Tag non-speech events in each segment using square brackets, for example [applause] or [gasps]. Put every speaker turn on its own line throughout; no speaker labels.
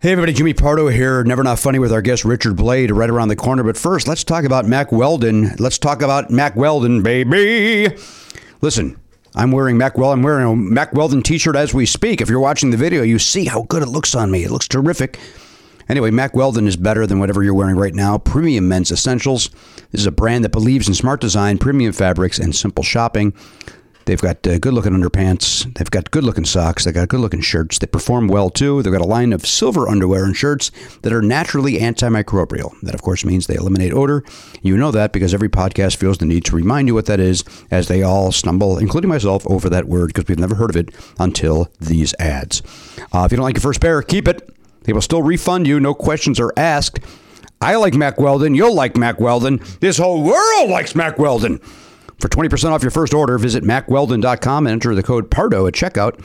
Hey everybody, Jimmy Pardo here. Never not funny with our guest Richard Blade right around the corner. But first, let's talk about Mac Weldon. Let's talk about Mac Weldon, baby. Listen, I'm wearing Mac Weldon. I'm wearing a Mac Weldon T-shirt as we speak. If you're watching the video, you see how good it looks on me. It looks terrific. Anyway, Mac Weldon is better than whatever you're wearing right now. Premium men's essentials. This is a brand that believes in smart design, premium fabrics, and simple shopping. They've got uh, good looking underpants. They've got good looking socks. They've got good looking shirts. They perform well too. They've got a line of silver underwear and shirts that are naturally antimicrobial. That, of course, means they eliminate odor. You know that because every podcast feels the need to remind you what that is as they all stumble, including myself, over that word because we've never heard of it until these ads. Uh, if you don't like your first pair, keep it. They will still refund you. No questions are asked. I like Mac Weldon. You'll like Mac Weldon. This whole world likes Mac Weldon. For 20% off your first order, visit macweldon.com and enter the code PARDO at checkout.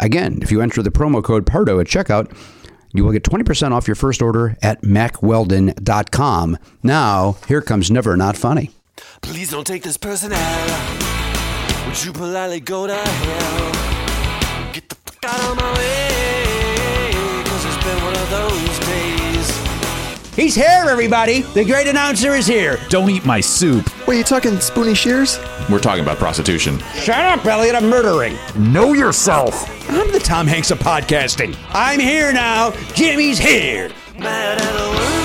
Again, if you enter the promo code PARDO at checkout, you will get 20% off your first order at macweldon.com. Now, here comes Never Not Funny.
Please don't take this person out. Would you politely go to hell? Get the fuck out of my way. Cause it's been one of those days.
He's here, everybody. The great announcer is here.
Don't eat my soup.
Wait, you talking Spoonie Shears?
We're talking about prostitution.
Shut up, Elliot. I'm murdering.
Know yourself.
I'm the Tom Hanks of podcasting. I'm here now. Jimmy's here.
Mad at the world.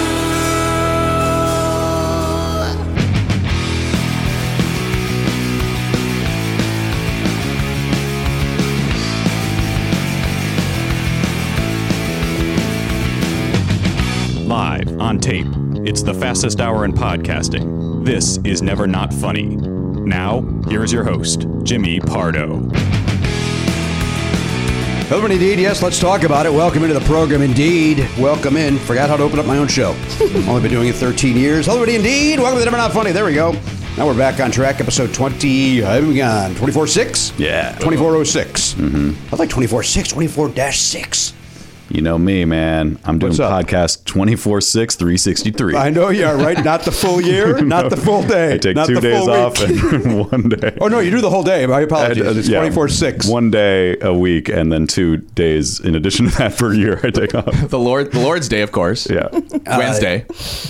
Live on tape. It's the fastest hour in podcasting. This is Never Not Funny. Now, here is your host, Jimmy Pardo.
Hello, indeed. Yes, let's talk about it. Welcome into the program, indeed. Welcome in. Forgot how to open up my own show.
[laughs]
Only been doing it 13 years. Hello, indeed. Welcome to Never Not Funny. There we go. Now we're back on track. Episode uh, 20. I'm on 24 6.
Yeah.
2406. Mm-hmm. oh I like 24 6, 24 6.
You know me, man. I'm doing
What's up?
podcast 24 6, 363. [laughs]
I know you are, right? Not the full year, not the full day.
I take
not
two
the
days
full
off
week.
and [laughs] one day.
[laughs] Oh, no, you do the whole day. My apologies.
And, uh,
It's
yeah,
24 6.
One day a week, and then two days in addition to that per year. I take off.
The Lord, the Lord's Day, of course.
[laughs]
Yeah.
Wednesday.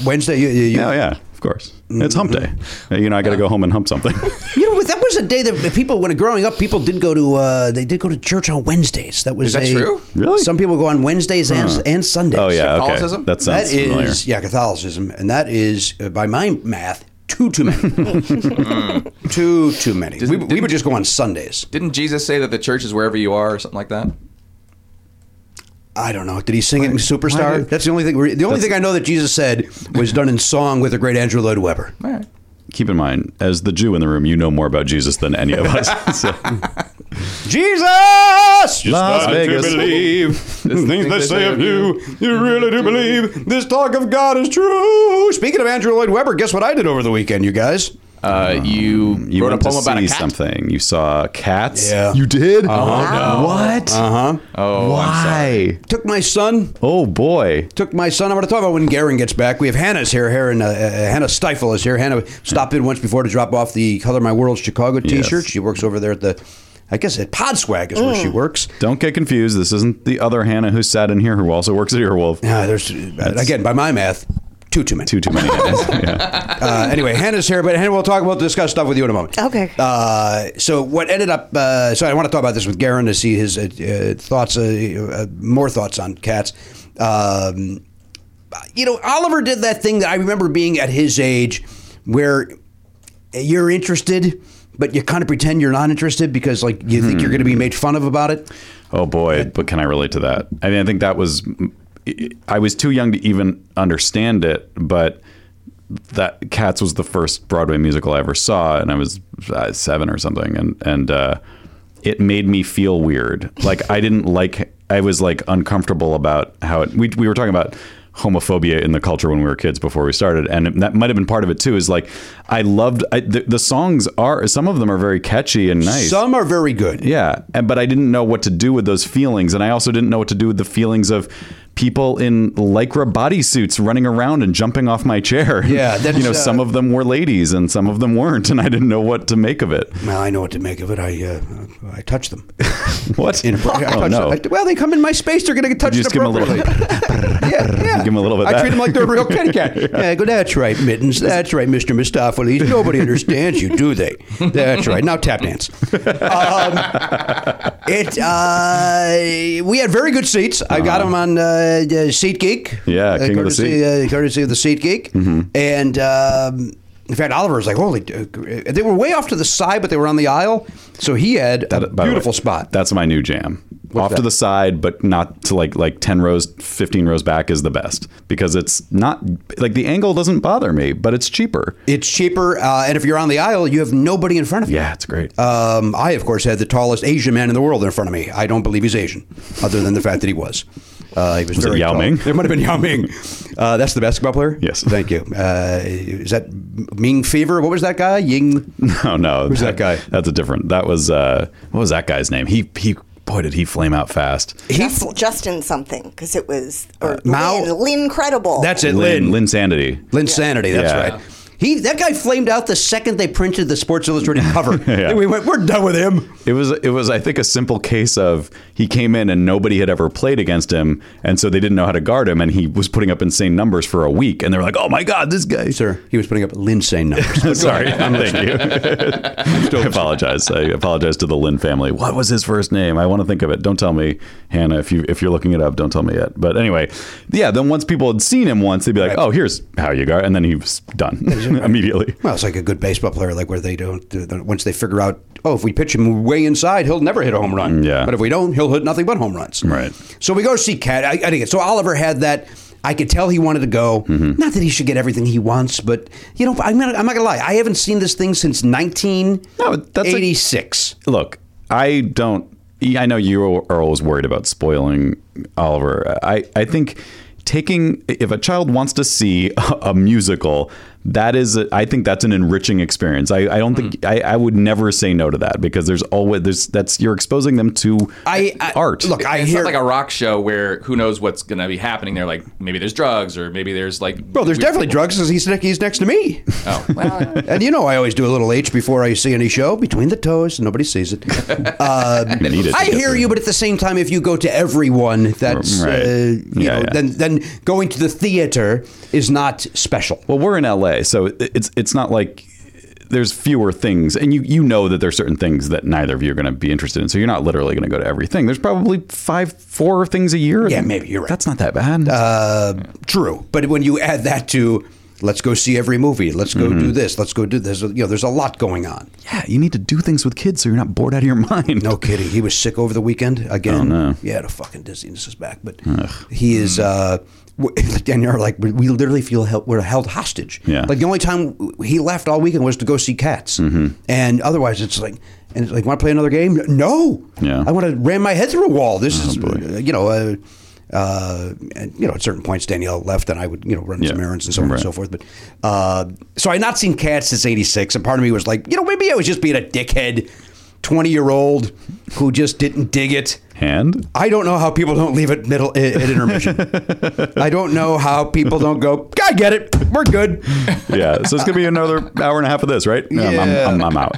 Wednesday, you, you, you,
Oh yeah, of course. It's hump day.
Mm-hmm.
You know, I got to go home and hump
[laughs]
something.
You know, that was a day that people, when growing up, people did go to uh, they did go to church on Wednesdays. That was
Is that
a-
true?
Really?
Some people go on Wednesdays and, and Sundays.
oh yeah, okay.
Catholicism?
That
that
sounds
is
familiar.
yeah Catholicism, and that is uh, by my math two too
[laughs]
many,
Hmm.
two too many. we, we would just go on Sundays.
Didn't Jesus say that the church is wherever you are, or something like that?
I don't know. Did he sing it in
why
Superstar?
did-
That's the only thing. The only
That's-
thing I know that Jesus said was done in song with the great Andrew Lloyd Webber.
All right.
Keep in mind, as the Jew in the room, you know more about Jesus than any of us.
[laughs]
So,
Jesus.
Las Vegas.
[laughs] Things things they they say say of of you,
you really do believe this talk of God is true. Speaking of Andrew Lloyd Webber, guess what I did over the weekend, you guys?
Uh, you,
You
wrote a
went to
poem about a
see
cat.
something. You saw cats.
Yeah. Uh-huh.
You did. What?
Oh, I'm sorry.
Why?
Took my son.
Oh boy.
Took my son. I'm going to talk about when Garen gets back. We have Hannah's here. Here and uh, uh, Hannah Stifle is here. Hannah stopped in once before to drop off the Color My World Chicago T-shirt. She works over there at the, I guess at Podswag is where she works.
Don't get confused. This isn't the other Hannah who sat in here who also works at Earwolf.
Uh, there's uh, again by my math, two too many.
Too too many Hannahs. Yeah. [laughs]
uh, anyway, Hannah's here, but Hannah, we'll talk. We'll discuss stuff with you in a moment.
Okay.
Uh, so what ended up? Uh, so I want to talk about this with Garen to see his uh, uh, thoughts, uh, uh, more thoughts on cats. Um, you know, Oliver did that thing that I remember being at his age, where you're interested. But you kind of pretend you're not interested because, like, you think you're going to
Hmm.
be made fun of about it.
Oh boy, but can I relate to that? I mean, I think that was I was too young to even understand it, but that Cats was the first Broadway musical I ever saw, and I was uh, seven or something, and and uh, it made me feel weird. Like I didn't like. I was like uncomfortable about how it. We we were talking about homophobia in the culture when we were kids before we started, and that might have been part of it too. Is like I loved I, the, the songs are some of them are very catchy and nice.
Some are very good.
Yeah, and but I didn't know what to do with those feelings, and I also didn't know what to do with the feelings of people in lycra bodysuits running around and jumping off my chair. [laughs]
Yeah, that's,
you know,
uh,
some of them were ladies and some of them weren't, and I didn't know what to make of it.
Well, I know what to make of it. I uh, I touch
[laughs]
them.
What? [laughs]
Inappropri- I
oh
touch
no!
them. I- well, they come in my space. They're going to get touched
you just give 'em a little-
appropriately. [laughs] yeah, yeah.
Give 'em a little bit of
I
that.
treat them like they're
[laughs]
a real kitty cat. yeah. I go, that's right, Mittens. That's right, Mr. Mistopheles. Nobody understands you, do they? That's right. Now tap dance. Um, it, uh, we had very good seats. I got them on uh, uh, SeatGeek.
Uh-huh. Yeah,
uh,
king of the
courtesy,
seat. Mm-hmm.
Uh, courtesy of the SeatGeek. And... Um, in fact, Oliver was like, "Holy!" d- They were way off to the side, but they were on the aisle, so he had
[laughs] By
a
the way,
beautiful spot.
That's my new jam. Off
that?
to the side, but not to like like ten rows, fifteen rows back is the best because it's not like the angle doesn't bother me, but it's cheaper.
It's cheaper, uh, and if you're on the aisle, you have nobody in front of you.
Yeah, it's great.
Um, I, of course, had the tallest Asian man in the world in front of me. I don't believe he's Asian, other than the fact that he was. Uh, he was,
Was it
very
Yao
tall.
Ming?
It might have been
[laughs]
Yao Ming. Uh, that's the basketball player.
Yes.
Thank you. Uh, is that Ming Fever? What was that guy? Ying.
[laughs] No, Oh, no. Who's
that guy?
That's a different. That was uh, what was that guy's name? He he. Boy, did he flame out fast.
Just, Justin something because it was or
Uh,
Mao-
Lynn, Lynn Credible.
That's it,
Lynn
Lin.
Lin Sanity.
Lynn Sanity. That's
Yeah.
right. He that guy flamed out the second they printed the Sports Illustrated cover.
[laughs] Yeah.
We went, we're done with him.
It was it was I think a simple case of he came in and nobody had ever played against him, and so they didn't know how to guard him, and he was putting up insane numbers for a week, and they were like, "Oh my god, this guy!"
Sir, he was putting up insane numbers.
Sorry, I'm [laughs] thank you. I apologize. I apologize to the Lynn family. What was his first name? I want to think of it. Don't tell me, Hannah. If you if you're looking it up, don't tell me yet. But anyway, yeah. Then once people had seen him once, they'd be like, "Oh, here's how you guard," and then he was done [laughs] immediately.
Well, it's like a good baseball player, like where they don't do the- once they figure out, oh, if we pitch him way inside, he'll never hit a home run.
Yeah.
But if we don't, he'll hit nothing but home runs.
Right.
So we go see Cat. I, I think it. So Oliver had that. I could tell he wanted to go.
Mm-hmm.
Not that he should get everything he wants, but you know, I'm not, I'm not gonna lie. I haven't seen this thing since 1986.
No, that's a- Look, I don't yeah, I know you are always worried about spoiling Oliver. I, I think taking if a child wants to see a musical that is a, i think that's an enriching experience i, I don't think
Mm.
I, I would never say no to that because there's always there's that's you're exposing them to
I- I-
art
look, I
it's
hear-
not like a rock show where who knows what's going to be happening there. Like maybe there's drugs or maybe there's like.
Well, there's
weird
definitely
people.
drugs because he's, ne- he's next to me. [laughs]
Oh, well,
and you know, I always do a little H before I see any show between the toes, and nobody
[laughs]
sees it. Uh,
You need it to
I
get
hear
there.
you, but at the same time, if you go to everyone, that's
Right.
uh, you
Yeah,
know,
yeah.
then then going to the theater is not special.
Well, we're in LA, so it's it's not like there's fewer things, and you you know that there's certain things that neither of you are going to be interested in. So you're not literally going to go to everything. There's probably five, four things a year.
Yeah, maybe, you're right. Uh,
That's not that bad.
True, but when you add that to let's go see every movie, let's go
Mm-hmm.
do this, let's go do this, you know, there's a lot going on.
yeah, you need to do things with kids so you're not bored out of your [laughs] mind.
[laughs] No kidding. He was sick over the weekend again.
Oh, no.
Yeah, the fucking dizziness is back. But he is. Uh, w- [laughs] and you're like, we- we literally feel held, we're held hostage.
Yeah.
Like the only time he left all weekend was to go see Cats, mm-hmm. and otherwise it's like, and it's like, want to play another game? No.
Yeah. Oh,
I want to ram my head through a wall. This is, uh, you know. Uh, uh, and, you know, at certain points, Danielle left, and I would, you know, run some
Yeah.
errands and so on and
Right.
so forth. But uh, so I had not seen Cats since '86, and part of me was like, you know, maybe I was just being a dickhead, twenty-year-old who just didn't dig it.
And
I don't know how people don't leave at middle at at intermission.
[laughs]
I don't know how people don't go. I get it. We're good.
yeah, so it's gonna be another hour and a half of this, right? I'm- I'm,
Yeah.
I'm, I'm out.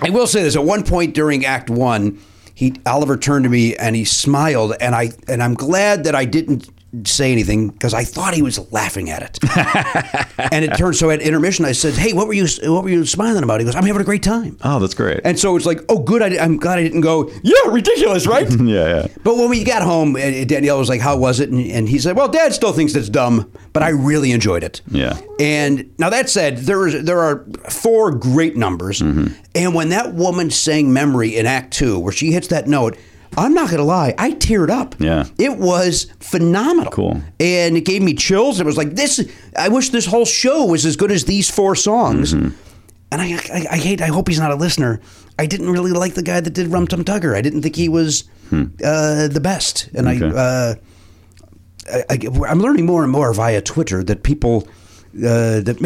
[laughs]
I will say this: at one point during Act One, he Oliver turned to me and he smiled, and I and I'm glad that I didn't say anything because I thought he was laughing at it. and it turned so at intermission, I said, "Hey, what were you what were you smiling about?" He goes, "I'm having a great time."
oh, that's great.
And so it's like, "Oh, good. I, am glad I didn't go. Yeah, ridiculous, right?"
yeah, yeah.
But when we got home, uh, Danielle was like, "How was it?" And, and he said, "Well, Dad still thinks it's dumb, but I really enjoyed it."
Yeah.
And now that said, there is there are four great numbers,
Mm-hmm.
and when that woman sang "Memory" in Act Two, where she hits that note. I'm not gonna lie. I teared up.
Yeah.
it was phenomenal.
Cool.
and it gave me chills. It was like this. I wish this whole show was as good as these four songs. And I, I, I hate. I hope he's not a listener. I didn't really like the guy that did Rum Tum Tugger. I didn't think he was uh, the best. And
Okay.
I, uh, I, I, I'm learning more and more via Twitter that people. Uh, that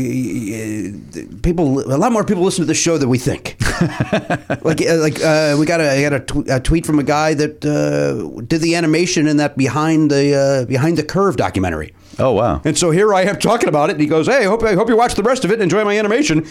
maybe uh, people a lot more people listen to the show than we think. like uh, like uh, we got a I got a, tw- a tweet from a guy that uh, did the animation in that behind the uh, behind the curve documentary.
Oh wow.
And so here I am talking about it, and he goes, "Hey, hope I hope you watch the rest of it. and Enjoy my animation."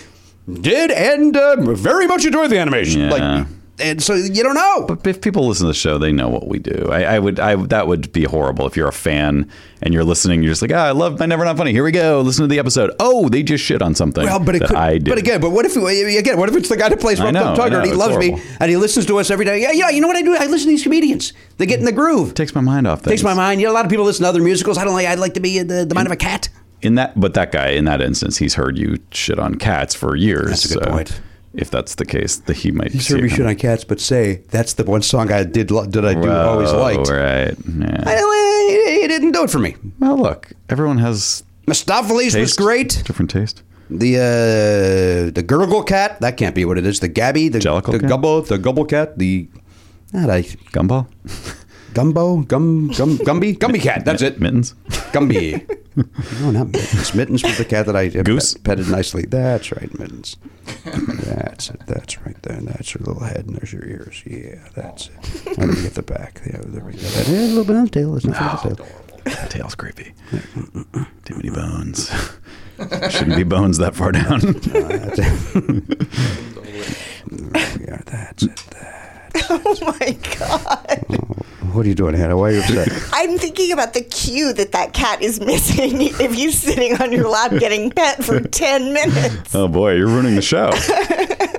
Did and uh, very much enjoyed the animation.
Yeah.
Like, and so you don't know.
But if people listen to the show, they know what we do. I, I would, I that would be horrible if you're a fan and you're listening. You're just like, ah, I love my Never Not Funny. Here we go. Listen to the episode. Oh, they just shit on something.
Well, but it
that
could,
I did.
but again, but what if again? What if it's the guy that plays
I
Rum
know,
Tum
I
Tugger
know,
and he
it's
loves me
horrible.
and he listens to us every day? Yeah, yeah. You know what I do? I listen to these comedians. They get in the groove.
takes my mind off.
Takes
things.
my mind. You know, a lot of people listen to other musicals. I don't like. I'd like to be in the, the mind of a cat.
In that, but that guy in that instance, he's heard you shit on cats for years.
That's a good
so
point.
If that's the case, that he might. see it
certainly
coming.
on cats, but say that's the one song I did lo- did I do always
Oh,
liked.
Right. Yeah.
I don't- it- it didn't do it for me.
well, look, everyone has
Mistopheles
taste.
was great.
Different taste.
The uh, the gurgle cat that can't be what it is. The Gabby, the
Jellicle
the
cat?
gumbo, the gumbo cat, the not a
Gumball.
gumbo gum gum gumby gumby cat. That's it,
Mittens.
gumby. no, not mittens. Mittens was the cat that I pet-
Goose?
petted nicely. That's right, mittens. That's it. That's right there. And that's your little head, and there's your ears. Yeah, that's it. I'm gonna get the back. Yeah, there we go. That- yeah, a little bit on the tail. There's nothing on the tail.
That tail's creepy. Too many bones. Shouldn't be bones that far
[laughs]
down.
That's it. there we are. That's it.
[laughs] Oh my god!
What are you doing, Hannah? Why are you upset?
I'm thinking about the cue that that cat is missing [laughs] if he's sitting on your lap getting
[laughs]
pet for ten minutes.
oh boy, you're ruining the show.
[laughs]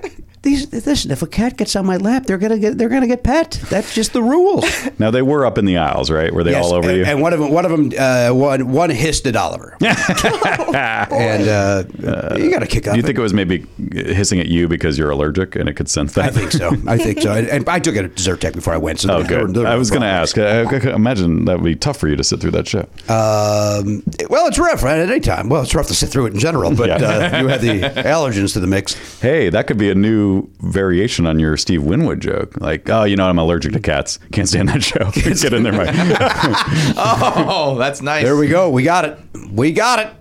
These, listen, if a cat gets on my lap, they're gonna get they're gonna get pet. That's just the rules. [laughs]
Now they were up in the aisles, right? Were they all over
and,
you?
And one of them, one of them, uh, one one hissed at [laughs] Oliver. Oh, and uh, you got to kick
Do
up.
you think it was maybe hissing at you because you're allergic and it could sense that?
I think so. I think so. And, and I took a Zyrtec before I went. So
Oh,
there were-
good.
there were
I was going to ask.
problems.
I, I could imagine that would be tough for you to sit through that show.
Um, well, it's rough right, at any time. Well, it's rough to sit through it in general, but
[laughs] Yeah.
uh, you had the allergens to the mix.
hey, that could be a new new variation on your Steve Winwood joke. Like, oh, you know, I'm allergic to cats. Can't stand that
[laughs]
show. Get in there, Mike.
[laughs] Oh, that's nice.
There we go. We got it. We got it.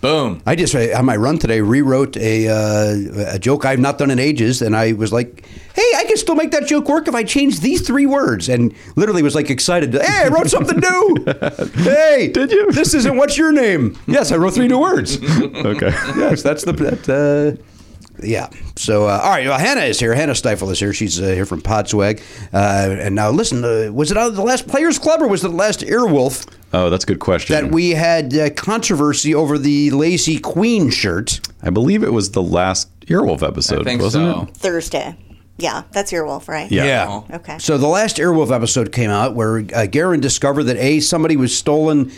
Boom.
I just on my run today rewrote a uh, a joke I've not done in ages, and I was like, "Hey, I can still make that joke work if I change these three words." And literally was like excited. Hey, I wrote something new.
[laughs]
hey,
Did you?
This isn't what's your name? Yes, I wrote three new words.
[laughs] okay.
yes, that's the that, uh, yeah. So uh, all right, well, Hannah is here. Hannah Stifle is here. She's uh, here from Podswag. Uh, and now listen, uh, was it out of the last Players Club or was it the last Earwolf?
Oh, that's a good question.
that we had uh, controversy over the lazy queen shirt.
I believe it was the last Earwolf episode,
I think
wasn't
so.
it?
Thursday. Yeah, that's your wolf, right?
Yeah.
Okay.
So the last Earwolf episode came out where uh, Garen discovered that a somebody was stolen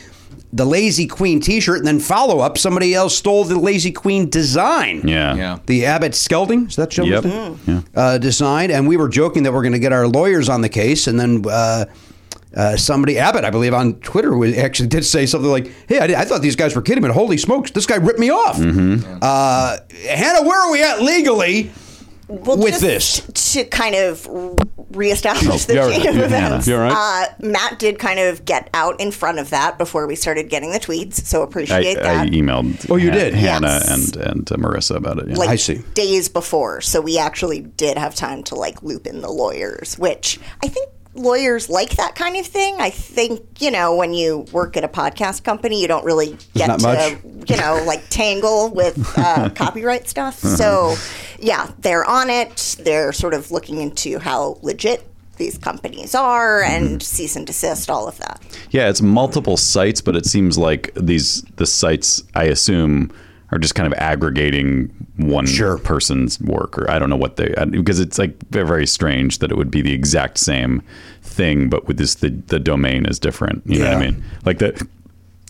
the lazy queen T-shirt, and then follow up somebody else stole the lazy queen design.
Yeah.
Yeah.
The Abbott Skelding, is that Jones?
Yep. Mm-hmm. Yeah.
uh, design, and we were joking that we're going to get our lawyers on the case, and then uh, uh, somebody Abbott, I believe, on Twitter wa- actually did say something like, "Hey, I, did- I thought these guys were kidding, but holy smokes, this guy ripped me off."
Mm-hmm.
Uh, Hannah, where are we at legally?
Well,
with
just to kind of reestablish the
Oh, you're-
chain of
you're-
events,
you're
uh, Matt did kind of get out in front of that before we started getting the tweets. So
I,
appreciate
I
that.
emailed.
Oh, you did?
Hannah
Yes.
and and uh, Marissa about it. Yeah.
like
I see.
days before, so we actually did have time to like loop in the lawyers, which I think lawyers like that kind of thing. I think you know when you work at a podcast company, you don't really get
not
to
much.
you know like tangle with
[laughs]
uh, copyright stuff.
Uh-huh.
So yeah, they're on it. They're sort of looking into how legit these companies are
Mm-hmm.
and cease and desist all of
[laughs]
that.
Yeah, it's multiple sites, but it seems like these the sites I assume are just kind of aggregating one
Sure.
person's work, or I don't know what they I- because it's like they're very strange that it would be the exact same thing, but with this the the domain is different. You know what I
Yeah.
mean? Like the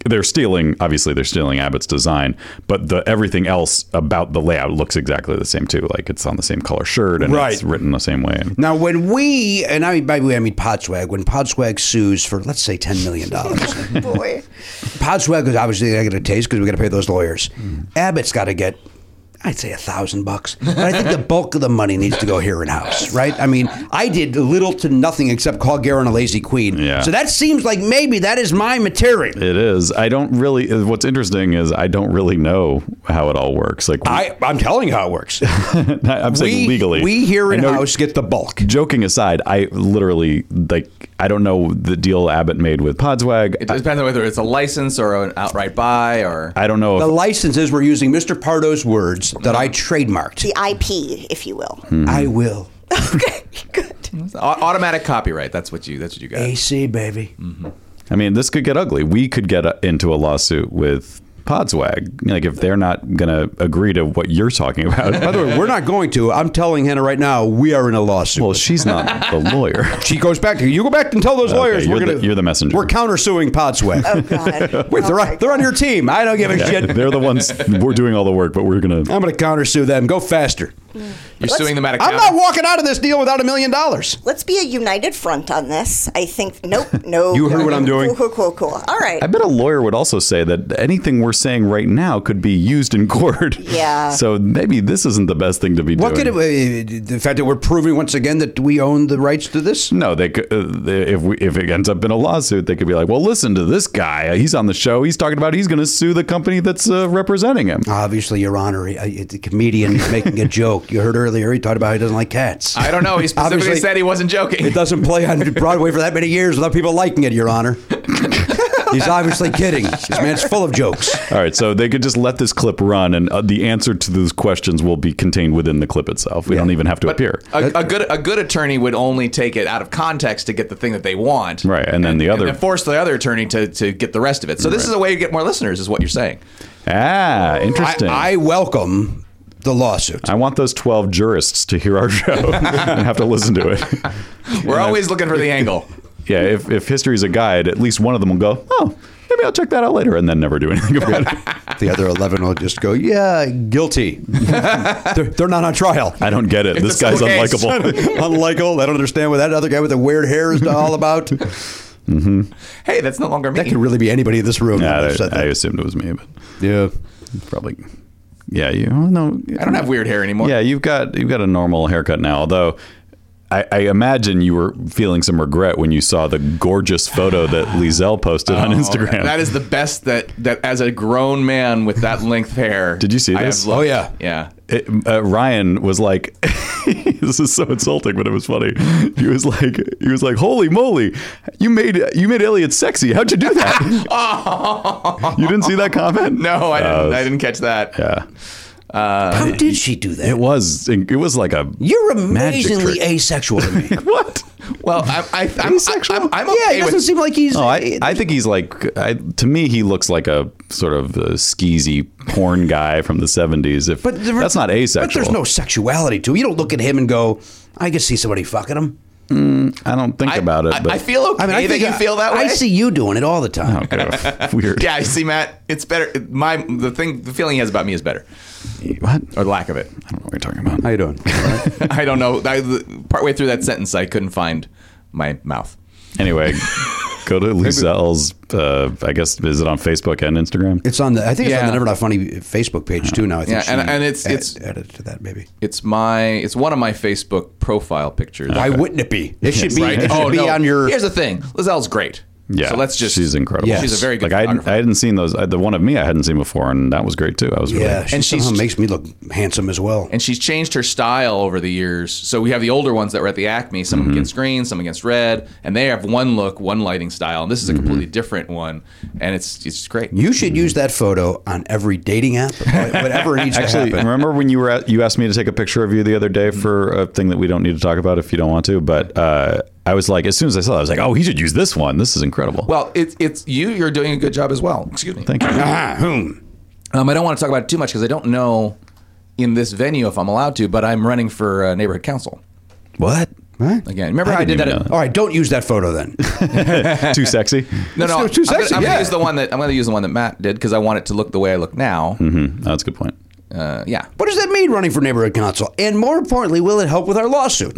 they're stealing obviously they're stealing Abbott's design, but the everything else about the layout looks exactly the same too. Like it's on the same color shirt and
Right.
it's written the same way.
Now, when we and I mean by we I mean Podswag, when Podswag sues for let's say ten million dollars,
[laughs]
Boy,
Podswag is obviously not going to taste because we got to pay those lawyers.
Mm-hmm.
Abbott's got to get. I'd say a thousand bucks, but I think the bulk of the money needs to go here in house, right? I mean, I did little to nothing except call Garen a lazy queen.
Yeah.
So that seems like maybe that is my material.
It is. I don't really. uh, What's interesting is I don't really know how it all works. Like
I, I'm telling you how it works.
[laughs] I'm saying
we,
legally,
we here
I
in
know-
house get the bulk.
Joking aside, I literally like. I don't know the deal Abbott made with Podswag.
It depends on whether it's a license or an outright buy or.
I don't know.
The
If,
licenses we're using Mr. Pardo's words that I trademarked.
the IP, if
[laughs]
you will.
Mm-hmm.
I will.
Okay, good.
Au- automatic copyright. That's what you. That's what you got.
AC baby.
I mean, this could get ugly. We could get uh, into a lawsuit with Podswag. Like if they're not gonna agree to what you're talking
[laughs] By
about.
the way, we're not going to. I'm telling Hannah right now, we are in a lawsuit.
well, she's not the lawyer.
she goes back to you. Go back and tell those
Okay,
lawyers.
you're
we're
the-
gonna,
you're the messenger.
We're countersuing Podswag.
Oh
[laughs]
God.
Wait, they're
Oh,
on,
my
they're on your team. I don't give a shit.
They're the ones. We're doing all the work, but we're gonna.
I'm going to countersue them. Go faster.
You're suing them out of.
I'm
county.
not walking out of this deal without a million dollars.
Let's be a united front on this. I think. Nope. No.
You heard what I'm doing.
Cool. Cool. Cool. cool. All right.
I bet a lawyer would also say that anything we're saying right now could be used in [laughs] court.
Yeah.
So maybe this isn't the best thing to be
What could
doing.
it, uh, the fact that we're proving once again that we own the rights to this?
no, they could. Uh, they- if we, if it ends up in a lawsuit, they could be like, "Well, listen to this guy. He's on the show. He's talking about he's going to sue the company that's uh, representing
[laughs]
him."
Obviously, Your Honor, I- it's a comedian making a joke. You heard earlier he talked about he doesn't like cats.
I don't know. He specifically
[laughs] Obviously-
said he wasn't joking.
It doesn't play on Broadway for that many years without people liking it, Your Honor. He's obviously kidding. This man's full of jokes.
All right, so they could just let this clip run, and uh, the answer to those questions will be contained within the clip itself. We don't even have to appear.
A, a good a good attorney would only take it out of context to get the thing that they want.
Right, and then the other-
and then force the other attorney to, to get the rest of it. So this is a way to get more listeners, is what you're saying.
ah, interesting.
I, I welcome the lawsuit.
I want those 12 jurists to hear our show [laughs] and have to listen to it. [laughs]
We're always looking for the angle.
yeah, if, if history is a guide, at least one of them will go, oh, maybe I'll check that out later, and then never do anything [laughs] about it.
The other 11 will just go, yeah, guilty. [laughs] they're, they're not on trial. [laughs]
I don't get it. this
a
guy's
civil case.
[laughs] unlikable.
Unlikable. I don't understand what that other guy with the weird hair is all about. That
Hey, that's no longer me.
could really be anybody in this room.
Nah,
that
I,
said
I
that.
assumed it was me, but
yeah.
it's probably Yeah, you well, no.
I don't have weird hair anymore.
Yeah, you've got you've got a normal haircut now. Although, I, I imagine you were feeling some regret when you saw the gorgeous photo that Lizelle posted on Instagram.
Oh, That is the best that that as a grown man with that length of hair.
Did you see
I have
this?
looked.
Oh,
yeah, yeah.
it, uh, Ryan was like, [laughs] "This is so insulting," but it was funny. He was like, "He was like, holy moly, you made you made Elliot sexy. How'd you do that?
[laughs]
you didn't see that comment?
No, I didn't. Uh,
Uh,
I didn't catch that.
Yeah,
How did she do that?
it was it was like a
You're
magic
amazingly
trick.
asexual [laughs] to me.
[laughs] what?
Well, I, I, I'm,
Asexual?
I'm, I'm
yeah,
okay
it doesn't
with.
seem like he's.
Oh, I, I think he's like I, to me he looks like a sort of a skeezy porn guy from the 70s if
but there-
that's not
But
asexual
there's no sexuality to it. You don't look at him and go, "I could see somebody fucking him."
I don't think about it
I,
but
I feel okay
I mean, I
that
think
you
I-
feel that way.
I see you doing it all the time.
Okay,
[laughs]
f- weird
Yeah, I see, Matt. It's better. My the thing, the feeling he has about me is better,
what
or lack of it. [laughs]
I don't know what you're talking about
How you doing?
I don't know. I, the- partway through that sentence, I couldn't find my mouth.
anyway go to Lizelle's uh, I guess is it on Facebook and Instagram
It's on the. I think it's on
Yeah.
the Never Not Funny Facebook page too now. I think
Yeah, and-
she
and it's-
add-
it's-
added to that maybe.
It's my. It's one of my Facebook profile pictures.
Why wouldn't it be? It should be.
Right? Oh,
It [laughs] should be
no.
on your.
Here's the thing. Lizelle's great.
yeah
So let's just.
she's incredible
Yes.
She's a very good.
like I hadn't,
photographer.
I hadn't seen those I, the one of me I hadn't seen before and that was great too I was
yeah,
really
she
And
and
she's-
somehow makes me look handsome as well.
and she's changed her style over the years. So we have the older ones that were at the Acme, some
Mm-hmm.
against green, some against red, and they have one look, one lighting style. And this
Mm-hmm.
is a completely different one, and it's it's great.
you should use that photo on every dating app, whatever needs
Actually,
to happen.
remember when you were at, you asked me to take a picture of you the other day for a thing that we don't need to talk about if you don't want to, but uh, I was like, as soon as I saw it, I was like, oh, he should use this one. This is incredible.
Well, it's it's you. You're doing a good job as well. Excuse me.
thank you.
Ah, whom?
Um, I don't want to talk about it too much because I don't know in this venue if I'm allowed to, but I'm running for uh, neighborhood council
What?
What?
again. Remember
I
I, did
didn't
that.
even
At,
All right, don't use that photo then.
Too sexy.
[laughs] no, no,
It's too
I'm gonna-
sexy,
I'm gonna
yeah.
use the one that I'm going to use the one that Matt did because I want it to look the way I look now.
Mm, that's a good point.
Uh, yeah.
What does that mean, running for neighborhood council? And more importantly, will it help with our lawsuit?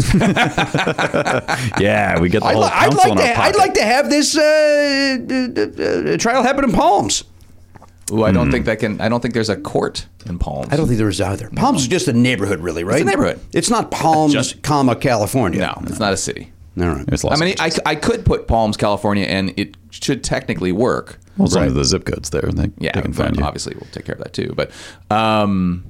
Yeah, we get the
I'd,
whole
li- I'd
council
like
in
to.
our
I'd
pocket.
like to have this uh, uh, uh, trial happen in Palms.
Ooh, I
Hmm.
don't think that can. I don't think there's a court in Palms.
I don't think there is either. Palms is just a neighborhood, really, right?
neighborhood.
It's not Palms, comma California.
No, it's not a city.
All right.
There's lots
I mean,
of
I, I could put Palms, California, and it should technically work.
well, as long as the zip codes there, they,
Yeah,
they can find you.
obviously we'll take care of that too. But um,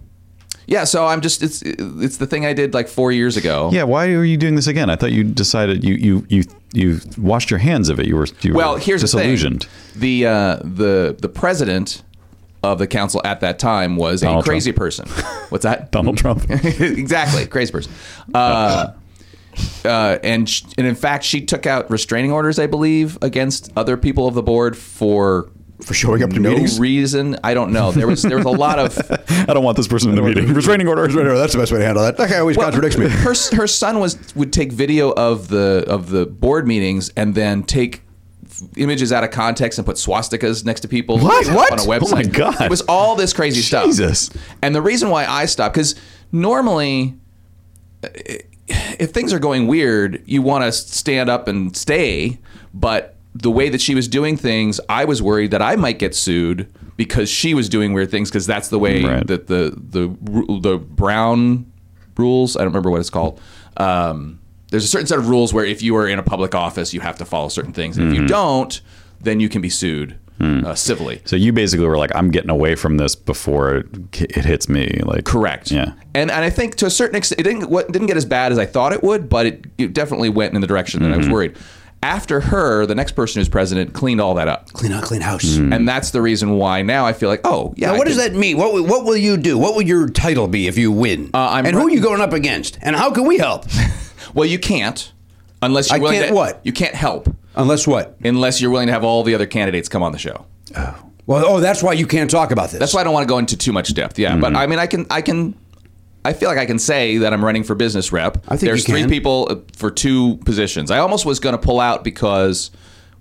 yeah, so I'm just it's it's the thing I did like four years ago.
Yeah, why are you doing this again? I thought you decided you you you you washed your hands of it. You were you
Well,
were
here's
disillusioned. [laughs]
the thing. The uh, the the president of the council at that time was
Donald
a crazy
Trump.
person. What's that?
Donald Trump.
[laughs] exactly, crazy person. Uh, uh, and sh- and in fact, she took out restraining orders, I believe, against other people of the board for
For showing up to
no
meetings?
reason. I don't know. There was there was a
[laughs]
lot of
I don't want this person in the meeting. Restraining order. Restraining order.
That's the best way to handle that. That guy always contradicts me.
her her son was would take video of the of the board meetings and then take images out of context and put swastikas next to people
What?
and
What?
on a
Oh
website.
my God.
It was all this crazy stuff.
Jesus.
And the reason why I stopped cuz normally uh, if things are going weird, you want to stand up and stay, but the way that she was doing things, I was worried that I might get sued because she was doing weird things because that's the way
Right.
that the the ru- the brown rules. I don't remember what it's called. Um, there's a certain set of rules where if you are in a public office, you have to follow certain things. And If you don't, then you can be sued uh, civilly.
[laughs] So you basically were like, I'm getting away from this before it, it hits me. Like
Correct.
Yeah.
And and I think to a certain extent, it didn't what didn't get as bad as I thought it would, but it, it definitely went in the direction that I was worried. After her, the next person who's president cleaned all that
[laughs]
up,
clean out, clean house.
and that's the reason why now I feel like, oh yeah.
Now,
Mm. I
what does
did-
that mean? What will- what will you do? What will your title be if you win? Uh,
I'm
and who
run-
are you going up against? And how can we help?
Well, you can't unless you're
I
willing
can't
to,
what?
you can't help
Unless what?
unless you're willing to have all the other candidates come on the show.
Well, oh, that's why you can't talk about this.
That's why I don't want to go into too much depth. Yeah,
Mm-hmm.
but I mean, I can, I can, I feel like I can say that I'm running for business rep.
I think you
there's three
can.
people uh, for two positions. I almost was going to pull out because,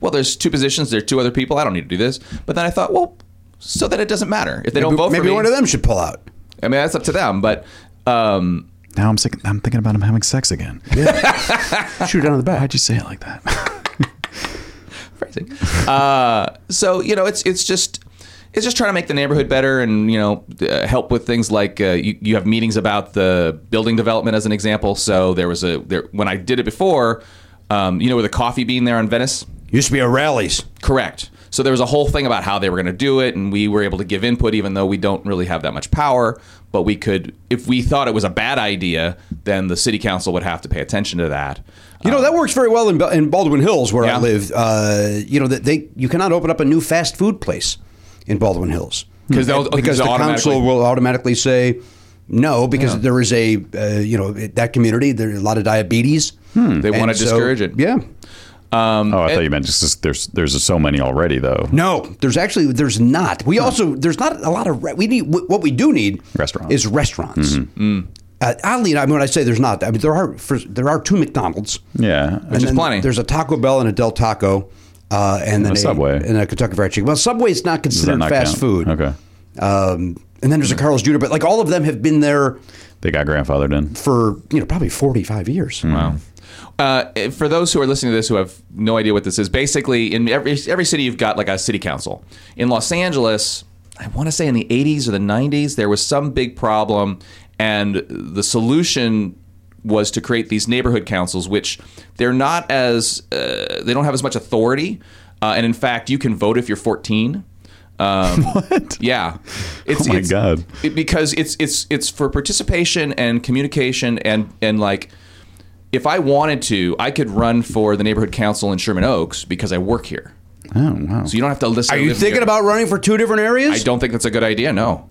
well, there's two positions. There are two other people. I don't need to do this. But then I thought, well, so that it doesn't matter if they don't vote
maybe
for me.
one of them should pull out.
I mean, that's up to them. But um,
Now I'm thinking, I'm thinking about him having sex again.
[laughs]
Shoot down the back.
Why'd you say it like that?
phrasing. Uh, so you know, it's it's just It's just trying to make the neighborhood better and you know uh, help with things like uh, you, you have meetings about the building development as an example. So there was a there when I did it before, um, you know, with a coffee bean there in Venice.
Used to be a rallies.
Correct. So there was a whole thing about how they were going to do it, and we were able to give input, even though we don't really have that much power. But we could, if we thought it was a bad idea, then the city council would have to pay attention to that.
You know that works very well in, Ba- in Baldwin Hills where
Yeah.
I live. Uh, you know that they you cannot open up a new fast food place in Baldwin Hills
'Cause they'll-
Hmm. because the
they'll
council
automatically-
will automatically say no because there is a uh, you know that community there are a lot of diabetes.
They
And
wanna
so-
discourage it.
Yeah.
Um,
Oh, I thought you meant just- just there's there's so many already though.
No, there's actually there's not. We also there's not a lot of re- we need what we do need
Restaurants.
is restaurants. Uh, oddly enough, when I say there's not, I mean there are for, there are two McDonald's.
Yeah.
And
is
then
plenty.
There's a Taco Bell and a Del Taco, uh, and then
a Subway.
and a Kentucky Fried Chicken. Well, Subway's
Does
not
that
considered
not
fast
count?
food.
Okay.
Um, and then there's a Carl's Jr. But like all of them have been there
They got grandfathered in.
for you know probably 45 years.
Wow. Uh, for those who are listening to this who have no idea what this is, basically in every every city you've got like a city council. In Los Angeles, I want to say in the 80s or the 90s, there was some big problem, and the solution was to create these neighborhood councils, which they're not as uh, they don't have as much authority, uh, and in fact, you can vote if you're 14.
[laughs]
Um, what? Yeah, it's,
Oh my
it's-
God.
it- because it's it's it's for participation and communication and and like if I wanted to, I could run for the neighborhood council in Sherman Oaks because I work here.
Oh wow.
So you don't have to listen.
Are you thinking about running for two different
I
areas?
don't think that's a good idea. No,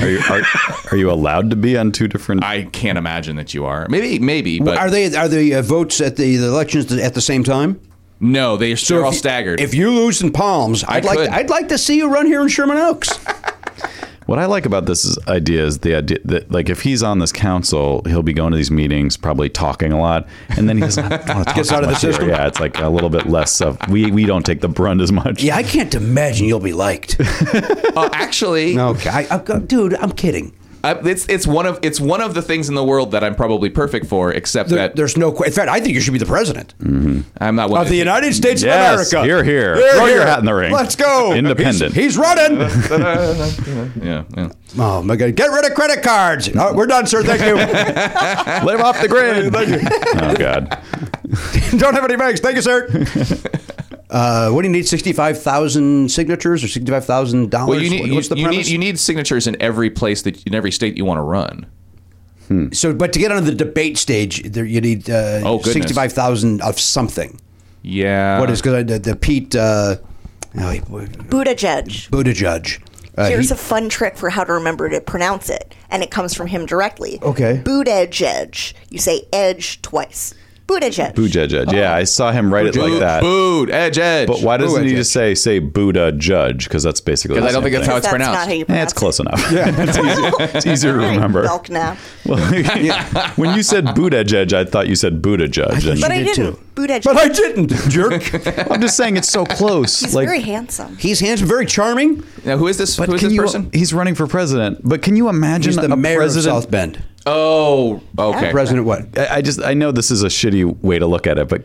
Are you, are, are you allowed to be on two different?
I can't imagine that you are. Maybe, maybe, but
Are they are the uh, votes at the, the elections at the same time?
no, they are
So
they're
if
all
you-
staggered.
If you lose in Palms, I'd like
could.
I'd like to see you run here in Sherman Oaks.
What I like about this is, idea is the idea that, like, if he's on this council, he'll be going to these meetings, probably talking a lot, and then he
[laughs]
doesn't want to talk
Gets
so
out of the
much here.
system.
Yeah, it's like a little bit less of we we don't take the brunt as much.
yeah, I can't imagine you'll be liked.
Uh, actually,
okay, I, I'm go- dude, I'm kidding.
I, it's it's one of it's one of the things in the world that I'm probably perfect for, except
There-
that
there's no. que- In fact, I think you should be the president.
I'm not one
of the United States
Yes,
of America.
here, here.
Here,
Throw your
here.
hat in the ring.
Let's go.
Independent.
He's, he's running. [laughs]
yeah, yeah.
oh my God! Get rid of credit cards. No, we're done, sir.
[laughs]
Thank you.
live off the
[laughs]
grid. oh God.
Don't have any banks. Thank you,
[laughs]
sir. Uh, what do you need? Sixty-five thousand signatures or sixty-five thousand dollars?
Well, you need you,
What's the
you need
premise?
you need signatures in every place that in every state you want to run.
so, but to get onto the debate stage, there you need uh,
Oh, goodness.
sixty-five thousand of something.
Yeah,
Uh-huh.
what is because the, the Pete uh, oh, boy,
Buddha Judge.
Buttigieg. Uh,
Here's
he-
a fun trick for how to remember to pronounce it, and it comes from him directly.
Okay.
Buttigieg. You say edge twice. Buttigieg.
Boo judge.
Uh,
judge. Yeah, I saw him write it like that.
Booed, edge, edge.
But why doesn't
Boo
he
judge.
just say say Buddha judge? Because that's basically.
Because
the
I don't
same
think that's
thing.
how it's
That's
pronounced.
not how you
Eh,
pronounce
it's close
it.
enough. Yeah, [laughs] it's easier, it's easier to remember.
Belk now.
[laughs] Well, when you said Buttigieg, I thought you said Buddha judge.
But I
did
didn't.
too.
Buttigieg.
but I didn't,
[laughs]
jerk.
I'm just saying it's so close.
He's
[laughs]
very handsome.
He's handsome, very charming.
Now, who is this?
But
Who is
can
this
you-
person?
He's running for president. But can you imagine
He's the
a
mayor
president?
of South Bend.
Oh, okay.
President what?
I I just I know this is a shitty way to look at it, but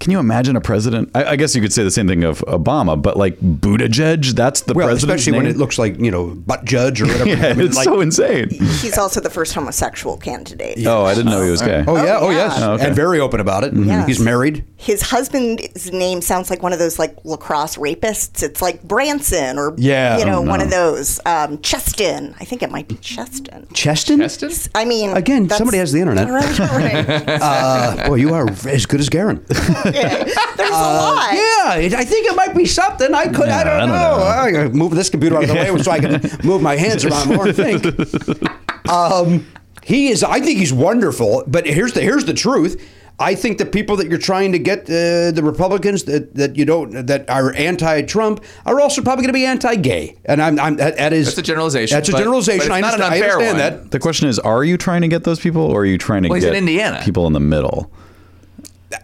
can you imagine a president? I, I guess you could say the same thing of Obama, but like Buttigieg, that's the
Well,
president.
especially when it looks like you know butt judge or [laughs] whatever.
Yeah,
I
[laughs]
mean,
it's
like-
so insane.
He's also the first homosexual candidate.
Oh, I didn't know he was gay.
Oh yeah, oh,
Oh, yeah.
yes,
Oh, okay.
and very open about it.
Yes.
He's married.
His husband's name sounds like one of those like lacrosse rapists. It's like Branson or
Yeah.
you know,
Oh,
one of those. Um, Cheston. I think it might be Cheston.
Cheston.
Preston?
I mean,
Again,
that's-
somebody has the internet.
[laughs] Right,
[laughs]
right.
Uh, boy, you are as good as [laughs] Garen.
There's a lot.
Uh, yeah, it, I think it might be something. I could. I
Yeah,
don't,
I don't
know.
know.
I gotta move this computer out of the way so I
[laughs]
can move my hands around more and think. Um, he is. I think he's wonderful. But here's the here's the truth. I think the people that you're trying to get, uh, the Republicans that, that you don't that are anti-Trump, are also probably going to be anti-gay. And I'm, I'm that, that is
That's a generalization,
That's a
but-
generalization.
but it's
I
not an
understand, I
unfair
understand
one.
that.
The question is, are you trying to get those people, or are you trying to
Well, he's
get
in Indiana.
people in the middle?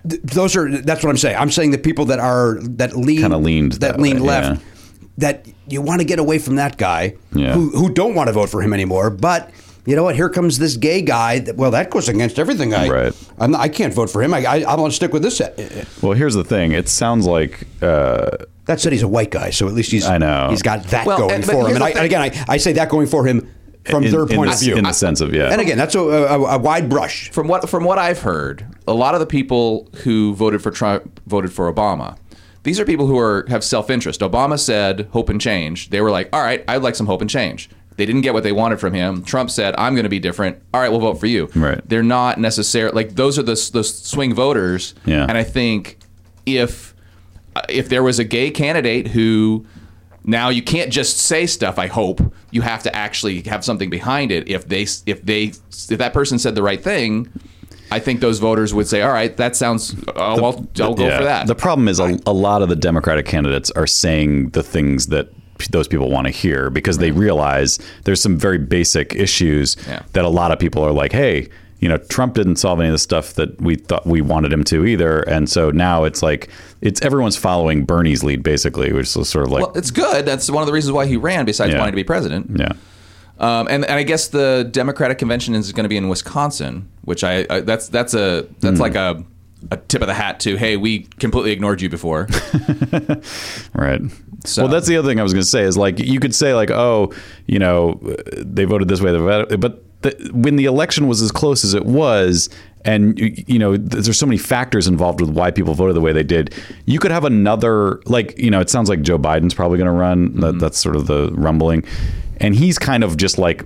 th- those are that's what I'm saying. I'm saying the people that are that lean
Kinda leaned
that,
that
lean
way,
left
yeah.
that you want to get away from that guy
Yeah.
who who don't want to vote for him anymore, but. You know what? Here comes this gay guy. That, well, that goes against everything. I
Right.
I'm not, I can't vote for him. I, I I'm going to stick with this. uh, uh,
Well, here's the thing. It sounds like uh,
That said, he's a white guy, so at least he's
I know.
he's got that
Well,
going
and- but
for him.
here's
And,
the
I, and
thing.
again, I, I say that going for him from
In-
their
in
point
the-
of view.
in the sense of, yeah.
And again, that's a, a, a wide brush.
from what from what I've heard, a lot of the people who voted for Trump voted for Obama. These are people who are have self interest. Obama said hope and change. They were like, all right, I'd like some hope and change. They didn't get what they wanted from him. Trump said, I'm going to be different. All right, we'll vote for you.
Right.
They're not necessarily like those are the s- those swing voters.
Yeah.
And I think if uh, if there was a gay candidate who now you can't just say stuff i hope you have to actually have something behind it if they if they if that person said the right thing i think those voters would say all right that sounds uh, well i'll go
Yeah.
for that
The problem is a, a lot of the Democratic candidates are saying the things that p- those people want to hear because they realize there's some very basic issues
Yeah.
that a lot of people are like, hey, you know, Trump didn't solve any of the stuff that we thought we wanted him to either. And so now it's like it's everyone's following Bernie's lead basically, which is sort of like
well, it's good that's one of the reasons why he ran besides
Yeah.
wanting to be president
yeah.
Um, and, and I guess the Democratic convention is going to be in Wisconsin, which I, I that's that's a that's
Hmm.
like a, a tip of the hat to hey we completely ignored you
[laughs]
before.
Right.
So-
Well, that's the other thing I was going to say is like you could say like, oh, you know, they voted this way, they voted, but the, when the election was as close as it was, and you, you know, th- there's so many factors involved with why people voted the way they did. You could have another like, you know, it sounds like Joe Biden's probably going to run.
Mm-hmm.
That, that's sort of the rumbling, and he's kind of just like.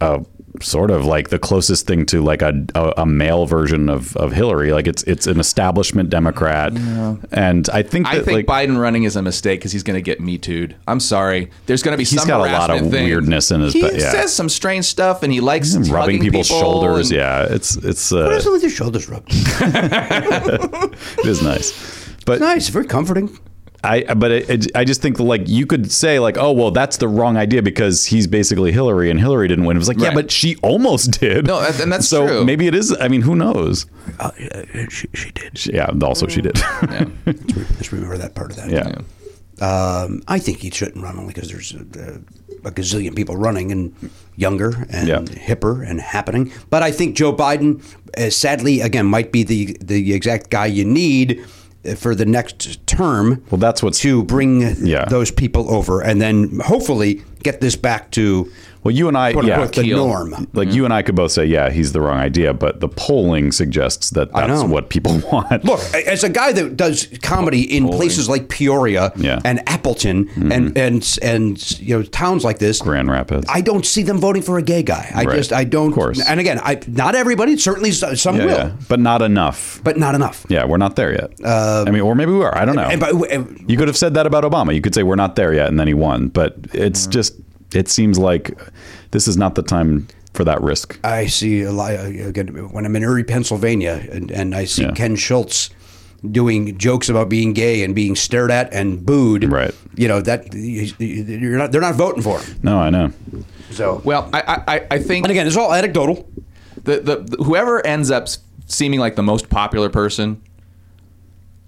Uh, sort of like the closest thing to like a, a, a male version of, of Hillary like it's it's an establishment Democrat and I [laughs] think
I
that,
think
like,
Biden running is a mistake because he's going to get me too'd. I'm sorry. There's going to be
He's
some
got a lot of
harassment thing.
weirdness in his-
He
but yeah.
says some strange stuff, and he likes
rubbing
hugging
people's
people
shoulders.
and-
Yeah, it's it's
What
uh,
is it with your shoulders rubbed?
[laughs] it is nice, but
nice, very comforting.
I but it, it, I just think like you could say like oh well that's the wrong idea because he's basically Hillary and Hillary didn't win. It was like yeah,
Right.
but she almost did.
No, and- and that's
so
true.
maybe it is. I mean, who knows?
Uh, yeah, she, she did.
She- yeah, also she did. [laughs] Yeah.
Just, re- just remember that part of that.
yeah.
Um, I think he shouldn't run only because there's a, a gazillion people running and younger and
Yeah.
hipper and happening. But I think Joe Biden, uh, sadly, again, might be the the exact guy you need uh, for the next term.
Well, that's what's-
to bring
Yeah.
those people over, and then hopefully get this back to
Well, you and I,
quote
yeah,
unquote, the norm.
like you and I could both say yeah, he's the wrong idea, but the polling suggests that
I
that's
know.
what people [laughs] want.
Look, as a guy that does comedy in places like Peoria
Yeah. Mm-hmm.
and Appleton and and and you know towns like this,
Grand Rapids.
I don't see them voting for a gay guy. I
Right.
just I don't.
Of course.
And again, I not everybody. Certainly s- some
yeah,
will,
yeah, but not enough.
but not enough.
Yeah, we're not there yet. I mean, or maybe we are. I don't know.
Uh, And by, and
You could have said that about Obama. You could say we're not there yet, and then he won. But
Mm-hmm.
it's just it seems like this is not the time for that risk.
I see a lot again when I'm in Erie, Pennsylvania, and, and I see
Yeah.
Ken Schultz doing jokes about being gay and being stared at and booed.
Right.
You know that you're not. They're not voting for him.
No, I know.
So.
Well, I- I I, I think
and again, it's all anecdotal.
the, the, the- whoever ends up seeming like the most popular person.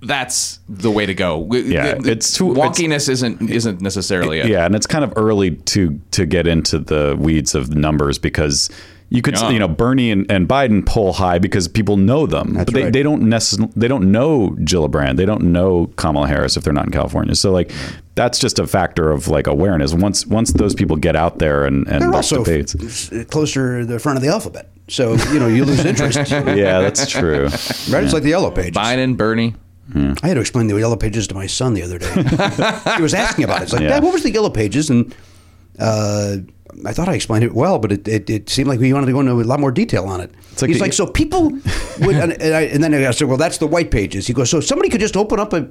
That's the way to go. We-
Yeah,
the-
it's too- it's-
wonkiness isn't isn't necessarily it.
Yeah, and it's kind of early to to get into the weeds of the numbers because you could
Yeah.
you know Bernie and, and Biden pull high because people know them, but they,
right.
they don't necess- they don't know Gillibrand, they don't know Kamala Harris if they're not in California. So like that's just a factor of like awareness. Once once those people get out there and and
They're
watch
also
debates.
f- closer to the front of the alphabet. So, you know,
[laughs]
you lose interest. right?
yeah,
[laughs]
that's true.
It's like the yellow pages.
Biden, Bernie.
I had to explain the yellow pages to my son the other [laughs] day. he was asking about it. It's like,
Yeah.
Dad, what was the yellow pages? And uh, I thought I explained it well, but it, it, it seemed like we wanted to go into a lot more detail on it.
like
He's
the-
like, so people [laughs] would, and, and, I, and then I said, well, that's the white pages. He goes, so somebody could just open up a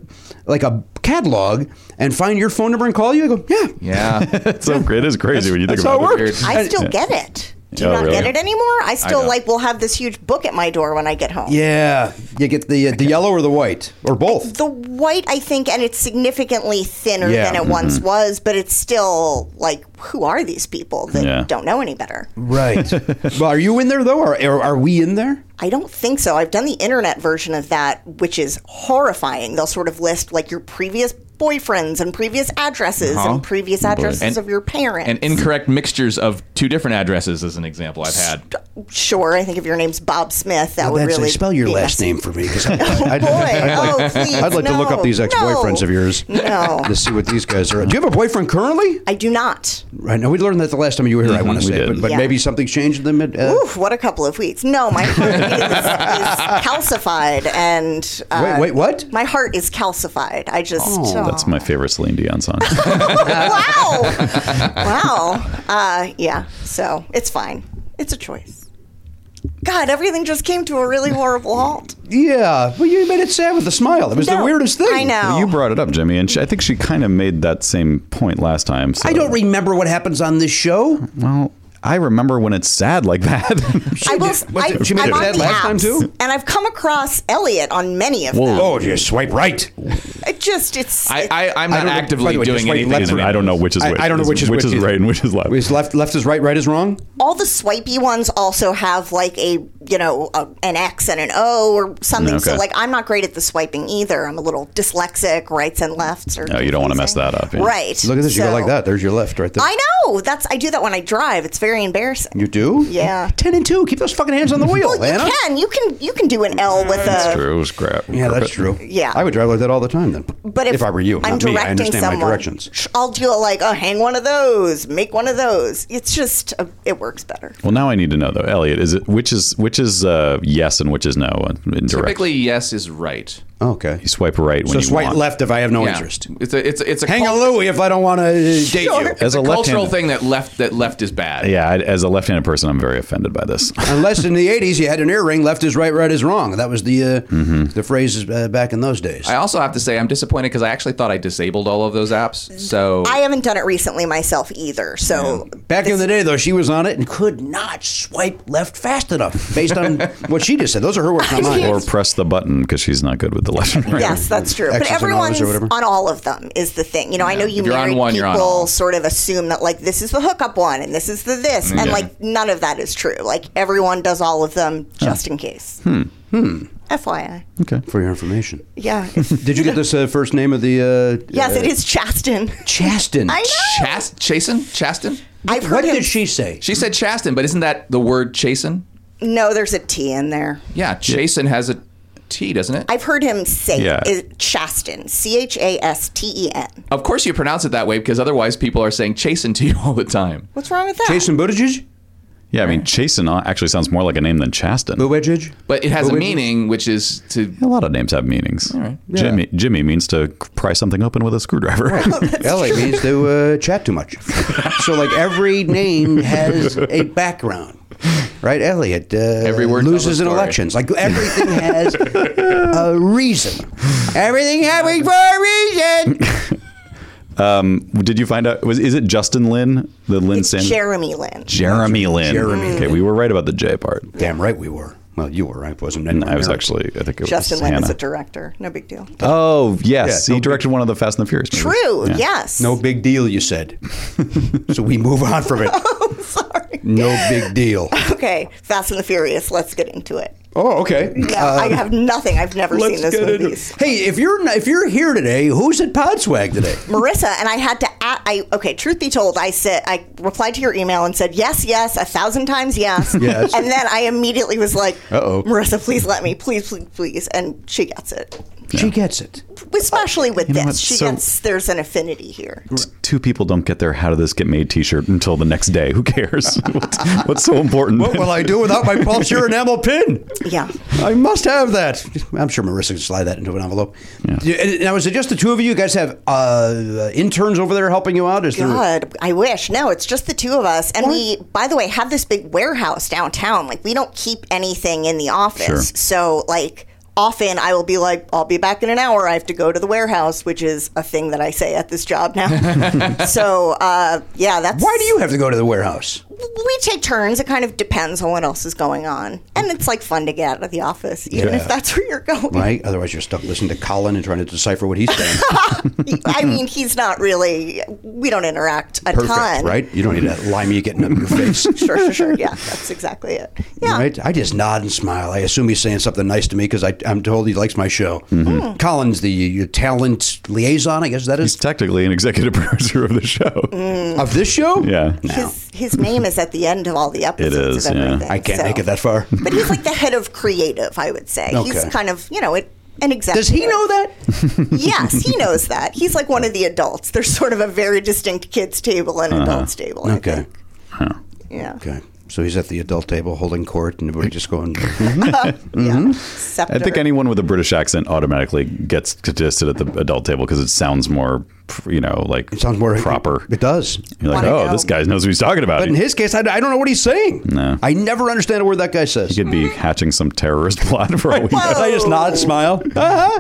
like a catalog and find your phone number and call you. I go, yeah,
[laughs]
Yeah.
It's so great. It is crazy when you think
that's how
about
it
it.
works.
Weird.
I still get it. Do you
Oh,
not
really?
get it anymore? I still
know.
like will have this huge book at my door when I get home.
Yeah, you get the uh, the yellow or the white or both. [laughs]
The white, I think, and it's significantly thinner
Yeah.
than it once
Mm-hmm.
was, but it's still like, who are these people that
Yeah.
don't know any better?
Right. well, are you in there though? Or, or are we in there?
I don't think so. I've done the internet version of that, which is horrifying. They'll sort of list like your previous boyfriends and previous addresses
Uh-huh.
and previous addresses
And-
of your parents.
and incorrect mixtures of two different addresses is an example I've had.
sure, I think if your name's Bob Smith, that would
That's
really
spell your
be
last
messy.
name for me
[laughs]
because I'd, I'd,
Boy,
I'd like,
oh, please,
I'd like to look
no,
up these ex-boyfriends
no,
of yours [laughs]
[laughs] No,
to see what these guys are. Do you have a boyfriend currently?
I do not.
Right now, we learned that the last time you were here. I want to
we
say,
did.
but, but
Yeah.
maybe something's changed in the mid. Uh,
Oof, what a couple of weeks. No, my heart is, is calcified and. Uh,
Wait, wait, what?
My heart is calcified. I just.
Oh,
That's my favorite Celine Dion
[laughs]
song.
wow. wow. Uh, yeah. So it's fine. It's a choice. God, everything just came to a really horrible halt.
Yeah, well, you made it sad with a smile. It was the
No,
weirdest thing.
I know.
You brought it up, Jimmy, and she, I think she kind of made that same point last time. So.
I don't remember what happens on this show.
Well, I remember when it's sad like
[laughs]
that. [laughs]
I will.
did- what
I,
did- she made
I'm
it
on
bad
the
last
apps,
time, too?
and I've come across Elliot on many of them.
Oh, just swipe right.
It just it's.
I,
it-
I, I'm
I
not
don't- by
actively
the way, just
doing
wait,
anything.
let's-
in the
I don't know which is
I-
which.
I don't know which is which
is
either.
right and which is left.
Is left left is right, right is wrong.
all the swipey ones also have like a you know a, an X and an O or something. So
Okay.
like I'm not great at the swiping either. I'm a little dyslexic, rights and lefts. Or
No, you don't wanna mess that up, yeah.
right?
Look at this. You go
So-
like that. There's your left right there.
I know. That's I do that when I drive. It's very embarrassing.
You do?
Yeah.
Ten and two. Keep those fucking hands
[laughs]
on the wheel,
well,
Anna.
you can you can you can do an L
Mm,
with a
True, it was crap.
uh, Yeah, that's true.
Yeah.
I would drive like that all the time then.
But if,
I were you,
I'm
not me. I
directing
understand
someone.
my directions.
sh- I'll do a like, oh, hang one of those, make one of those. It's just, uh it works better.
Well, now I need to know though, Elliot. Is it which is which is uh, yes and which is no in direct?
Typically, yes is right.
Okay.
You swipe right when
So
you
swipe
want.
left if I have no
Yeah.
interest.
It's a it's a, it's a
Oh, Hang a
cult- [laughs]
Louie if I don't uh, want to date you.
It's
As
a,
a
cultural
left-handed-
thing that left that left is bad.
Yeah, I, as a left-handed person, I'm very offended by
[laughs]
this.
Unless in the 80s you had an earring, left is right, right is wrong. That was the uh, the phrase uh, back in those days.
I also have to say I'm disappointed because I actually thought I disabled all of those apps. So
I haven't done it recently myself either. So
back in the day, though, she was on it and could not swipe left fast enough based on what she just said. Those are her words, not mine.
or press the button because she's not good with the left and right.
yes, that's true. But
X's and O's
everyone's
or whatever.
on all of them is the thing. You know, I know you
If you're on
married
one, you're on all.
people sort of assume that like this is the hookup one and this is the this, and
Yeah.
like none of that is true. Like everyone does all of them just in case. Hmm. Hmm. FYI.
Okay.
For your information.
Yeah.
Did you get this uh, first name of the. Uh,
yes,
uh,
it is Chaston.
Chaston.
[laughs] I know.
Chast Chasen Chasten.
I've heard
What
him-
did she say?
She said Chasten, but isn't that the word Chasen?
No, there's a T in there.
Yeah, Chasen has a T, doesn't it?
I've heard him say
Yeah.
it, is Chasten, C H A S T E N.
of course, you pronounce it that way because otherwise people are saying Chasen to you [laughs] all the time.
What's wrong with that?
Jason Buttigieg?
Yeah, I mean, Chasen actually sounds more like a name than Chasten.
Buttigieg?
But it has a meaning, which is to
A lot of names have meanings. Jimmy Jimmy means to pry something open with a screwdriver.
[laughs]
LA means to uh, chat too much. so like every name has a background. Right, Elliot. Uh,
Every word tells
loses
a
in
story.
elections. Like everything has a reason. Everything happening for a reason.
[laughs] Did you find out? Was is it Justin Lin? The Lin
It's
San-
Jeremy Lynn.
Jeremy Lin.
Jeremy
Okay, we were right about the J part.
Damn right we were. Well, you were. I wasn't.
I was actually, I think it
Justin
was
Lin is
Hannah.
a director. No big deal.
Oh yes,
Yeah, no
he directed one of the Fast and the Furious. movies.
True.
Yeah.
Yes. [laughs]
No big deal. You said. so we move on from it.
Sorry.
No big deal.
Okay. Fast and the Furious. Let's get into it.
Oh, okay.
Yeah, I have nothing. I've never seen those movies.
Hey, if you're not- if you're here today, who's at Podswag today?
Marissa and I had to. a I okay. Truth be told, I said I replied to your email and said yes, yes, a thousand
[laughs]
times yes.
Yes.
And then I immediately was like,
Uh-oh.
Marissa, please let me, please, please, please." And she gets it,
She gets it.
especially with
know
this.
what?
She
So-
gets there's an affinity here.
T- Two people don't get their "How did this get made?" T-shirt until the next day. Who cares? [laughs] what's, what's so important?
What will I do without my pulsar enamel pin?
Yeah.
I must have that. I'm sure Marissa can slide that into an envelope. Yeah. Now, is it just the two of you? You guys have uh, interns over there helping you out? Is there?
God, I wish. No, it's just the two of us. And we, by the way, have this big warehouse downtown. Like, we don't keep anything in the office.
Sure.
So, like, often I will be like, I'll be back in an hour. I have to go to the warehouse, which is
[laughs]
a thing that I say at this job now. so, uh, yeah, that's.
Why do you have to go to the warehouse?
we take turns. It kind of depends on what else is going on, and it's like fun to get out of the office, even
Yeah.
if that's where you're going.
[laughs] Right? Otherwise, you're stuck listening to Colin and trying to decipher what he's
[laughs]
saying.
I mean, he's not really. We don't interact a
Perfect,
ton,
right? You don't need that limey getting up in your face.
[laughs] Sure, sure, sure. Yeah, that's exactly it.
[laughs]
Yeah,
Right? I just nod and smile. I assume he's saying something nice to me because I'm told he likes my show.
Hmm.
Colin's the talent liaison, I guess that
He's
is,
technically an executive [laughs] producer of the show.
Mm.
of this show?
Yeah.
No.
his his name is at the end of all
[laughs]
the episodes
is,
of
yeah.
everything.
I can't
so-
make it that far.
But he's like the head of creative, I would say. He's
Okay.
kind of you know it. An executive.
Does he know that?
[laughs] Yes, he knows that. He's like one of the adults. There's sort of a very distinct kids table and adults table.
[laughs]
I
Uh-huh. Okay.
think. Yeah.
Okay. So he's at the adult table holding court and everybody just going,
Yeah.
I think
Scepter.
anyone with a British accent automatically gets contested at the adult table because it sounds more, you know, like
it sounds more
proper.
It does.
You're like,
Wanna
oh,
go.
this guy knows what he's talking about.
But in his case, I, I don't know what he's saying.
No.
I never understand a word that guy says.
he could be hatching some terrorist [laughs] plot for all we know.
Whoa.
I just nod, smile. [laughs]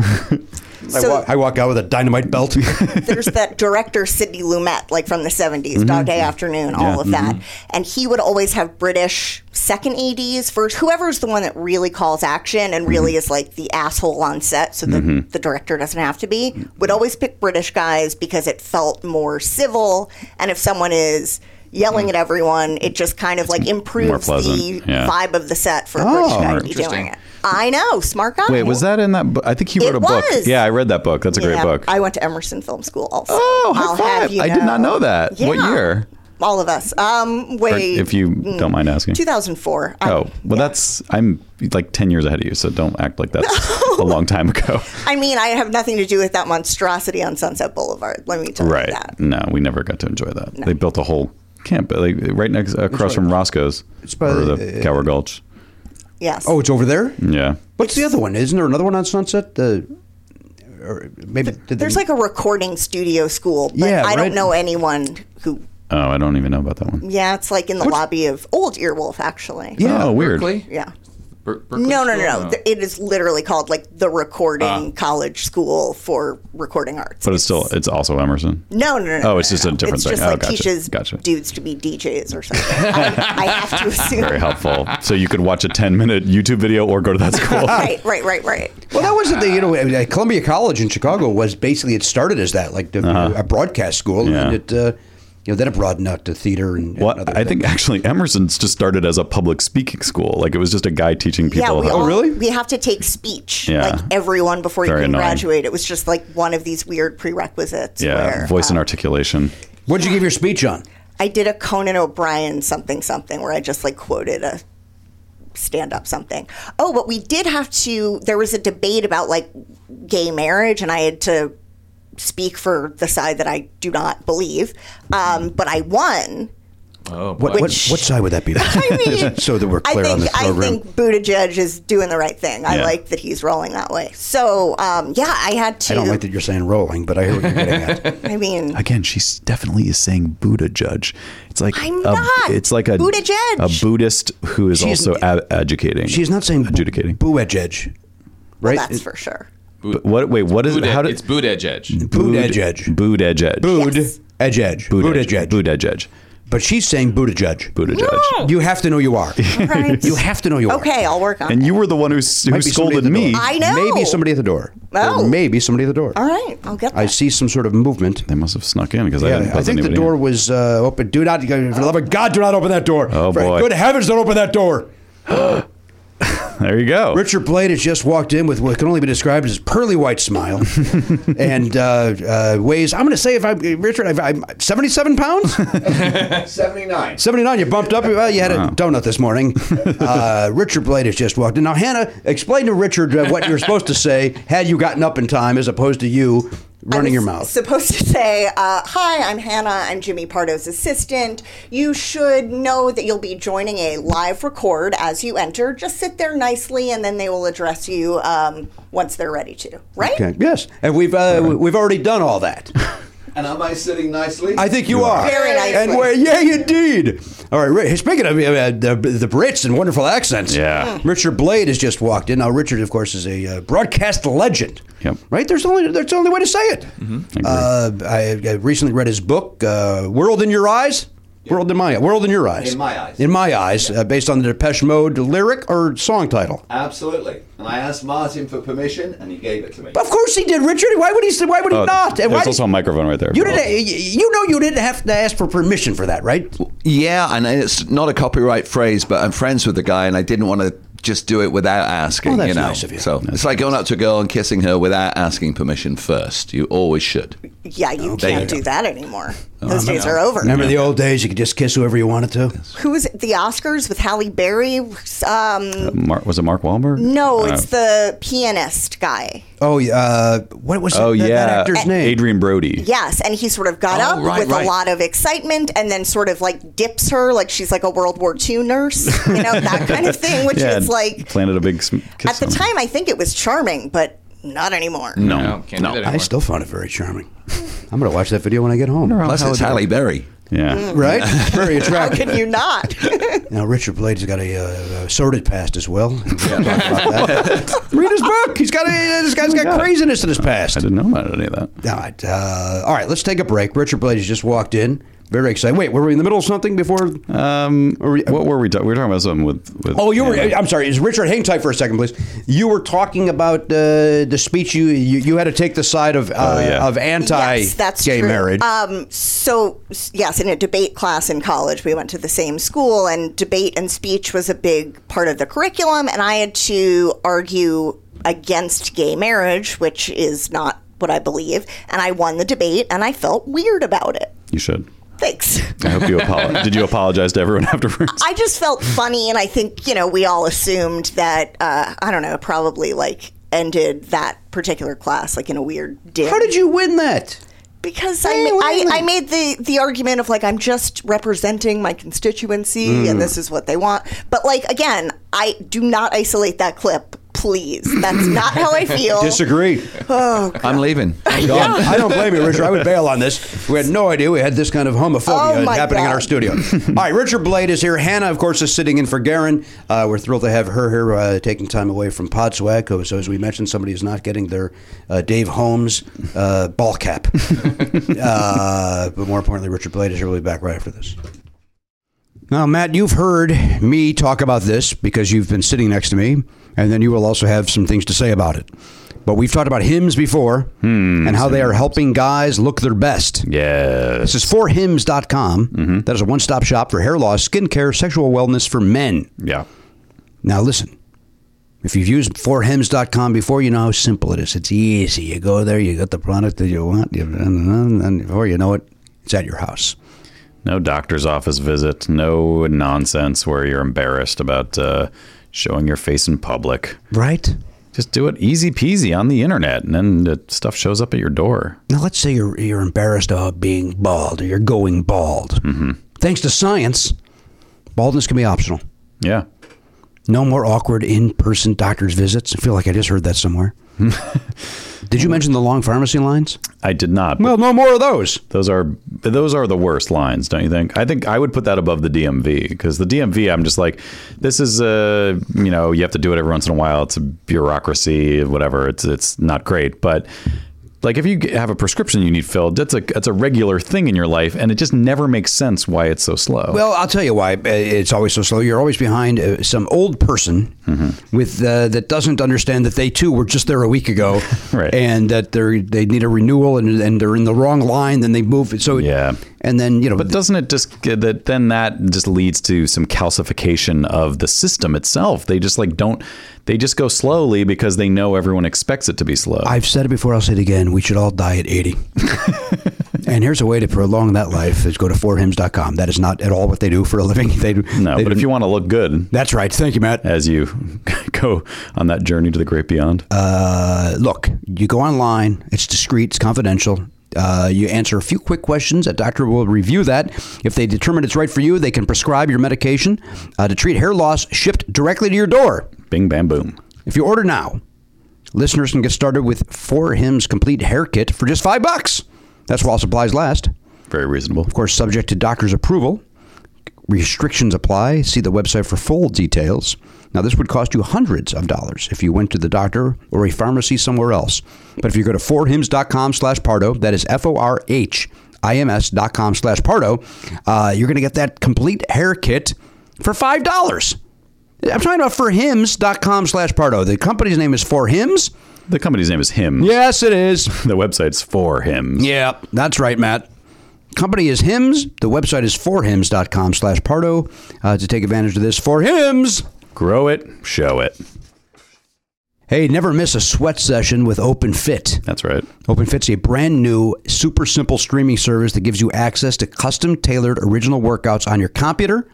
Uh-huh. I,
So-
walk, I walk out with a dynamite
[laughs]
belt.
there's that director Sidney Lumet, like from the 70s, Dog Day
Mm-hmm.
Afternoon, all of that. And he would always have British second ADs first, whoever's the one that really calls action and really
Mm-hmm.
is like the asshole on set, so that the director doesn't have to be,
Mm-hmm.
would always pick British guys because it felt more civil. And if someone is yelling at everyone, it just kind of like improves the
Mm. pleasant, yeah. Oh,
vibe of the set for a British guy to be doing
Interesting.
it. I know, smart guy.
Wait, was that in that book? I think he wrote
It
a book.
was.
Yeah, I read that book. That's a great
Yeah,
book.
I went to Emerson Film School also.
Oh, high five. I did not know that. What
Yeah.
year?
All of us. Um,
Or
wait.
if you don't mind asking.
2004. I'm,
Oh, well, that's, I'm like 10 years ahead of you, so don't act like that's a long time ago.
I mean, I have nothing to do with that monstrosity on Sunset Boulevard. Let me
[laughs]
tell
Right.
you that.
No, we never got to enjoy that. They built a whole camp like, right next across from Roscoe's
by
or
the-
the Cower Gulch.
Yes.
oh, it's over there?
Yeah.
What's the other one? Isn't there another one on Sunset? The or maybe did they-
there's like a recording studio school, but
Yeah,
I
right.
don't know anyone who.
Oh, I don't even know about that one.
Yeah, it's like in the lobby of Old Earwolf, actually.
Yeah, oh, weird.
Berkeley?
Yeah.
Ber- Berkeley
No, no, no,
School?
no. It is literally called like the Recording College School for Recording Arts.
Ah. But it's still it's also Emerson.
No, no, no.
Oh,
no,
it's
no,
just a
no.
different
it's
thing.
Just
Oh,
like
gotcha,
teaches
gotcha.
dudes to be DJs or something. I,
[laughs]
I have to assume.
Very helpful. so you could watch a 10-minute YouTube video or go to that school.
[laughs] [laughs] Right, right, right, right.
Well, that wasn't the you know I mean, like, Columbia College in Chicago was basically it started as that like the, a broadcast school
Uh-huh. Yeah.
and it uh, you know then it broadened out to theater and, and
Well,
other
I think
things.
actually Emerson's just started as a public speaking school. Like it was just a guy teaching
Yeah,
people.
we
how-
all,
really?
We have to take speech,
Yeah.
like everyone before
Very
you can
annoying.
graduate. It was just like one of these weird prerequisites.
yeah,
where,
voice and
uh,
articulation.
What'd you give your speech on?
I did a Conan O'Brien something something where I just like quoted a stand up something. Oh, but we did have to. There was a debate about like gay marriage, and I had to speak for the side that I do not believe. Um, but
[laughs]
I won.
Oh, boy.
What, what what side would that
[laughs]
be?
mean,
so that we're
I
clear on
think
this
I
program.
think Buttigieg is doing the right thing. I
Yeah.
like that he's rolling that way. So um, yeah, I had to.
I don't like that you're saying rolling, but I hear what you're getting
[laughs]
at.
I mean,
Again, she definitely is saying Buddha judge. It's like
I'm
a,
not.
it's like a
Buttigieg.
a Buddhist who is
She's-
also a- educating.
She's not saying
adjudicating.
boo edge edge, right?
that's for sure.
But what? Wait, what is
Boot
it? How
ed-
did
it's boot edge edge.
Boot edge edge.
Boot edge edge.
Bood
Yes.
edge edge. Boot edge edge.
Boot edge edge.
But she's saying Buddha judge.
Boot edge edge.
You have to know [laughs]
[laughs]
you are.
Right.
you have to know you are.
Oh. Okay, I'll work on
And
it.
you were the one who, s- who
Might be somebody
scolded
at the
me.
door.
I know.
Maybe somebody at the door.
Oh.
Or maybe somebody at the door.
All right, I'll get that.
I see some sort of movement.
They must have snuck in because I didn't.
Yeah, I
buzz
think the
anybody
door
in.
was uh, open. Do not, for the love of God, do not open that door.
Oh,
For
boy.
Good heavens, don't open that door.
There you go.
Richard Blade has just walked in with what can only be described as pearly white smile, and uh, uh, weighs. I'm going to say if I'm Richard, I've, I'm 77 pounds.
79.
79. You bumped up. Well, you had a donut this morning. Uh, Richard Blade has just walked in. Now, Hannah, explain to Richard uh, what you were supposed to say had you gotten up in time, as opposed to you running
I
your
was
mouth.
Supposed to say, uh, "Hi, I'm Hannah. I'm Jimmy Pardo's assistant. You should know that you'll be joining a live record as you enter. Just sit there nicely, and then they will address you um, once they're ready to." Right?
Okay. Yes, and we've uh, we've already done all that.
[laughs] And am I sitting nicely?
I think you are.
Very nicely.
And where, yeah, indeed. All right, Ri- speaking of uh, the, the Brits and wonderful accents, Hmm.
Yeah. Mm.
Richard Blade has just walked in. Now, Richard, of course, is a uh, broadcast legend.
Yep. Mm-hmm.
Right? There's only that's the only way to say it.
I agree.
Uh, I, I recently read his book, uh, "World in Your Eyes." World in my world in your eyes.
In my eyes.
In my eyes, uh, based on the Depeche Mode lyric or song title.
Absolutely. And I asked Martin for permission, and he gave it to me.
Of course he did, Richard. Why would he? say- Why would he
Oh,
not? And
There's
why
also a microphone right there.
you didn't. You know you didn't have to ask for permission for that, right?
Yeah, and it's not a copyright phrase, but I'm friends with the guy, and I didn't want to just do it without asking.
Oh, that's
you know?
nice of you.
So it's like going up to a girl and kissing her without asking permission first. You always should.
Oh,
Yeah, you
There
can't do
you go.
that anymore. Those days are over.
Remember the old days? You could just kiss whoever you wanted to.
Who was it? The Oscars with Halle Berry?
Uh,
Um,
uh, Mark, was it Mark Wahlberg?
no,
Uh,
it's the pianist guy.
Oh, uh, what was
oh
that, that
yeah,
actor's name?
Adrian Brody.
Yes, and he sort of got
Oh,
up
right,
with
right.
a lot of excitement and then sort of like dips her like she's like a World War II nurse, you
[laughs]
know, that kind of thing, which
Yeah,
is like
planted a big sm- kiss
at the
on him.
time I think it was charming, but not anymore.
No, No,
can't do no. that
I
anymore.
still found it very charming. [laughs] I'm gonna watch that video when I get home.
Plus, it's Halle Berry.
Yeah. [laughs]
Right? Very
How
attractive.
can you not?
Now Richard Blade's got a, uh, uh sordid past
[laughs]
as well. Read his book. He's got a, uh, this guy's got craziness in his past.
Oh I didn't know about any of that.
All right, uh, all right. Let's take a break. Richard Blades just walked in. Very excited. Wait, were we in the middle of something before?
Um, what were we? Ta- we were talking about something with. with
Oh, you were. I'm sorry. Is Richard? Hang tight for a second, please. You were talking about uh, the speech. You, you you had to take the side of uh,
yeah.
of anti
yes, that's
gay
true.
marriage.
Um, so s- yes, in a debate class in college, we went to the same school, and debate and speech was a big part of the curriculum, and I had to argue against gay marriage, which is not what I believe, and I won the debate, and I felt weird about it.
You should.
Thanks.
I hope you apologize. Did you apologize to everyone [laughs] afterwards?
I just felt funny, and I think you know we all assumed that uh, I don't know, probably like ended that particular class like in a weird dip.
How did you win that?
Because I, ma- I, I made the, the argument of like I'm just representing my constituency and this is what they want. But like again, I do not isolate that clip, please. That's not how I feel.
Disagree.
Oh,
I'm
[laughs]
leaving. I'm
Don,
gone.
I don't blame you, Richard. I would bail on this. We had no idea we had this kind of homophobia
Oh, my
happening in
God.
our studio. All right, Richard Blade is here. Hannah, of course, is sitting in for Garen. Uh, we're thrilled to have her here, uh, taking time away from Podswag. who- So, as we mentioned, somebody is not getting their uh, Dave Holmes uh, ball cap. [laughs] uh, but more importantly, Richard Blade is here. We'll be back right after this. Now, Matt, you've heard me talk about this because you've been sitting next to me, and then you will also have some things to say about it. But we've talked about hymns before and how they are helping guys look their best.
yes.
This is forhims.com. That is a one stop shop for hair loss, skincare, sexual wellness for men.
Yeah.
Now, listen. If you've used forhims.com before, you know how simple it is. It's easy. You go there, you get the product that you want, you, and, and before you know it, it's at your house.
No doctor's office visit. No nonsense where you're embarrassed about uh, showing your face in public.
Right?
Just do it easy peasy on the internet, and then the stuff shows up at your door.
Now, let's say you're you're embarrassed about being bald or you're going bald. Thanks to science, baldness can be optional.
Yeah.
No more awkward in-person doctor's visits. I feel like I just heard that [laughs] somewhere. Did you mention the long pharmacy lines?
I did not.
Well, no more of those.
Those are those are the worst lines, don't you think? I think I would put that above the DMV because the DMV, I'm just like, this is a you know you have to do it every once in a while. It's a bureaucracy, whatever. It's it's not great, but like if you g- have a prescription you need filled, that's a that's a regular thing in your life, and it just never makes sense why it's so slow.
Well, I'll tell you why uh, it's always so slow. You're always behind uh, some old person with uh, that doesn't understand that they too were just there a week [laughs] ago,
Right.
and that they they need a renewal and, and they're in the wrong line. Then they move. it. So
Yeah.
and then you know,
But doesn't it just that then that just leads to some calcification of the system itself? They just like don't they just go slowly because they know everyone expects it to be slow.
I've said it before. I'll say it again. We should all die at [laughs] 80. and here's a way to prolong that life is go to forhims.com. That is not at all what they do for a living. [laughs] They
no,
they
but if you want to look good,
That's right. Thank you, Matt.
as you [laughs] go on that journey to the great beyond.
Uh, look, you go online. It's discreet. It's confidential. Uh, you answer a few quick questions. A doctor will review that. If they determine it's right for you, they can prescribe your medication uh, to treat hair loss shipped directly to your door.
Bing, bam, boom.
If you order now, listeners can get started with 4hims complete hair kit for just five bucks. That's while supplies last.
Very reasonable.
Of course, subject to doctor's approval. Restrictions apply. See the website for full details. Now, this would cost you hundreds of dollars if you went to the doctor or a pharmacy somewhere else. But if you go to forhims.com slash Pardo, that is F O R H ims.com slash Pardo, uh, you're going to get that complete hair kit for $5. I'm talking about forhims.com slash Pardo. The company's name is For Hims.
The company's name is Him.
Yes, it is.
the website's For Hims.
Yeah, that's right, Matt. Company is Hims. The website is forhims.com slash Pardo uh, to take advantage of this. For Hims.
Grow it, show it.
Hey, never miss a sweat session with Open Fit.
That's right.
Open Fit's a brand new, super simple streaming service that gives you access to custom tailored original workouts on your computer,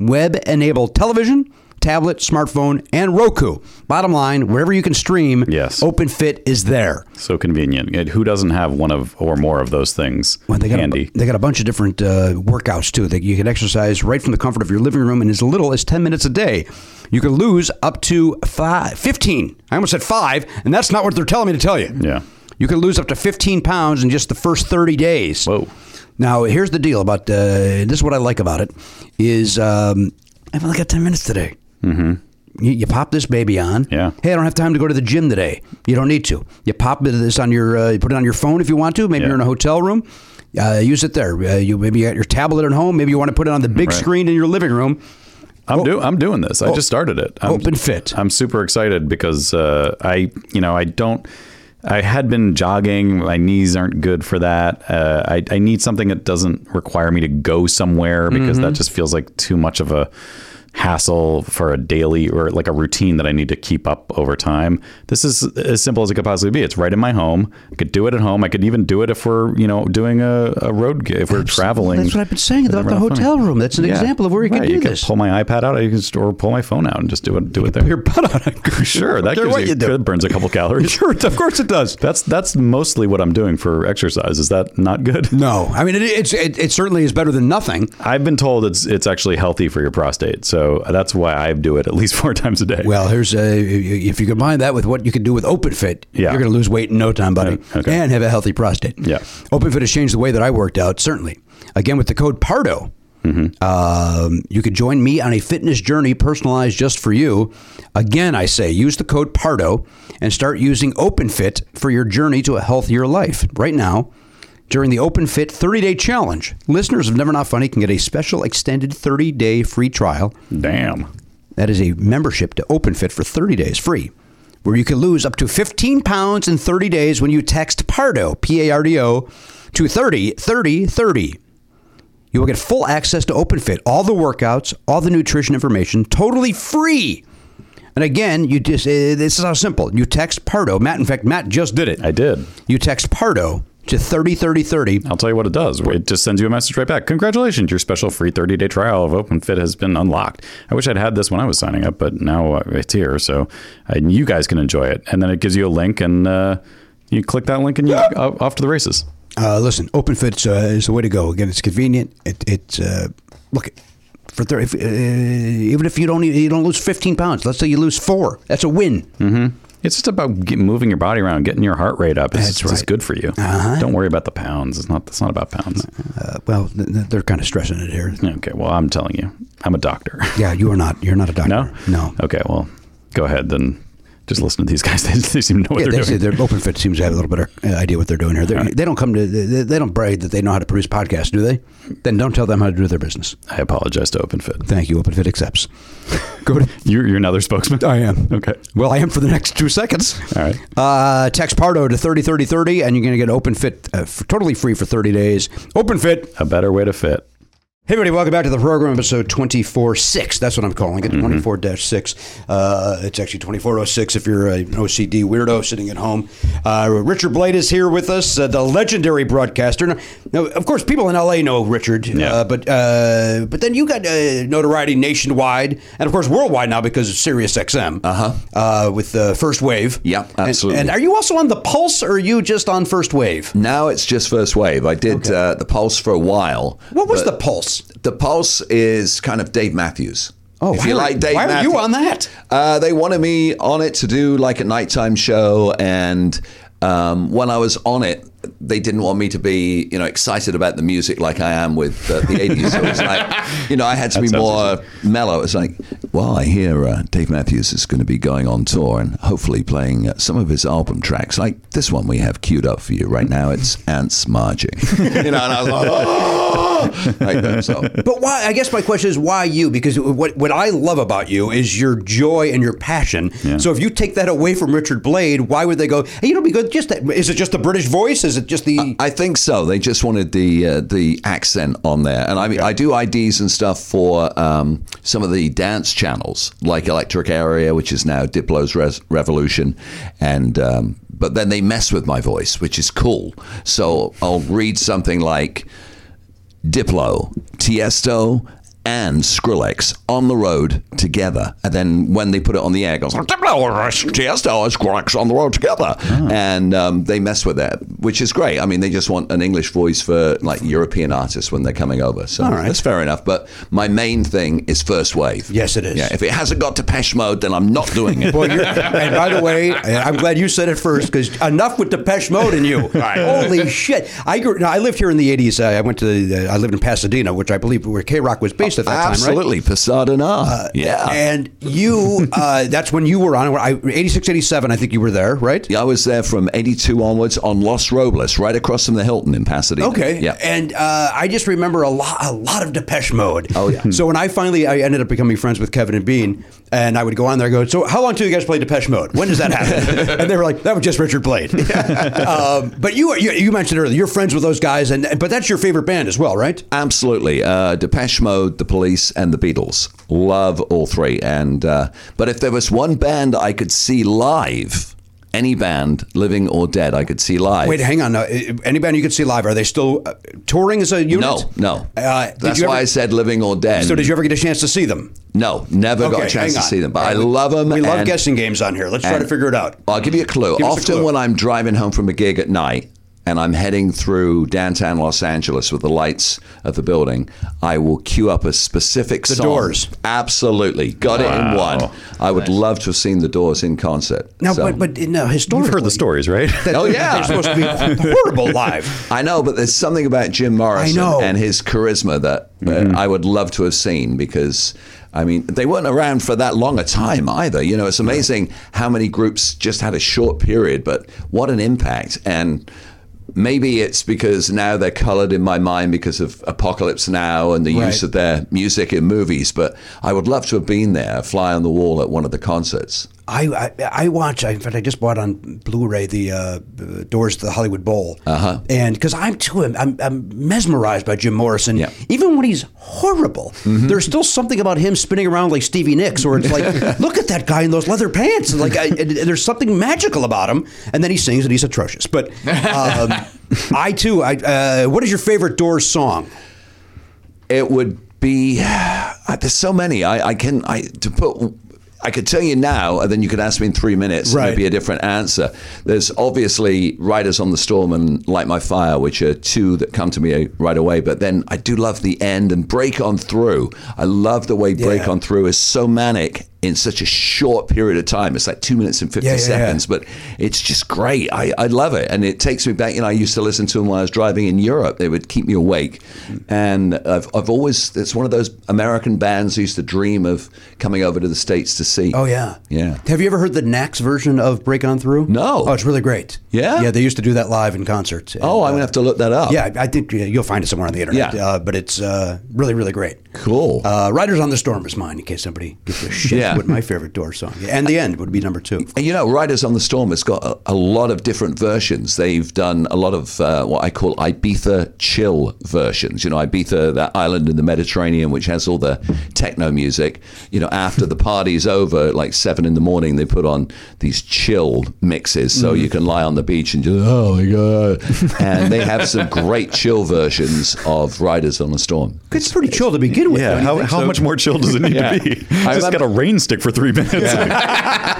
web enabled television, tablet, smartphone, and Roku. Bottom line, wherever you can stream,
Yes.
Open Fit is there.
So convenient. And Who doesn't have one of or more of those things
Well, they got
handy?
A, they got a bunch of different uh, workouts too that you can exercise right from the comfort of your living room in as little as 10 minutes a day. You can lose up to five, 15. I almost said five, and that's not what they're telling me to tell you.
Yeah.
You can lose up to 15 pounds in just the first 30 days.
Whoa.
Now, here's the deal about uh, this is what I like about it is um, I've only got 10 minutes today. You, you pop this baby on.
Mm-hmm. Yeah.
Hey, I don't have time to go to the gym today. You don't need to. You pop it- this on your, uh, you put it on your phone if you want to. Maybe
Yeah.
you're in a hotel room. Uh, use it there. Uh, you maybe you got your tablet at home. Maybe you want to put it on the big
Right.
screen in your living room.
I'm do I'm doing this. I just started it. I'm,
Open Fit.
I'm super excited because uh, I you know I don't I had been jogging. My knees aren't good for that. Uh, I I need something that doesn't require me to go somewhere because
Mm-hmm.
that just feels like too much of a hassle for a daily or like a routine that I need to keep up over time. This is as simple as it could possibly be. It's right in my home. I could do it at home. I could even do it if we're, you know, doing a, a road, g- if we're traveling.
That's what I've been saying about
Never
the
not funny.
hotel room. That's an
Yeah.
example of where you
Right,
can do
you
this.
Can pull my iPad out, or you can just, or pull my phone out and just do it. Do it there.
your butt on
[laughs]
it.
sure,
[laughs]
that
care
gives
what
you,
you do.
that burns a
[laughs]
couple calories.
Sure, of course it does.
That's that's mostly what I'm doing for exercise. Is that not good? [laughs]
No, I mean it, it's it, it certainly is better than nothing.
I've been told it's it's actually healthy for your prostate, so that's why I do it at least [laughs] four times a day.
Well, here's a, if you combine that with what you can do with Open Fit,
Yeah.
you're going to lose weight in no time, buddy,
Yeah, okay.
and have a healthy prostate.
Yeah.
Open Fit has changed the way that I worked out. Certainly, again with the code Pardo.
Mm-hmm.
Um, you could join me on a fitness journey personalized just for you. Again, I say use the code PARDO and start using OpenFit for your journey to a healthier life. Right now, during the OpenFit 30 day challenge, listeners of Never Not Funny can get a special extended 30 day free trial.
damn.
That is a membership to OpenFit for 30 days free, where you can lose up to 15 pounds in 30 days when you text PARDO, P A R D O, to 30 30 30. You will get full access to OpenFit, all the workouts, all the nutrition information, totally free. And again, you just uh, this is how simple. You text PARDO. Matt, in fact, Matt just did it.
I did.
You text PARDO to 303030.
I'll tell you what it does. It just sends you a message right back. Congratulations, your special free 30 day trial of OpenFit has been unlocked. I wish I'd had this when I was signing up, but now uh, it's here, so uh, you guys can enjoy it. And then it gives you a link, and uh, you click that link, and you're o- off to the races.
Uh, listen, OpenFit uh, is the way to go. Again, it's convenient. It, it's uh, look for thir- if, uh, even if you don't e, you don't lose fifteen pounds. Let's say you lose four. That's a win.
Hmm. It's just about get, moving your body around, getting your heart rate up. It's
That's
just it's
right. Uh-huh.
good for you. Don't worry about the pounds. It's not. It's not about pounds.
Uh, well, th- th- they're kind of stressing it here.
Okay. Well, I'm telling you, I'm a doctor. [laughs]
Yeah, you are not. You're not a doctor.
No.
no.
Okay. Well, go ahead then. Just listen to these guys. [laughs] They, they seem to know what
Yeah,
they're
they
doing.
say their OpenFit seems to have a little better uh, idea what they're doing here. They're, They don't come to. They, they don't brag that they know how to produce podcasts, do they? Then don't tell them how to do their business.
I apologize to OpenFit.
Thank you. OpenFit accepts. [laughs] Go to
You're, you're another spokesman.
I am.
[laughs] Okay.
Well, I am for the next two seconds.
All right.
Uh, text Pardo to 303030, and you're going to get open fit uh, for, totally free for 30 days. Open fit.
A better way to fit.
Hey, everybody, welcome back to the program, episode 24 6. That's what I'm calling it,
Mm-hmm.
24 6. Uh, it's actually 2406 if you're an OCD weirdo sitting at home. Uh, Richard Blade is here with us, uh, the legendary broadcaster. Now, now, of course, people in LA know Richard,
Yeah.
uh, but uh, but then you got uh, notoriety nationwide, and of course, worldwide now because of Sirius XM uh, with the first wave.
Uh-huh. Yeah,
And-
absolutely.
and are you also on the Pulse, or are you just on first wave?
Now it's just first wave. I did uh, the Pulse for a while.
What was
but
the Pulse?
The Pulse is kind of Dave Matthews.
Oh,
if
why
you
were-
like Dave
why were you
Matthews-
on that?
Uh, they wanted me on it to do like a nighttime show, and um, when I was on it, they didn't want me to be, you know, excited about
[laughs]
the music like I am with uh, the '80s. So it was like, you know, I had to
That
be
sounds
more mellow. It's like, Well, I hear uh, Dave Matthews is going to be going on tour and hopefully playing uh, some of his album tracks, like this one we have queued up for you right now. It's Ants Marching. [laughs] you know, and I was like, oh! like [laughs] that, so.
But why? I guess my question is why you? Because what what I love about you is your joy and your passion.
Yeah.
So if you take that away from Richard Blade, why would they go? Hey, you know, it'd be good. Just that, is it just the British voice? Is it just the?
I think so. They just wanted the uh, the accent on there, and I mean, I do IDs and stuff for um, some of the dance channels, like Electric Area, which is now Diplo's Res- Revolution, and um, but then they mess with my voice, which is cool. So I'll read something like Diplo, Tiesto. And Skrillex on the road together, and then when they put it on the air, it goes Diplo, Tiesto, and Skrillex on the road together,
Ah.
and um, they mess with that, which is great. I mean, they just want an English voice for like European artists when they're coming over, so
All right.
that's fair enough. But my main thing is first wave.
Yes, it is.
Yeah, if it hasn't got Depeche Mode, then I'm not doing
[laughs]
it.
Well,
[laughs]
you're, and by the way, I'm glad you said it first because enough with Depeche Mode and
[laughs]
you. Holy shit! I grew. now, I lived here in the '80s. Uh, I went to. The, I lived in Pasadena, which I believe where K Rock was based at that time, right? Uh,
Absolutely, Pasadena. yeah.
And you, uh, that's when you were on. I, 86, 87, I think you were there, right?
Yeah, I was there from 82 onwards on Los Robles, right across from the Hilton in Pasadena.
Okay.
Yeah.
And uh, I just remember a lot, a lot of Depeche Mode.
Oh, yeah.
so when I finally, I ended up becoming friends with Kevin and Bean, and I would go on there. I go, so how long do you guys play Depeche Mode? When does that
[laughs]
happen? and they were like, that was just Richard Blade. [laughs] um, but you, you, you mentioned earlier, you're friends with those guys, and but that's your favorite band as well, right?
Absolutely. Uh, Depeche Mode, The Police, and The Beatles. Love all three. And uh, But if there was one band I could see live, any band, living or dead, I could see live.
Wait, hang on. Now, i- any band you could see live? Are they still uh, touring as a unit?
no, no.
Uh, did
That's
you
why
ever-
I said living or dead.
So did you ever get a chance to see them?
No, never got
Okay,
a chance
hang
to
on.
see them. But
All
I
right, we-
love them.
We love
and-
guessing games on here. Let's try to
and-
figure it out.
I'll give you a clue.
Give us a
Often
clue.
when I'm driving home from a gig at night and I'm heading through downtown Los Angeles with the lights of the building, I will queue up a specific
The
song.
Doors.
Absolutely. Got it in
Wow.
one. I would love to have seen the Doors in concert.
Now,
So-
but, but no, historically,
You've heard the stories, right?
that- [laughs]
Oh, yeah.
they're supposed to
[laughs]
be horrible live.
I know, but there's something about Jim Morrison
I know. Mm-hmm.
and his charisma that uh, I would love to have seen because, I mean, they weren't around for that long a time either. You know, it's amazing how many groups just had a short period, but what an impact. And maybe it's because now they're colored in my mind because of Apocalypse Now and the use
Right.
of their music in movies, but I would love to have been there, fly on the wall at one of the concerts.
I, I I watch. I, in fact, I just bought on Blu-ray the uh, Doors to the Hollywood Bowl, uh-huh. and because I'm too, I'm, I'm mesmerized by Jim Morrison.
Yeah. Mm-hmm.
Even when he's horrible, there's still something about him spinning around like Stevie Nicks, or it's
[laughs]
like, look at that guy in those leather pants. And Like, I, and there's something magical about him. And then he sings, and he's atrocious.
[laughs]
But um, I too, I uh, what is your favorite Doors song?
it would be [sighs] uh, there's so many I, I can I to put I could tell you now and then you could ask me in three minutes and
Right.
it'd be a different answer there's obviously Riders on the Storm and Light My Fire which are two that come to me uh, right away but then I do love the end and Break On Through I love the way Break
Yeah.
On Through is so manic in such a short period of time it's like two minutes and 50
Yeah, yeah, yeah.
seconds but it's just great. I, I love it. And it takes me back. You know, I used to listen to them when I was driving in Europe. They would keep me awake. And I've, I've always, it's one of those American bands I used to dream of coming over to the States to see.
Oh yeah,
Yeah.
Have you ever heard the Nax version of "Break On Through"?
No.
Oh, it's really great.
Yeah?
yeah. They used to do that live in concerts.
Oh,
And,
I'm going to
uh,
have to look that up.
Yeah, I think yeah, you'll find it somewhere on the internet.
Yeah.
Uh, but it's uh, really, really great.
Cool.
Uh, Riders on the Storm is mine, in case somebody gives a shit
Yeah.
what my favorite Door song. is. And the end would be number two.
And you know, Riders on the Storm has got a, a lot of different versions. They've done a lot of uh, what I call Ibiza chill versions. You know, Ibiza, that island in the Mediterranean, which has all the techno music. You know, after the party's over, like seven in the morning, they put on these chill mixes so you can lie on the beach and just, oh my God. and they have some great chill versions of Riders on the Storm.
It's pretty chill to begin with.
[laughs] yeah.
don't you
How,
think?
how much more chill does it need
Yeah.
to be?
I
just
remember-
got a rain stick for three minutes. [laughs]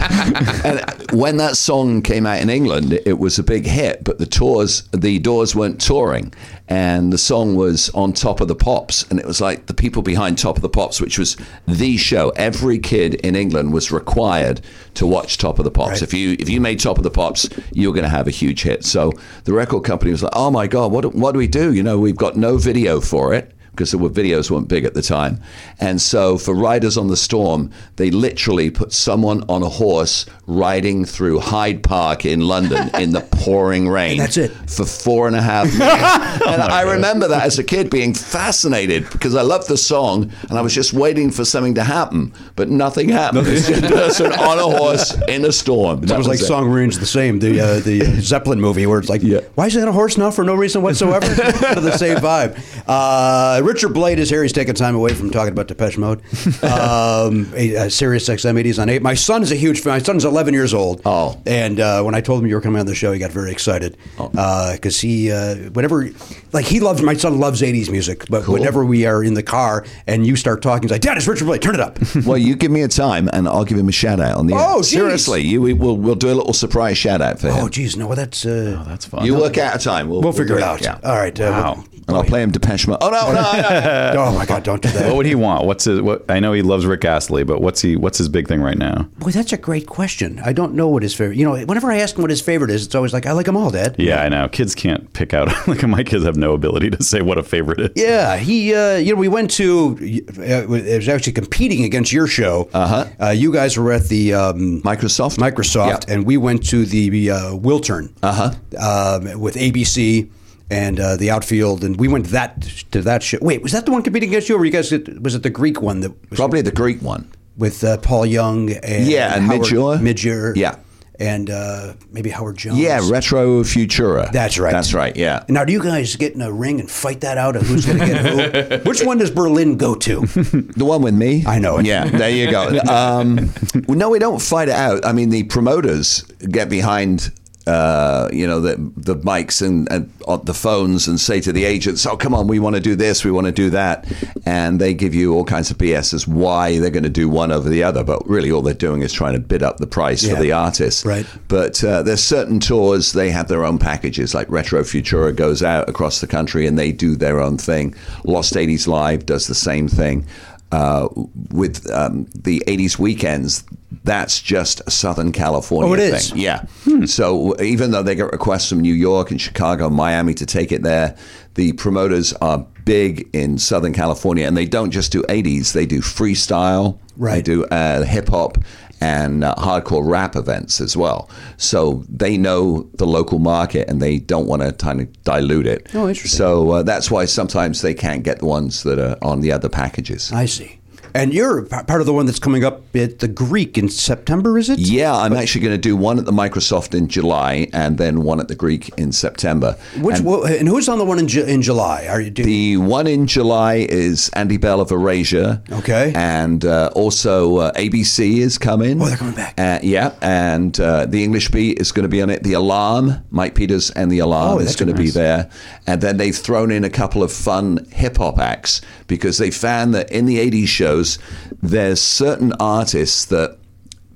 and when that song came out in England, it was a big hit. But the tours, the Doors weren't touring, and the song was on Top of the Pops, and it was like the people behind Top of the Pops, which was the show. Every kid in England was required to watch Top of the Pops. If you if you made Top of the Pops, you were going to have a huge hit. So the record company was like, "Oh my God, what do- what do we do? You know, we've got no video for it." because the videos weren't big at the time. And so for Riders on the Storm, they literally put someone on a horse riding through Hyde Park in London in
[laughs]
the pouring rain.
And that's it.
For four and
[laughs]
a half minutes. and I remember that as a kid being fascinated because I loved the song and I was just waiting for something to happen, but nothing happened. It's just a person on a horse in a storm.
That was like Song Ruins the same, the uh, the Zeppelin movie, where it's like, why is that a horse now for no reason whatsoever? Kind of the same vibe. Uh, Richard Blade is here. He's taking time away from talking about Depeche Mode. Um, a, a Sirius XM 80s on 8. My son's a huge fan. My son's 11 years old.
Oh.
And uh, when I told him you were coming on the show, he got very excited. Because he, uh, whenever, like, he loves, my son loves 80s music, but whenever we are in the car and you start talking, he's like, Dad, it's Richard Blade. Turn it up.
well, you give me a time and I'll give him a shout out on the
Oh,
air.
geez.
Seriously, you, we, we'll, we'll do a little surprise shout out for him.
Oh, geez. No, that's. Uh,
That's fun.
you work out a time. We'll,
We'll figure it out.
Yeah.
All right. Uh,
Wow.
And I'll play him Depeche Mode. Oh, no, no,
[laughs]
no.
Oh my God! Don't do
What
that.
would he want? What's his? What, I know he loves Rick Astley, but what's he? What's his big thing right now?
Boy, that's a great question. I don't know what his favorite. You know, whenever I ask him what his favorite is, it's always like, "I like them all, Dad."
Yeah, I know. Kids can't pick out. [laughs] Like my kids have no ability to say what a favorite is.
Yeah, he. Uh, you know, we went to. Uh, it was actually competing against your show. Uh-huh. Uh You guys were at the um,
Microsoft.
Microsoft, and we went to the uh, Wiltern. Uh huh. Um, with ABC and uh, the outfield, and we went that to that show. Wait, was that the one competing against you, or were you guys? Was it the Greek one that was
Probably the Greek one.
with uh, Paul Young and
Yeah, and
Howard
Midgur.
Midgur,
Yeah.
and uh, maybe Howard Jones.
Yeah, Retro Futura.
That's right.
That's right, yeah.
Now, do you guys get in a ring and fight that out of who's going to get
[laughs]
who? Which one does Berlin go to?
The one with me?
I know it.
Yeah, there
[laughs]
you go. Um, well, no, we don't fight it out. I mean, the promoters get behind, uh, you know, the the mics and, and on the phones and say to the agents, "Oh, come on, we want to do this, we want to do that," and they give you all kinds of BS as why they're going to do one over the other. But really, all they're doing is trying to bid up the price
Yeah.
for the artist.
Right.
But uh, there's certain tours they have their own packages. Like Retro Futura goes out across the country and they do their own thing. Lost 80s Live does the same thing. Uh, with um, the 80s weekends, that's just a Southern California
Oh, it
thing.
is?
Yeah. So even though they get requests from New York and Chicago and Miami to take it there, the promoters are big in Southern California and they don't just do 80s, they do freestyle. They
Right.
do uh, hip hop and uh, hardcore rap events as well. So they know the local market and they don't want to kind of dilute it.
Oh, interesting.
So uh, that's why sometimes they can't get the ones that are on the other packages.
I see. And you're p- part of the one that's coming up at the Greek in September, is it?
yeah, I'm actually going to do one at the Microsoft in July and then one at the Greek in September.
Which
and
and, and who's on the one in, Ju- in July? Are you do,
the one in July is Andy Bell of Erasure.
Okay.
And uh, also uh, ABC is coming.
Oh, they're coming back.
Uh, yeah, and uh, the English beat is going to be on it. The Alarm, Mike Peters and the Alarm
Oh,
is
that's
going to be there. And then they've thrown in a couple of fun hip hop acts because they found that in the 80s shows, there's certain artists that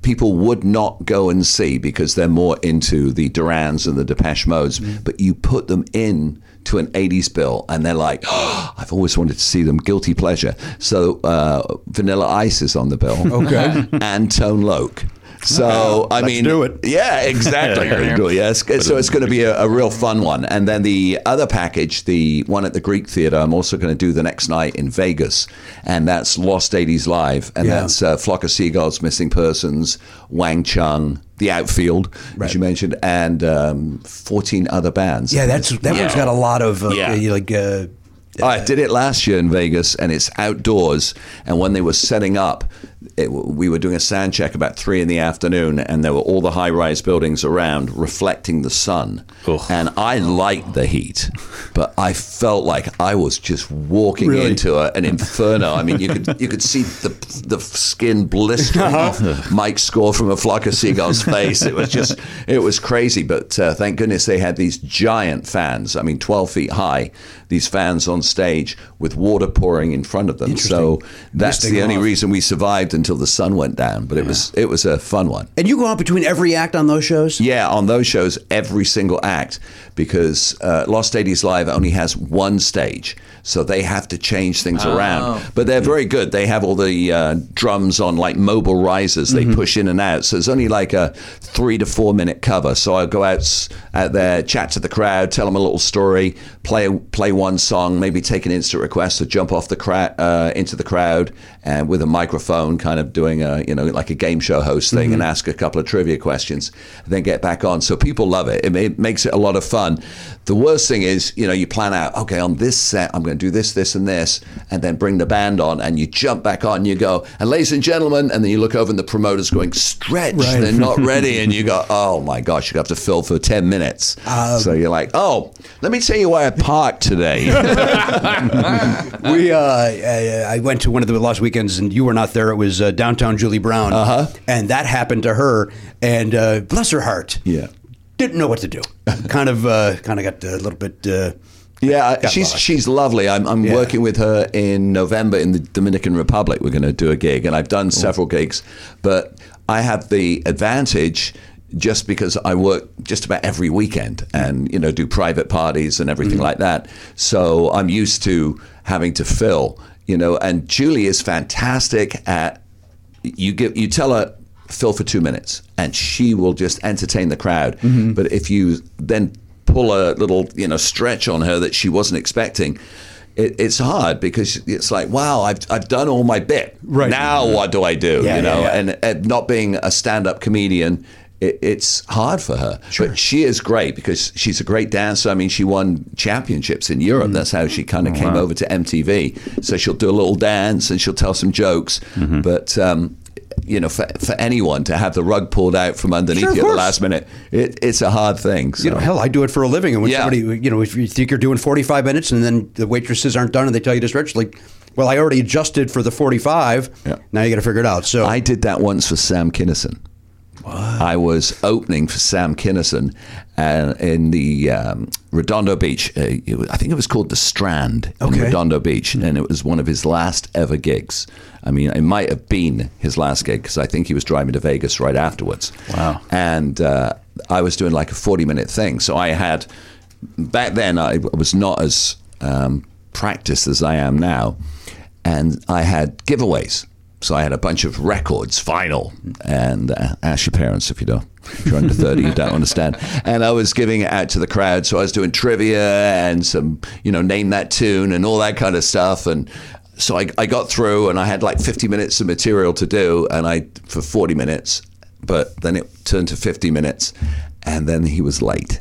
people would not go and see because they're more into the Durans and the Depeche Modes,
Mm.
but you put them in to an 80s bill and they're like, [gasps] "Oh, I've always wanted to see them, guilty pleasure. So uh, Vanilla Ice is on the bill.
[laughs] Okay.
[laughs] and Tone Loc. So I
Let's
mean,
do it.
[laughs] Yeah, exactly. Do it, yes. So it's going to be a, a real fun one. And then the other package, the one at the Greek Theater, I'm also going to do the next night in Vegas, and that's Lost 80s Live, and
Yeah.
that's uh, Flock of Seagulls, Missing Persons, Wang Chung, The Outfield, as you mentioned, and um, 14 other bands.
yeah, that's that one's got a lot of uh,
Yeah.
uh, like. Uh,
I did it last year in Vegas, and it's outdoors. And when they were setting up, it, we were doing a sound check about three in the afternoon, and there were all the high-rise buildings around reflecting the sun. And I liked the heat, but I felt like I was just walking
Really?
into a, an inferno. I mean, you could you could see the the skin blistering off Mike's score from a flock of seagulls' face. It was just it was crazy. But uh, thank goodness they had these giant fans. I mean, twelve feet high. These fans on stage with water pouring in front of them. So that's
Misting
the only
off.
reason we survived lagged until the sun went down, but it was it was a fun one.
And you go out between every act on those shows?
Yeah, on those shows, every single act, because uh, Lost 80s Live only has one stage, so they have to change things
Oh.
around. But they're very good. They have all the uh, drums on like mobile risers. They
Mhm.
push in and out, so it's only like a three to four minute cover. So I'll go out s- out there, chat to the crowd, tell them a little story, play play one song, maybe take an instant request, or jump off the crowd uh, into the crowd, and with a microphone, kind of doing a you know like a game show host thing, and
Mhm.
ask a couple of trivia questions, and then get back on. So people love it. it. ma- It makes it a lot of fun. The worst thing is, you know, you plan out, okay, on this set, I'm going to do this, this, and this, and then bring the band on, and you jump back on, you go, and ladies and gentlemen, and then you look over, and the promoter's going, stretch,
Right.
they're not ready, and you go, oh my gosh, you have to fill for 10 minutes.
Um,
so you're like, oh, let me tell you why I parked today.
we uh, I, I went to one of the last weekends, and you were not there. It was uh, downtown Julie Brown, uh-huh. and that happened to her. And uh, bless her heart,
yeah,
didn't know what [laughs] to do. kind of, uh, kind of got a little bit. Uh,
Yeah,
got
she's
lost.
she's lovely. I'm I'm working with her in November in the Dominican Republic. We're going to do a gig, and I've done several gigs, but I have the advantage just because I work just about every weekend and you know do private parties and everything like that. So I'm used to having to fill, you know. And Julie is fantastic at you give you tell her fill for two minutes and she will just entertain the crowd
Mhm.
but if you then pull a little you know stretch on her that she wasn't expecting it, it's hard because it's like wow I've, I've done all my bit right now what do I do
Yeah,
you know
yeah, yeah.
And, and not being a stand-up comedian it, it's hard for her but she is great because she's a great dancer I mean she won championships in
Mm.
Europe that's how she kind of came over to MTV so she'll do a little dance and she'll tell some jokes
Mm-hmm.
but um, you know, for, for anyone to have the rug pulled out from underneath
Sure, of
you at the
course.
last minute, it, it's a hard thing. So.
You know, hell, I do it for a living. And when
Yeah.
somebody, you know, if you think you're doing 45 minutes and then the waitresses aren't done and they tell you to stretch, like, well, I already adjusted for the 45. Now you got to figure it out. So
I did that once for Sam Kinison. I was opening for Sam Kinison uh, in the um, Redondo Beach. Uh, it was- I think it was called the Strand in
Okay.
Redondo Beach, and it was one of his last ever gigs. I mean, it might have been his last gig because I think he was driving to Vegas right afterwards. Wow! And uh, I was doing like a forty-minute thing, so I had back then I was not as um, practiced as I am now, and I had giveaways. So I had a bunch of records, vinyl, and uh, ask your parents if you don't. If you're under thirty, you don't understand. And I was giving it out to the crowd, so I was doing trivia and some, you know, name that tune and all that kind of stuff. And so I, I got through, and I had like fifty minutes of material to do, and I for forty minutes, but then it turned to fifty minutes, and then he was late.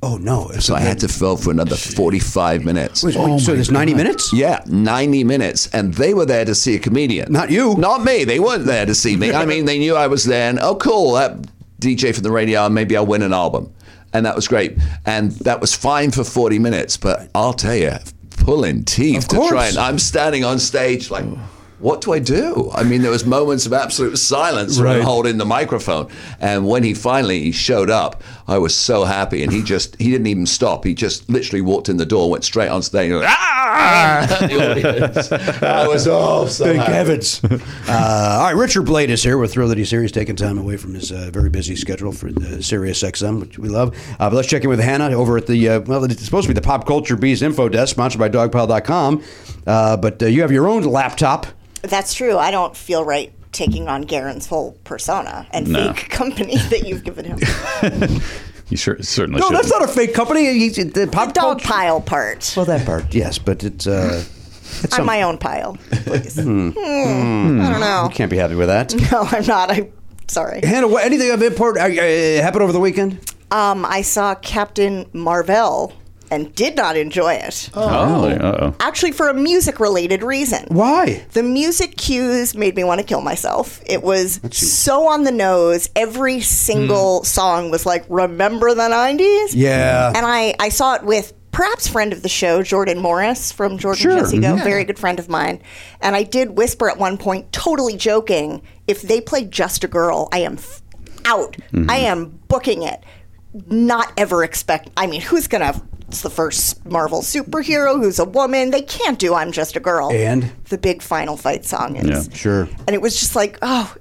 Oh no!
So I had to fill for another forty-five minutes.
Wait, wait, Oh, so my there's 90 God. minutes?
Yeah, ninety minutes, and they were there to see a comedian. Not you, not me. They weren't there to see me. I mean, they knew I was there, and oh, cool, that DJ from the radio, and maybe I'll win an album, and that was great, and that was fine for forty minutes. But I'll tell you, pulling teeth
Of
to try
course.
and I'm standing on stage like. What do I do? I mean, there was moments of absolute silence when
Right.
holding the microphone. And when he finally showed up, I was so happy. And he just, he didn't even stop. He just literally walked in the door, went straight on stage. And, ah! [laughs] The audience. I was oh, so
Thank
happy.
heavens. Uh, all right, Richard Blade is here. We're thrilled that he's here. He's taking time away from his uh, very busy schedule for the Sirius XM, which we love. Uh, but let's check in with Hannah over at the, uh, well, it's supposed to be the Pop Culture Bees info desk, sponsored by dogpile.com. Uh, but uh, you have your own laptop.
That's true. I don't feel right taking on Garen's whole persona and
No.
fake [laughs] company that you've given him.
You sure, certainly
No,
should.
that's not a fake company. He's- the pop
Dog pile part. Well,
that part, yes, but it's. [laughs] Uh, it's
I'm
some-
my own pile.
Hmm.
Hmm, I don't know.
You can't be happy with that.
No, I'm not. I'm sorry.
Oh. [laughs] Hannah, what, anything of import uh, uh, happened over the weekend?
Um, I saw Captain Marvel and did not enjoy it.
Uh oh.
Actually, for a music related reason.
Why?
The music cues made me want to kill myself. It was so on the nose. Every single song was like, Remember the 90s?
Yeah.
And I, I saw it with perhaps friend of the show, Jordan Morris from Jordan
Sure.
Jesse Go,
Mhm.
very good friend of mine. And I did whisper at one point, totally joking, if they play Just a Girl, I am f- out.
Mhm.
Mm-hmm.
I am booking it. Not ever expect. I mean, who's going to It's the first Marvel superhero who's a woman. They can't do I'm Just a Girl.
And?
The big final fight song is.
sure.
And it was just like, oh,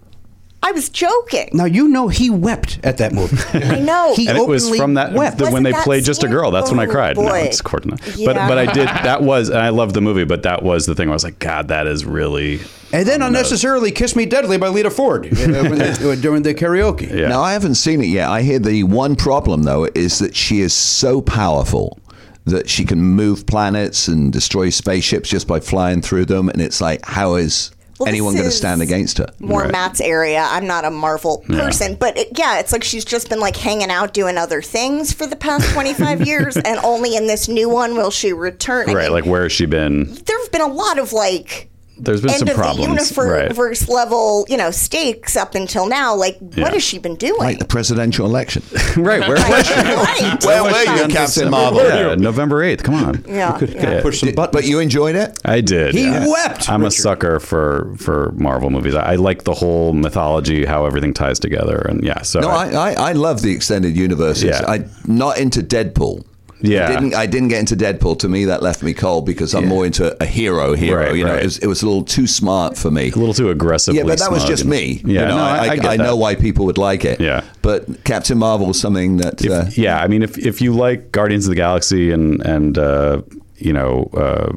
I was joking.
Now you know he wept at that [laughs] movie.
I know.
He
and it was
openly
from that
wept.
the- when
Wasn't
they
that
played just a
scene?
girl. That's when I
Oh,
cried. No,
boy.
it's Courtney. But
Yeah.
but I did. That was and I loved the movie. But that was the thing. Where I was like, God, that is really.
And then unnecessarily "Kiss Me Deadly" by Lita Ford uh, when they- during the karaoke.
Yeah.
Now I haven't seen it yet. I hear the one problem though is that she is so powerful that she can move planets and destroy spaceships just by flying through them, and it's like how is
Well,
anyone
this
going to stand
is
against her?
more Matt's area. I'm not a Marvel person, but it, yeah, it's like she's just been like hanging out doing other things for the past
[laughs]
25 years, and only in this new one will she return. I
Right,
mean,
like where has she been?
there have been a lot of like
There's been
end
some
of the
problems. right.
universe level, you know, stakes up until now. Like,
Yeah.
what has she been doing?
Like the
[laughs]
[laughs] presidential
[laughs]
election.
right, where was she?
right.
Where were
Like,
you,
um,
Captain Marvel?
Yeah, November eighth. Come on.
Yeah, yeah.
Push some buttons.
But you enjoyed it?
I did.
He
yeah.
wept,
I'm a
Richard.
sucker for for Marvel movies. I, I like the whole mythology, how everything ties together, and yeah. So
No, I, I, I love the extended universes.
Yeah.
I'm not into Deadpool.
Yeah.
I didn't, I didn't get into Deadpool. To me, that left me cold because I'm more into a hero hero.
Right,
you know,
right.
it, was, it was a little too smart for me.
a little too aggressive.
Yeah, but that was just me.
Yeah,
you know,
no, I, I, get
I, know
that.
why people would like it.
Yeah.
but Captain Marvel was something that uh,
If, yeah, I mean, if if you like Guardians of the Galaxy and and uh, you know uh,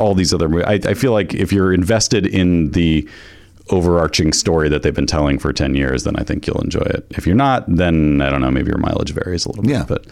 all these other movies, I, I feel like if you're invested in the overarching story that they've been telling for ten years, then I think you'll enjoy it. If you're not, then I don't know. Maybe your mileage varies a little bit.
Yeah.
but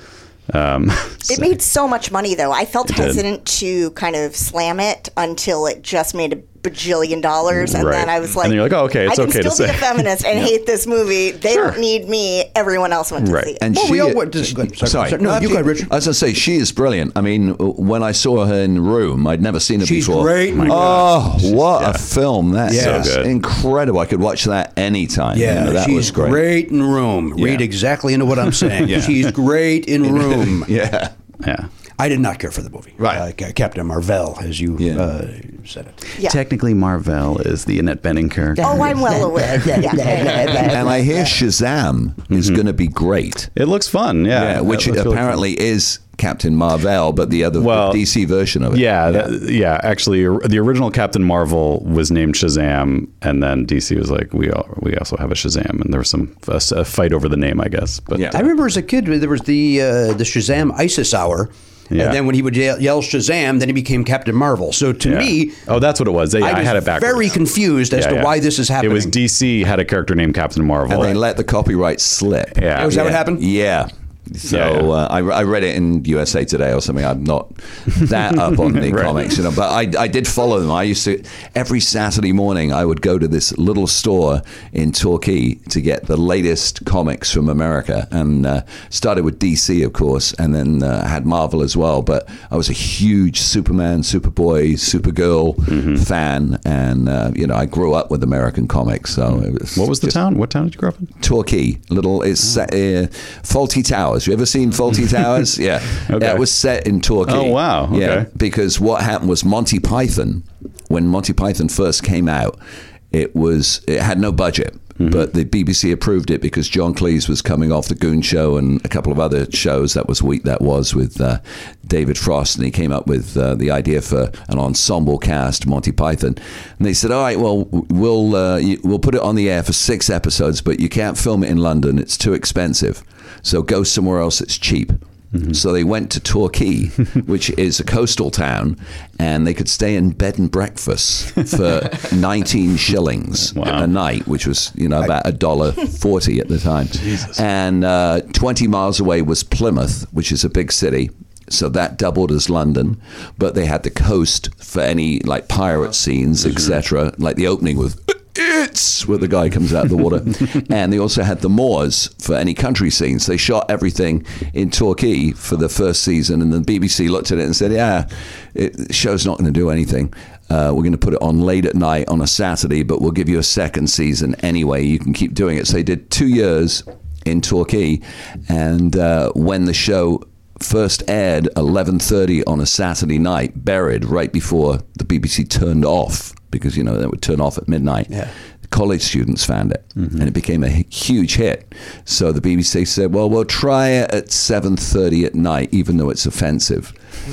um,
It made so much money, though. I felt
did.
hesitant to kind of slam it until it just made a bajillion dollars, and
Right.
then I
And
was like,
you're like, oh, okay,
I
it's
can
okay to
still be
say."
a feminist
[laughs]
and hate this movie. They
Sure.
don't need me. Everyone else went to
Right.
see it.
And
Well,
she,
we all went to- go ahead, sorry, sorry. No, you go ahead, Richard.
I was gonna say she is brilliant. I mean, when I saw her in Room, I'd never seen her
She's
before.
great. My
Oh, what a film that is!
Yeah. So
good.
incredible. I could watch that anytime. You
Yeah,
know, that
she's
was great.
in Room. Read
Yeah.
exactly into what I'm saying. She's great in
[laughs]
Room.
Yeah,
yeah.
I did not care for the movie.
Right.
Uh, Captain Marvel, as you
Yeah.
uh, said it.
Yeah.
Technically, Marvel is the Annette Benning character.
oh, I'm well aware. Yeah.
and I hear Shazam
Mm-hmm.
is going to be great.
It looks fun, yeah.
Yeah, which
It looks really fun.
apparently is Captain Marvel, but the other the
Well,
DC version of it.
Yeah, that, yeah. Actually, or- the original Captain Marvel was named Shazam, and then DC was like, "We all, we also have a Shazam," and there was some a, s- a fight over the name, I guess. But
Yeah.
I remember as a kid there was the uh, the Shazam ISIS hour,
Yeah.
and then when he would yell, yell Shazam, then he became Captain Marvel. So to
yeah.
me,
oh, that's what it was. They,
I
I,
was
had it backwards.
very confused as
Yeah,
to
yeah.
why this is happening.
It was DC had a character named Captain Marvel.
and they let the copyright slip.
yeah,
Oh, is that what
yeah.
happened?
Yeah. So
Yeah, yeah.
Uh, I, I read it in USA Today or something. I'm not that
[laughs]
up on the
Right.
comics, you know. But I, I did follow them. I used to every Saturday morning I would go to this little store in Torquay to get the latest comics from America, and uh, started with DC, of course, and then uh, had Marvel as well. But I was a huge Superman, Superboy, Supergirl
Mm-hmm.
fan, and uh, you know I grew up with American comics. So it was
What was the
just-
town? What town did you grow up in?
Torquay, little. It's set uh, Faulty Towers. You ever seen Faulty Towers? Yeah,
Okay.
that was set in Torquay.
Oh, wow.
Yeah,
Okay.
because what happened was Monty Python, when Monty Python first came out, it was it had no budget.
Mm-hmm.
But the BBC approved it because John Cleese was coming off the Goon Show and a couple of other shows. That was week that was with uh, David Frost, and he came up with uh, the idea for an ensemble cast Monty Python. And they said, "All right, well, we'll uh, you- we'll put it on the air for six episodes, but you can't film it in London; it's too expensive. So go somewhere else that's cheap." So they went to Torquay, which is a coastal town, and they could stay in bed and breakfast for 19 shillings a night, which was you know about a dollar forty at the time. And uh, 20 miles away was Plymouth, which is a big city. So that doubled as London, but they had the coast for any like pirate scenes, etc. Like the opening with it's where the guy comes out of the water. and they also had the moors for any country scenes. They shot everything in Torquay for the first season, and the BBC looked at it and said, "Yeah, it, the show's not going to do anything. Uh, we're going to put it on late at night on a Saturday, but we'll give you a second season anyway. You can keep doing it." So they did two years in Torquay, and uh, when the show first aired 11.30 on a saturday night buried right before the bbc turned off because you know they would turn off at midnight
Yeah.
college students found it, and it became a h- huge hit. So the BBC said, "Well, we'll try it at 7:30 at night, even though it's offensive."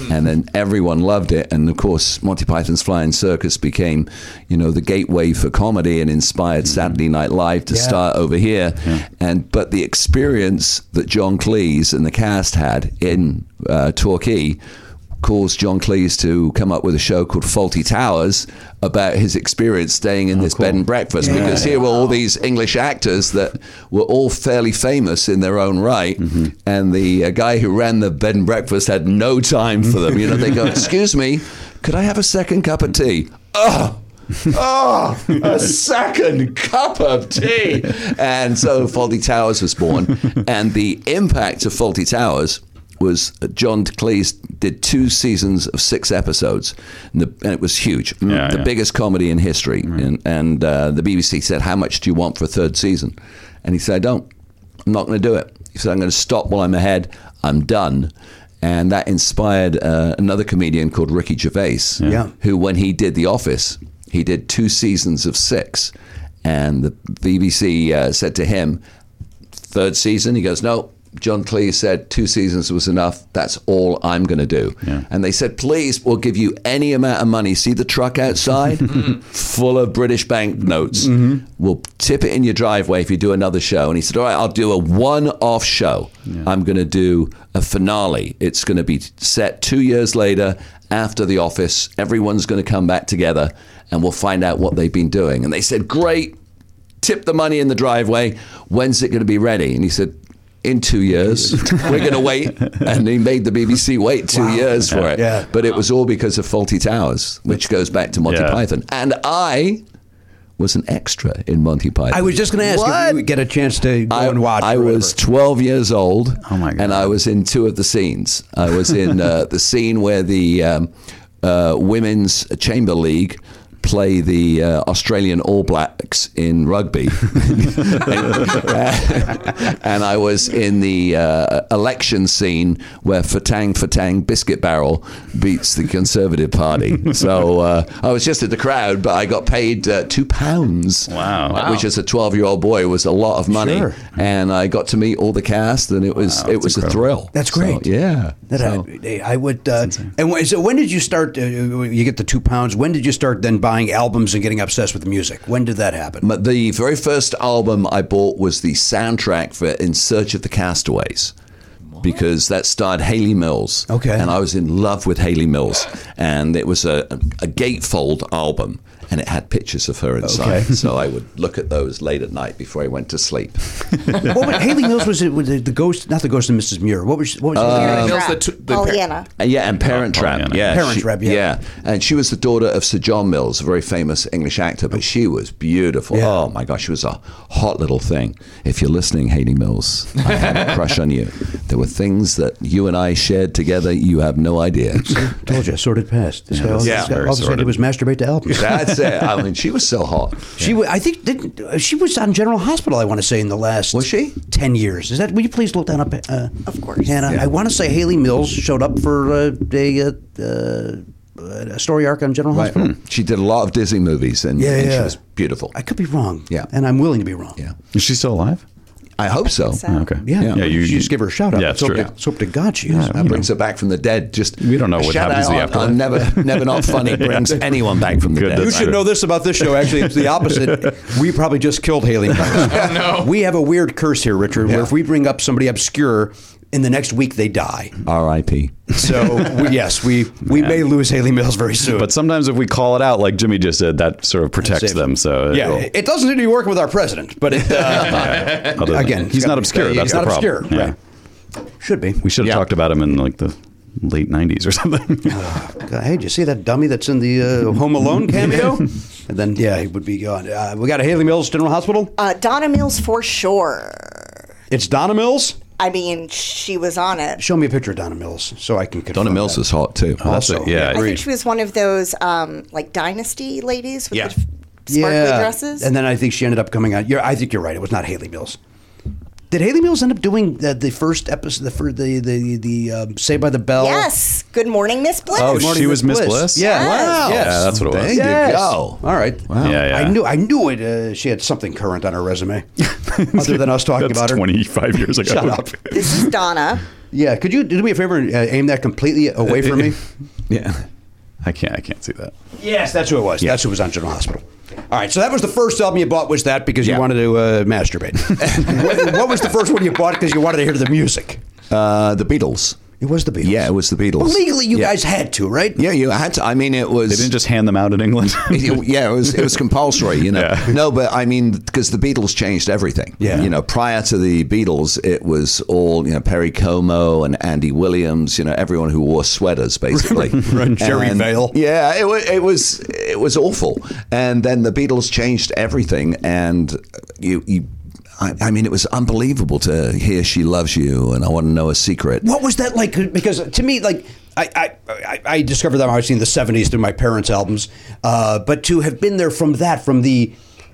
And then everyone loved it, and of course, Monty Python's Flying Circus became, you know, the gateway for comedy and inspired Saturday Night Live to
Yeah.
start over here. And but the experience that John Cleese and the cast had in uh, Torquay caused John Cleese to come up with a show called Faulty Towers about his experience staying in this bed and breakfast
Yeah.
because here were all these English actors that were all fairly famous in their own right and the uh, guy who ran the bed and breakfast had no time for them you know they go excuse me could I have a second cup of tea oh oh, a second cup of tea. And so Faulty Towers was born. And the impact of Faulty Towers was uh, John Cleese did two seasons of six episodes, and, the, and it was huge. the
yeah.
biggest comedy in history. And, and uh, the BBC said, How much do you want for a third season? And he said, I don't. I'm not going to do it. He said, I'm going to stop while I'm ahead. I'm done. And that inspired uh, another comedian called Ricky Gervais,
Yeah.
who, when he did The Office, he did two seasons of six. And the BBC uh, said to him, third season, he goes, no. John Cleese said two seasons was enough. That's all I'm going to do. And they said, please, we'll give you any amount of money. See the truck outside? Full of British banknotes. We'll tip it in your driveway if you do another show. And he said, all right, I'll do a one off show. I'm going to do a finale. It's going to be set two years later after The Office. Everyone's going to come back together and we'll find out what they've been doing. And they said, great tip the money in the driveway. When's it going to be ready? And he said, in
[laughs]
two years, we're going to wait. And he made the BBC wait two years for it.
Yeah.
But it was all because of Faulty Towers, which goes back to Monty
Yeah.
Python. And I was an extra in Monty Python.
I was just going to ask if you would get a chance to go and watch. Oh
I was 12 years old. And I was in two of the scenes. I was
[laughs]
in uh, the scene where the um, uh, Women's Chamber League play the uh, Australian All Blacks
[laughs]
in rugby. [laughs] and, and I was in the uh, election scene where Fatang Fatang Biscuit Barrel beats the
[laughs]
Conservative Party. So uh, I was just at the crowd, but I got paid uh, two pounds, wow. which as a twelve-year-old boy was a lot of money.
Sure.
And I got to meet all the cast, and it was it was a thrill.
That's
So,
great.
yeah.
That
So-
I, I would. Uh, and when, so when did you start? Uh, you get the two pounds. When did you start then buying albums and getting obsessed with music? When did that happen?
But the very first album I bought was the soundtrack for In Search of the Castaways. Because that starred Haley Mills.
Okay.
And I was in love with Haley Mills. And it was a, a gatefold album. And it had pictures of her
Okay.
inside. So I would look at those late at night before I went to sleep.
what [laughs] was, Haley Mills was it? Was it the ghost? Not the ghost of Mrs. Muir. What was? What was?
Um,
Haley Mills?
Trap. Pollyanna.
Uh, yeah, and Parent Trap. Yeah,
Parent Trap, yeah.
and she was the daughter of Sir John Mills, a very famous English actor. But she was beautiful. Oh my gosh, she was a hot little thing. If you're listening, Haley Mills, I had a crush on you. There were things that you and I shared together. You have no idea.
Uh, Told you, sorted past. This guy, all,
Yeah,
this guy,
very
all of a sudden, he
sorted.
was masturbate to albums.
That's it. I mean, she was so hot.
She, wa- I think, didn't uh, she was on General Hospital? I want to say in the last was she ten years? Is that? Will you please look that up? Uh, of course, Hannah. I want to say Haley Mills showed up for uh, a, uh, uh, a story arc on General
Right.
Hospital.
She did a lot of Disney movies, and,
Yeah,
and
yeah.
she was beautiful.
I could be wrong.
Yeah.
and I'm willing to be wrong.
Yeah.
Is she still alive?
I hope so.
Oh, Okay.
Yeah,
you,
you, just give her a shout out.
Yeah, it's
so,
true.
To, so to God she is.
That brings her back from the dead. Just
We don't know what
shout
happens
out
in the
on- on
afterlife.
Never, never not
[laughs]
funny brings anyone back from the
Good,
dead.
that's
You should know this about this show. Actually, it's the opposite. We probably just killed Haley. no. [laughs] We have a weird curse here, Richard, where if we bring up somebody obscure, in the next week they die.
R.I.P.
So we, yes, we we may lose Haley Mills very soon.
But sometimes if we call it out, like Jimmy just did, that sort of protects
it.
them. So
yeah,
it'll-
it doesn't seem to be working with our president, but it, [laughs] uh,
other than-
again,
he's not obscure.
He's
That's
not
the problem.
obscure,
Yeah.
right? Should be.
We should have talked about him in like the late '90s or something.
God, hey, did you see that dummy that's in the uh, Home Alone cameo? and then yeah, he would be gone. Uh, we got a Haley Mills General Hospital.
Uh, Donna Mills for sure.
It's Donna Mills.
I mean, she was on it.
Show me a picture of Donna Mills so I can. confirm
Donna Mills
that.
was hot too.
Also, [laughs] yeah,
I think she was one of those um, like dynasty ladies with
Yeah.
the f- sparkly dresses.
And then I think she ended up coming out. You're, I think you're right. It was not Haley Mills. Did Haley Mills end up doing the, the first episode, the fir- the the, the um, Say by the Bell?
Yes. uh, Good morning, Miss Bliss.
Oh, she was Miss Bliss?
Yeah.
Yes.
Wow.
Yeah, that's what it was.
There
Yes.
you go. All right. Wow.
Yeah, yeah.
I knew I knew it. Uh, she had something current on
[laughs]
her resume, other than us talking
That's
about her.
25 years ago.
Shut up.
This is Donna.
Yeah. Could you do me a favor and uh, aim that completely
[laughs]
away from me?
yeah. I can't I can't see that.
Yes, that's who it was. That's who was on General Hospital. All right, so that was the first album you bought. Was that because you wanted to uh,
[laughs]
masturbate? what, what was the first one you bought because you wanted to hear the music?
Uh, the Beatles.
It was the Beatles.
Yeah, it was the Beatles.
Well, legally, you
Yeah.
guys had to, right?
Yeah, you had to. I mean, it was.
They didn't just hand them out in England.
It- yeah, it was it was compulsory, you know. No, but I mean, because the Beatles changed everything.
Yeah.
you know, prior to the Beatles, it was all you know Perry Como and Andy Williams. You know, everyone who wore sweaters basically.
[laughs] Right, Jerry Vale.
Yeah, it was it was it was awful. And then the Beatles changed everything, and you you. I, I mean, it was unbelievable to hear "She Loves You" and "I Want to Know a Secret."
What was that like? Because to me, like I, I, I, I discovered them obviously in the '70s through my parents' albums, uh, but to have been there from that, from the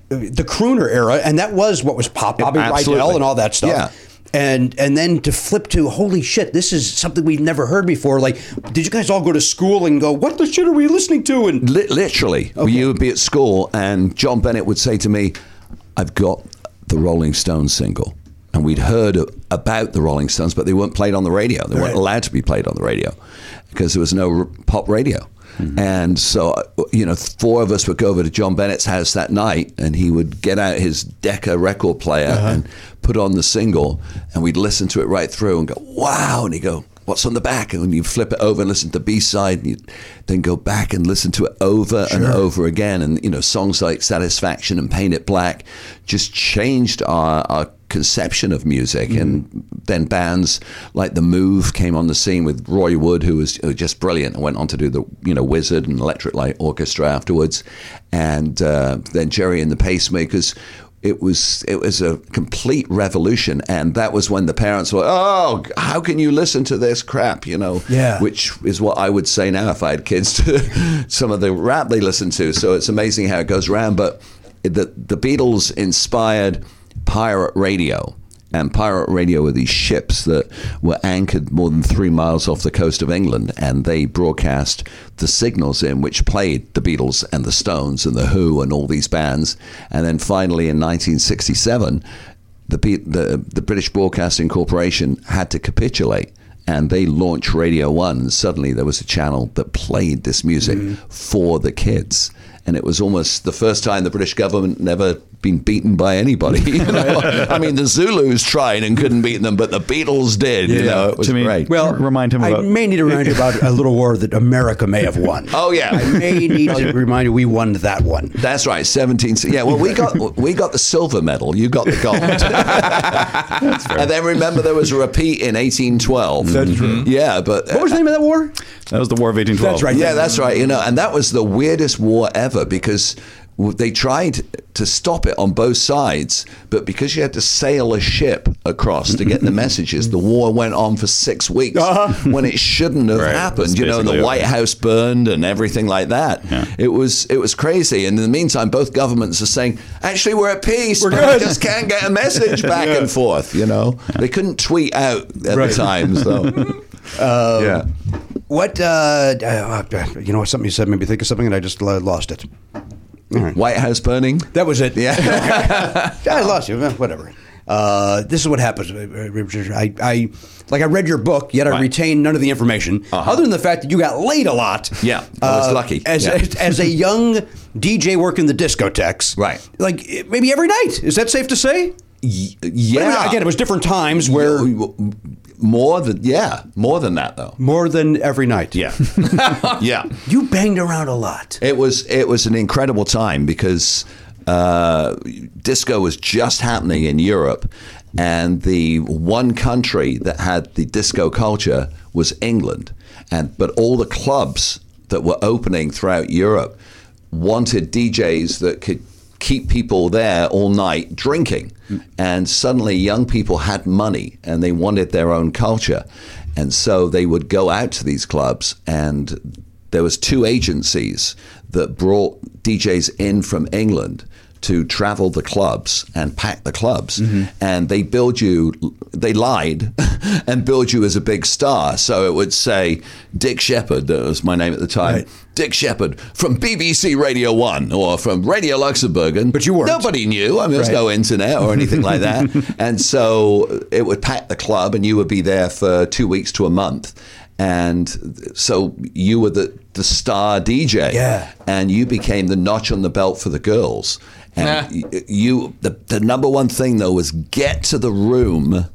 the crooner era, and that was what was pop, Bobby
Absolutely.
Rydell, and all that stuff.
Yeah.
And and then to flip to holy shit, this is something we've never heard before. Like, did you guys all go to school and go, what the shit are we listening to? And
Li- literally, you would be at school, and John Bennett would say to me, "I've got the Rolling Stones single." And we'd heard a- about the Rolling Stones, but they weren't played on the radio. They weren't allowed to be played on the radio because there was no r- pop radio. And so, uh, you know, four of us would go over to John Bennett's house that night, and he would get out his Decca record player and put on the single, and we'd listen to it right through and go, "Wow!" And he'd go, what's on the back and you flip it over and listen to b-side and you then go back and listen to it over and over again and you know songs like satisfaction and paint it black just changed our, our conception of music and then bands like the move came on the scene with roy wood who was uh, just brilliant and went on to do the you know wizard and electric light orchestra afterwards and uh, then jerry and the pacemakers it was it was a complete revolution, and that was when the parents were, oh, how can you listen to this crap? You know,
Yeah.
Which is what I would say now if I had kids [laughs] to some of the rap they listen to. So it's amazing how it goes around. But the the Beatles inspired pirate radio. And pirate radio were these ships that were anchored more than three miles off the coast of England, and they broadcast the signals in which played the Beatles and the Stones and the Who and all these bands. And then finally, in 1967, the P- the, the British Broadcasting Corporation had to capitulate. And they launched Radio One. and Suddenly, there was a channel that played this music for the kids, and it was almost the first time the British government never been beaten by anybody. [laughs] You know? I mean, the Zulus tried and couldn't beat them, but the Beatles did. You know, it was
To me-
great.
Well, remind him
I
about-
may need to remind you about a little war that America may have won.
Oh, yeah.
I may need to remind you we won that one.
that's right, seventeen. Yeah, well, we got we got the silver medal. You got the gold. and then remember, there was a repeat in eighteen twelve. That's true. Yeah, but uh,
What was the name of that war?
[laughs] That was the War of 1812.
That's right.
Yeah, that's right. You know, and that was the weirdest war ever because w- they tried to stop it on both sides, but because you had to sail a ship across to get the messages, the war went on for six weeks when it shouldn't have
Right.
happened.
That's
You know, and the
basically it.
White House burned and everything like that. It was it was crazy. And in the meantime, both governments are saying, actually, we're at peace. We're good. We just can't get a message back and forth. You know, they couldn't tweet out at the time. So, yeah.
What uh, uh, you know? what, Something you said made me think of something, and I just uh, lost
[laughs]
it.
White House burning.
That was it. [laughs] Yeah, I lost you. Eh, Whatever. Uh, this is what happens. I, I like I read your book, yet I retained none of the information, other than the fact that you got laid a lot.
Uh-huh.
Uh,
Yeah, I was lucky.
As
Yeah.
as a young DJ working the discotheques,
Right.
Like eh, maybe every night. Is that safe to say? But I mean,
Yeah.
Again, it was different times where
Where more than yeah, more than
[laughs]
that though.
more than every night.
Yeah, yeah.
[laughs] You banged around a lot.
It was it was an incredible time because uh, disco was just happening in Europe, and the one country that had the disco culture was England, and but all the clubs that were opening throughout Europe wanted DJs that could keep people there all night drinking. And suddenly, young people had money and they wanted their own culture. And so they would go out to these clubs, and there was two agencies that brought DJs in from England to travel the clubs and pack the clubs, and they build you. They lied [laughs] and build you as a big star. So it would say Dick Shepard. That was my name at the time. Dick Shepard from BBC Radio One or from Radio Luxembourg, and but you weren't. Nobody knew. I mean, there was
Right.
no internet or anything like [laughs] that. and so it would pack the club, and you would be there for two weeks to a month. And so you were the, the star DJ,
Yeah.
and you became the notch on the belt for the girls. And y- you, the, the number one thing though was get to the room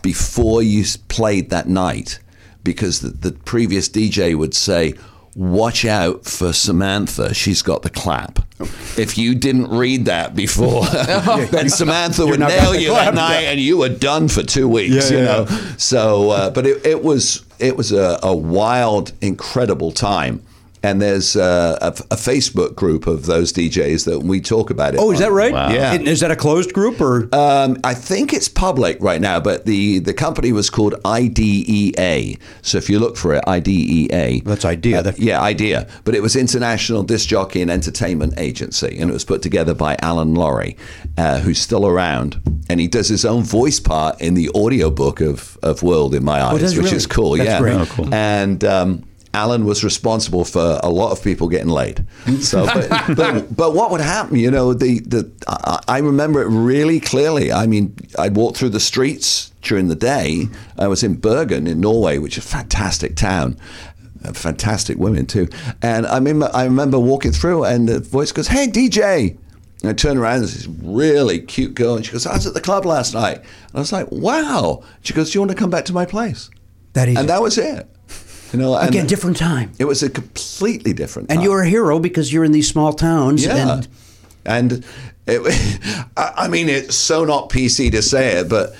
before you s- played that night, because the, the previous DJ would say, "Watch out for Samantha; she's got the clap." If you didn't read that before, [laughs] then Samantha would
not got
nail [laughs]
the
you that
clap.
night, and you were done for two weeks.
Yeah, yeah,
you know, so, uh, but it, it was it was a, a wild, incredible time. And there's uh, a, a Facebook group of those DJs that we talk about it.
Oh, is that right?
Wow. Yeah.
And Is that a closed group or?
Um, I think it's public right now, but the, the company was called IDEA. So if you look for it, E IDEA.
That's idea. That-
Uh, yeah, idea. But it was International Disc Jockey and Entertainment Agency, and it was put together by Alan Laurie, uh, who's still around, and he does his own voice part in the audiobook of of World in My Eyes,
Oh, does he
which
really?
is cool.
That's
yeah,
great. Oh,
cool.
and. Um, Alan was responsible for a lot of people getting laid. So, but, but, but what would happen? You know, the, the I, I remember it really clearly. I mean, I'd walk through the streets during the day. I was in Bergen in Norway, which is a fantastic town, uh, fantastic women too. And I mean, I remember walking through, and the voice goes, "Hey, DJ." And I turn around, and there's this really cute girl, and she goes, "I was at the club last night." And I was like, "Wow!" She goes, "Do you want to come back to my place?"
That easy.
and that was it. You know, and
Again, different time.
It was a completely different.
And
time.
you're a hero because you're in these small towns.
yeah,
And
and it, [laughs] I I mean, it's so not PC to say it, but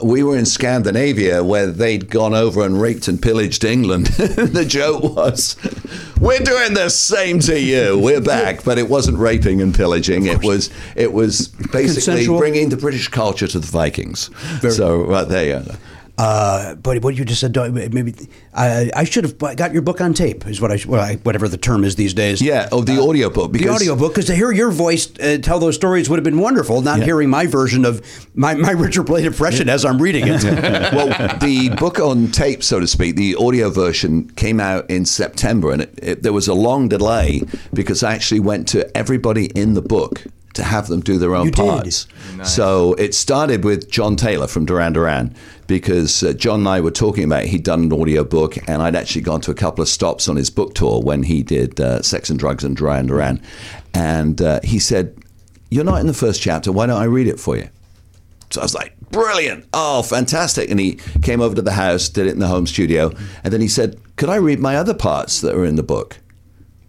we were in Scandinavia where they'd gone over and raped and pillaged England. [laughs] the joke was, we're doing the same to you.
[laughs]
We're back, but it wasn't raping and pillaging. It was it was basically
Consensual.
bringing the British culture to the Vikings. so right there. You go.
Uh, but what you just said, don't- maybe I, I should have got your book on tape, is what I, well, I whatever the term is these days.
Yeah, oh, the audiobook.
Uh, The
Because
audiobook, because to hear your voice uh, tell those stories would have been wonderful. Not hearing my version of my, my [laughs] Richard Blade impression as I'm reading
[laughs]
it.
well, the book on tape, so to speak, the audio version came out in September, and it, it, there was a long delay because I actually went to everybody in the book to have them do their own
You did.
parts. So it started with John Taylor from Duran Duran because uh, John and I were talking about he'd done an audio book, and I'd actually gone to a couple of stops on his book tour when he did uh, Sex and Drugs and Duran Duran, and uh, he said, "You're not in the first chapter. Why don't I read it for you?" So I was like, brilliant. Oh, fantastic. And he came over to the house, did it in the home studio. And then he said, could I read my other parts that are in the book?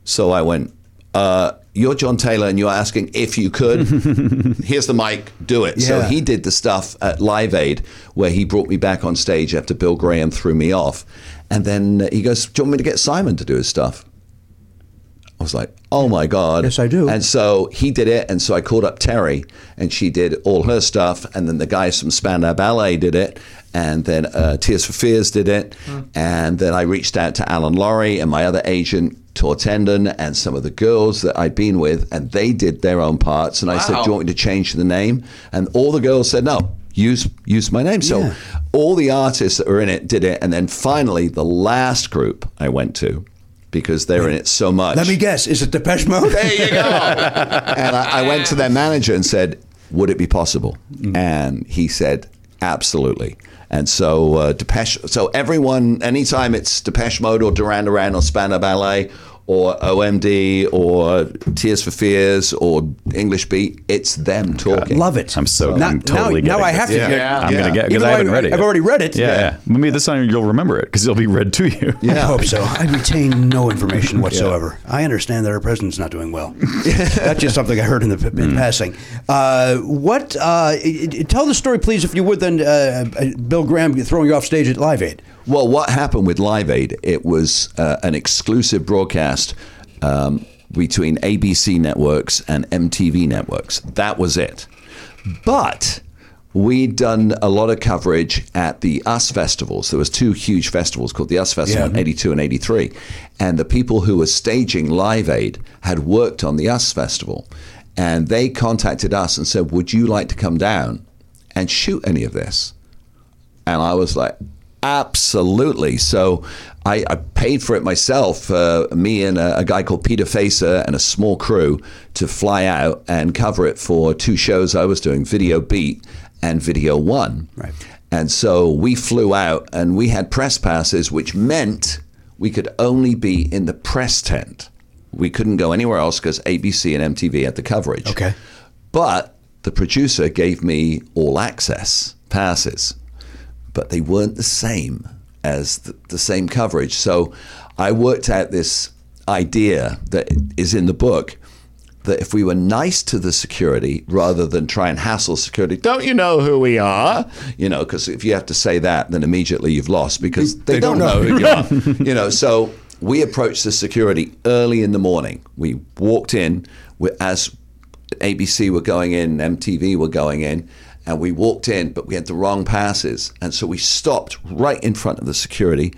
So I went, uh, you're John Taylor and you're asking if
[laughs]
you could. Here's the mic, do it. So
Yeah.
he did the stuff at Live Aid where he brought me back on stage after Bill Graham threw me off. And then uh, he goes, do you want me to get Simon to do his stuff? I was like, oh my God.
Yes, I do.
And so he did it. And so I called up Terry and she did all her stuff. And then the guys from Spandau Ballet did it. And then uh, Tears for Fears did it.
Hmm.
And then I reached out to Alan Laurie and my other agent, Tor Tendon, and some of the girls that I'd been with. And they did their own parts. And I said,
Wow.
do you want me to change the name? And all the girls said, no. Use use my name. So all the artists that were in it did it, and then finally the last group I went to, because they were in it so much.
Let me guess, is it Depeche Mode?
There you go. and I, I went to their manager and said, "Would it be possible?"
Mm-hmm.
And he said, "Absolutely." And so uh, Depeche. So everyone, anytime it's Depeche Mode or Duran Duran or Spandau Ballet or OMD or Tears for Fears or English Beat, it's them talking.
Love it.
I'm so
Now-
I'm totally
now, now
getting
I
this.
have to.
Yeah.
get-
I'm gonna get because
Even
I
though
haven't read it.
I've
yet.
already read it.
Yeah, yeah. Maybe this time you'll remember it because it'll be read to you.
I hope so. I retain no information whatsoever. I understand that our president's not doing well. That's just something I heard in the in
Mm.
passing. Uh, what? Uh, i- i- tell the story, please, if you would. Then uh, uh, Bill Graham throwing you off stage at Live Aid.
Well, what happened with Live Aid? It was uh, an exclusive broadcast um, between ABC networks and MTV networks. That was it. But we'd done a lot of coverage at the US festivals. There was two huge festivals called the US Festival in
Yeah.
82 and 83. And the people who were staging Live Aid had worked on the US Festival. and they contacted us and said, "Would you like to come down and shoot any of this?" And I was like, absolutely. So I, I paid for it myself, uh, me and a, a guy called Peter Facer and a small crew to fly out and cover it for two shows I was doing, Video Beat and Video One. Right. And so we flew out and we had press passes, which meant we could only be in the press tent. We couldn't go anywhere else because ABC and MTV had the coverage.
Okay.
But the producer gave me all access passes but they weren't the same as the, the, same coverage. So I worked out this idea that is in the book that if we were nice to the security rather than try and hassle security, don't you know who we are? You know, because if you have to say that, then immediately you've lost because they,
They
don't,
don't
know
know.
who you are. [laughs] you know, so we approached the security early in the morning. We walked in we- as ABC were going in, MTV were going in, and we walked in, but we had the wrong passes. And so we stopped right in front of the security,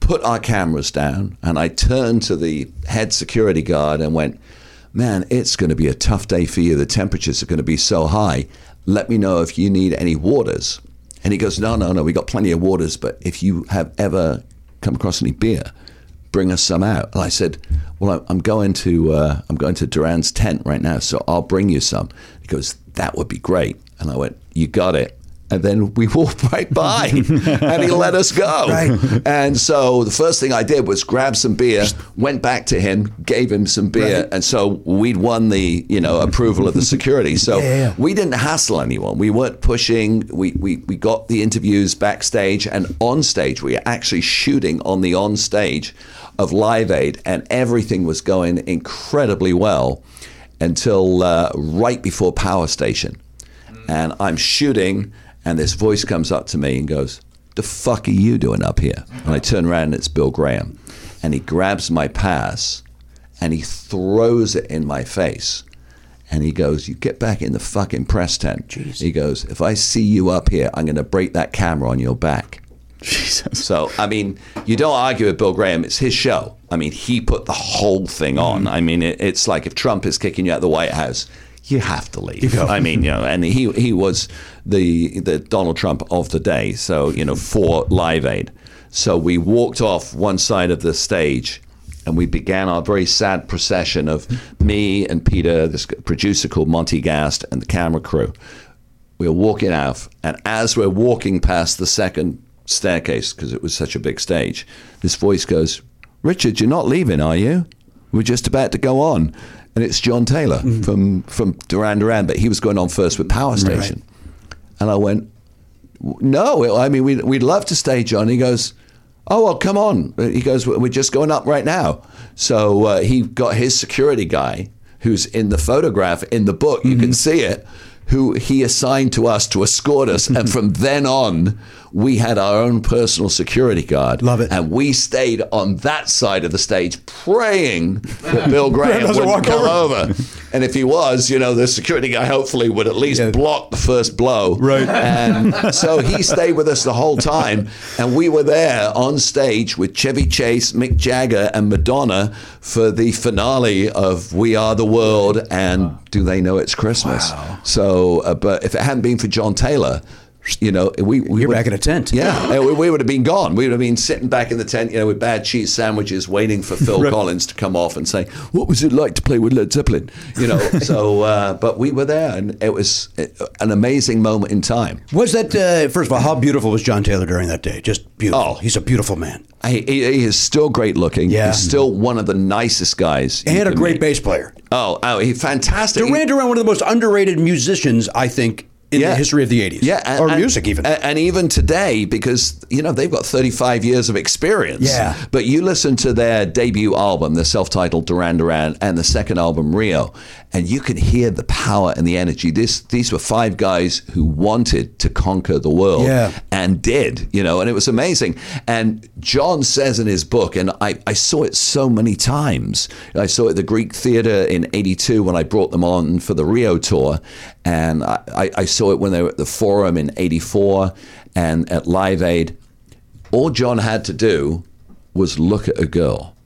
put our cameras down, and I turned to the head security guard and went, Man, it's going to be a tough day for you. The temperatures are going to be so high. Let me know if you need any waters. And he goes, No, no, no, we got plenty of waters, but if you have ever come across any beer, bring us some out. And I said, well, I'm- I'm going to uh, I'm going to Duran's tent right now, so I'll bring you some. He goes, that would be great. And I went, you got it. And then we [laughs] walked right by, and he let us go. And so the first thing I did was grab some beer, went back to him, gave him some beer, and so we'd won the you know approval of the security. So
Yeah, yeah.
we didn't hassle anyone. We weren't pushing. We, we, we got the interviews backstage and on stage. We were actually shooting on the on stage of Live Aid, and everything was going incredibly well until uh, right before Power Station. And I'm shooting, and this voice comes up to me and goes, The fuck are you doing up here? And I turn around, and it's Bill Graham. And he grabs my pass and he throws it in my face. And he goes, You get back in the fucking press tent. He goes, If I see you up here, I'm going to break that camera on your back. Jesus. So, I mean, you don't argue with Bill Graham. It's his show. I mean, he put the whole thing on. I mean, it, it's like if Trump is kicking you out of the White House, you have to leave. I mean, you know, and he, he was the, the Donald Trump of the day. So, you know, for Live Aid. So we walked off one side of the stage and we began our very sad procession of me and Peter, this producer called Monty Gast, and the camera crew. We were walking out, and as we're walking past the second staircase, because it was such a big stage, this voice goes, Richard, you're not leaving, are you? We're just about to go on. And it's John Taylor from, from Duran Duran, but he was going on first with Power Station. And I went, no, I mean, we'd, we'd love to stay, John. He goes, oh, well, come on. He goes, we're just going up right now. So uh, he got his security guy, who's in the photograph in the book, you can see it, who he assigned to us to escort us. and from then on, we had our own personal security guard. Love it. And we stayed on that side of the stage praying that Bill Graham
doesn't
would
walk
come
over.
over over. And if he was, you know, the security guy hopefully would at least block the first blow. Right. And so he stayed with us the whole time. And we were there on stage with Chevy Chase, Mick Jagger, and Madonna for the finale of We Are the World and Do They Know It's Christmas? So, uh, but if it hadn't been for John Taylor, you know, we, we
You're
would-
back in a tent. [laughs]
yeah, uh, we, we would have been gone. We would have been sitting back in the tent, you know, with bad cheese sandwiches, waiting
[laughs]
for Phil Collins to come off and say, "What was it like to play with Led Zeppelin?"
[laughs]
You know. so, uh, but we were there, and it was uh, an amazing moment in time.
Was that uh, first of all? How beautiful was John Taylor during that day? Just beautiful.
Oh.
he's a beautiful man.
I, he, he is still great looking.
Yeah.
He's still one of the nicest guys.
He
you
had a
can
great
meet.
bass player.
Oh, oh, he fantastic. He-
Duran Duran, one of the most underrated musicians, I think, in
Yeah.
the history of the '80s.
Yeah, and,
or
and-
music even.
and, and even today because you know they've got 35 years of experience.
Yeah.
but you listen to their debut album, their self-titled Duran Duran, and the second album Rio, and you can hear the power and the energy. This these were five guys who wanted to conquer the world,
Yeah.
and did you know, and it was amazing. And John says in his book, and I, I saw it so many times. I saw it at the Greek Theater in '82 when I brought them on for the Rio tour, and I, I, I saw it when they were at the Forum in '84 and at Live Aid. All John had to do was look at a girl.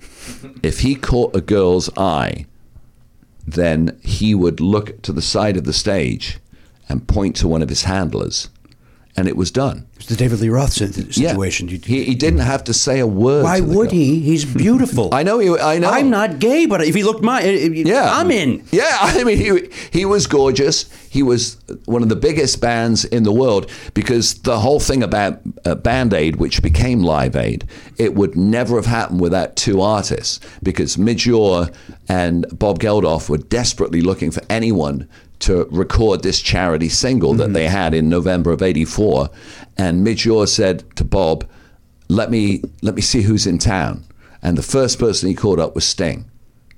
If he caught a girl's eye, then he would look to the side of the stage and point to one of his handlers, and it was done.
It's the David Lee Roth si- situation.
Yeah. He, he didn't have to say a word.
Why
to the
would
girl.
he? He's beautiful.
[laughs] I know. He, I know.
I'm not gay, but if he looked my, yeah,
Yeah.
I'm in.
Yeah, [laughs] I mean, he, he was gorgeous. He was one of the biggest bands in the world because the whole thing about uh, Band Aid, which became Live Aid, it would never have happened without two artists because Midge Ure and Bob Geldof were desperately looking for anyone to record this charity single that they had in November of 84. And Midge Ure said to Bob, let me let me see who's in town. And the first person he called up was Sting,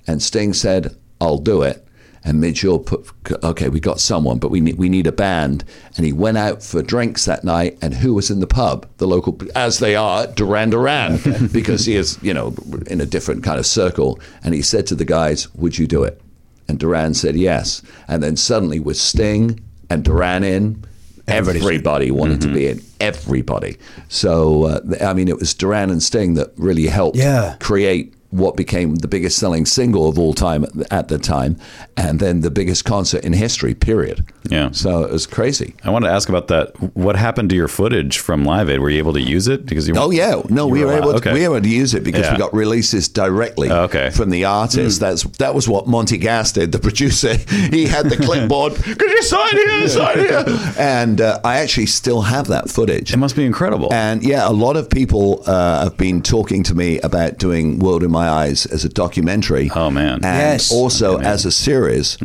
and Sting said, "I'll do it." And Mitchell put, "Okay, we got someone, but we need we need a band." And he went out for drinks that night, and who was in the pub? The local, as they are, Duran Duran, because he is you know in a different kind of circle. And he said to the guys, "Would you do it?" And Duran said yes. And then suddenly, with Sting and Duran in, everybody wanted to be in. Everybody. So, uh, th- I mean, it was Duran and Sting that really helped
Yeah.
create what became the biggest selling single of all time at the- at the time, and then the biggest concert in history, period.
Yeah.
So it was crazy.
I wanted to ask about that. What happened to your footage from Live Aid? Were you able to use it? Because you
Oh yeah, no, we
were
were, able to,
allowed- okay.
we were able to use it because
Yeah.
we got releases directly
Oh, okay. Hmm.
from the artist. That's that was what Monty Gas did, the producer. [laughs] He had the
[laughs]
clipboard. Could you sign here, sign here? [laughs] And uh, I actually still have that footage.
It must be incredible.
And yeah, a lot of people uh, have been talking to me about doing World in My Eyes as a documentary.
Oh, man. Mm-hmm.
And
Yes.
also as a series.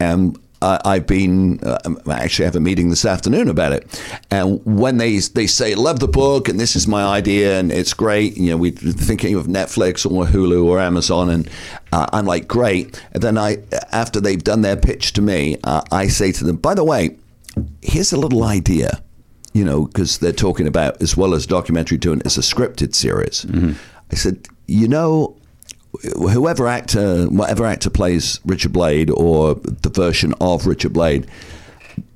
And I, I've been uh, I actually have a meeting this afternoon about it. And when they they say love the book and this is my idea and it's great, you know, we're thinking of Netflix or Hulu or Amazon, and uh, I'm like great. And then I after they've done their pitch to me, uh, I say to them, by the way, here's a little idea you know, because they're talking about as well as documentary doing it as a scripted series. I said, you know, whoever actor, whatever actor plays Richard Blade or the version of Richard Blade,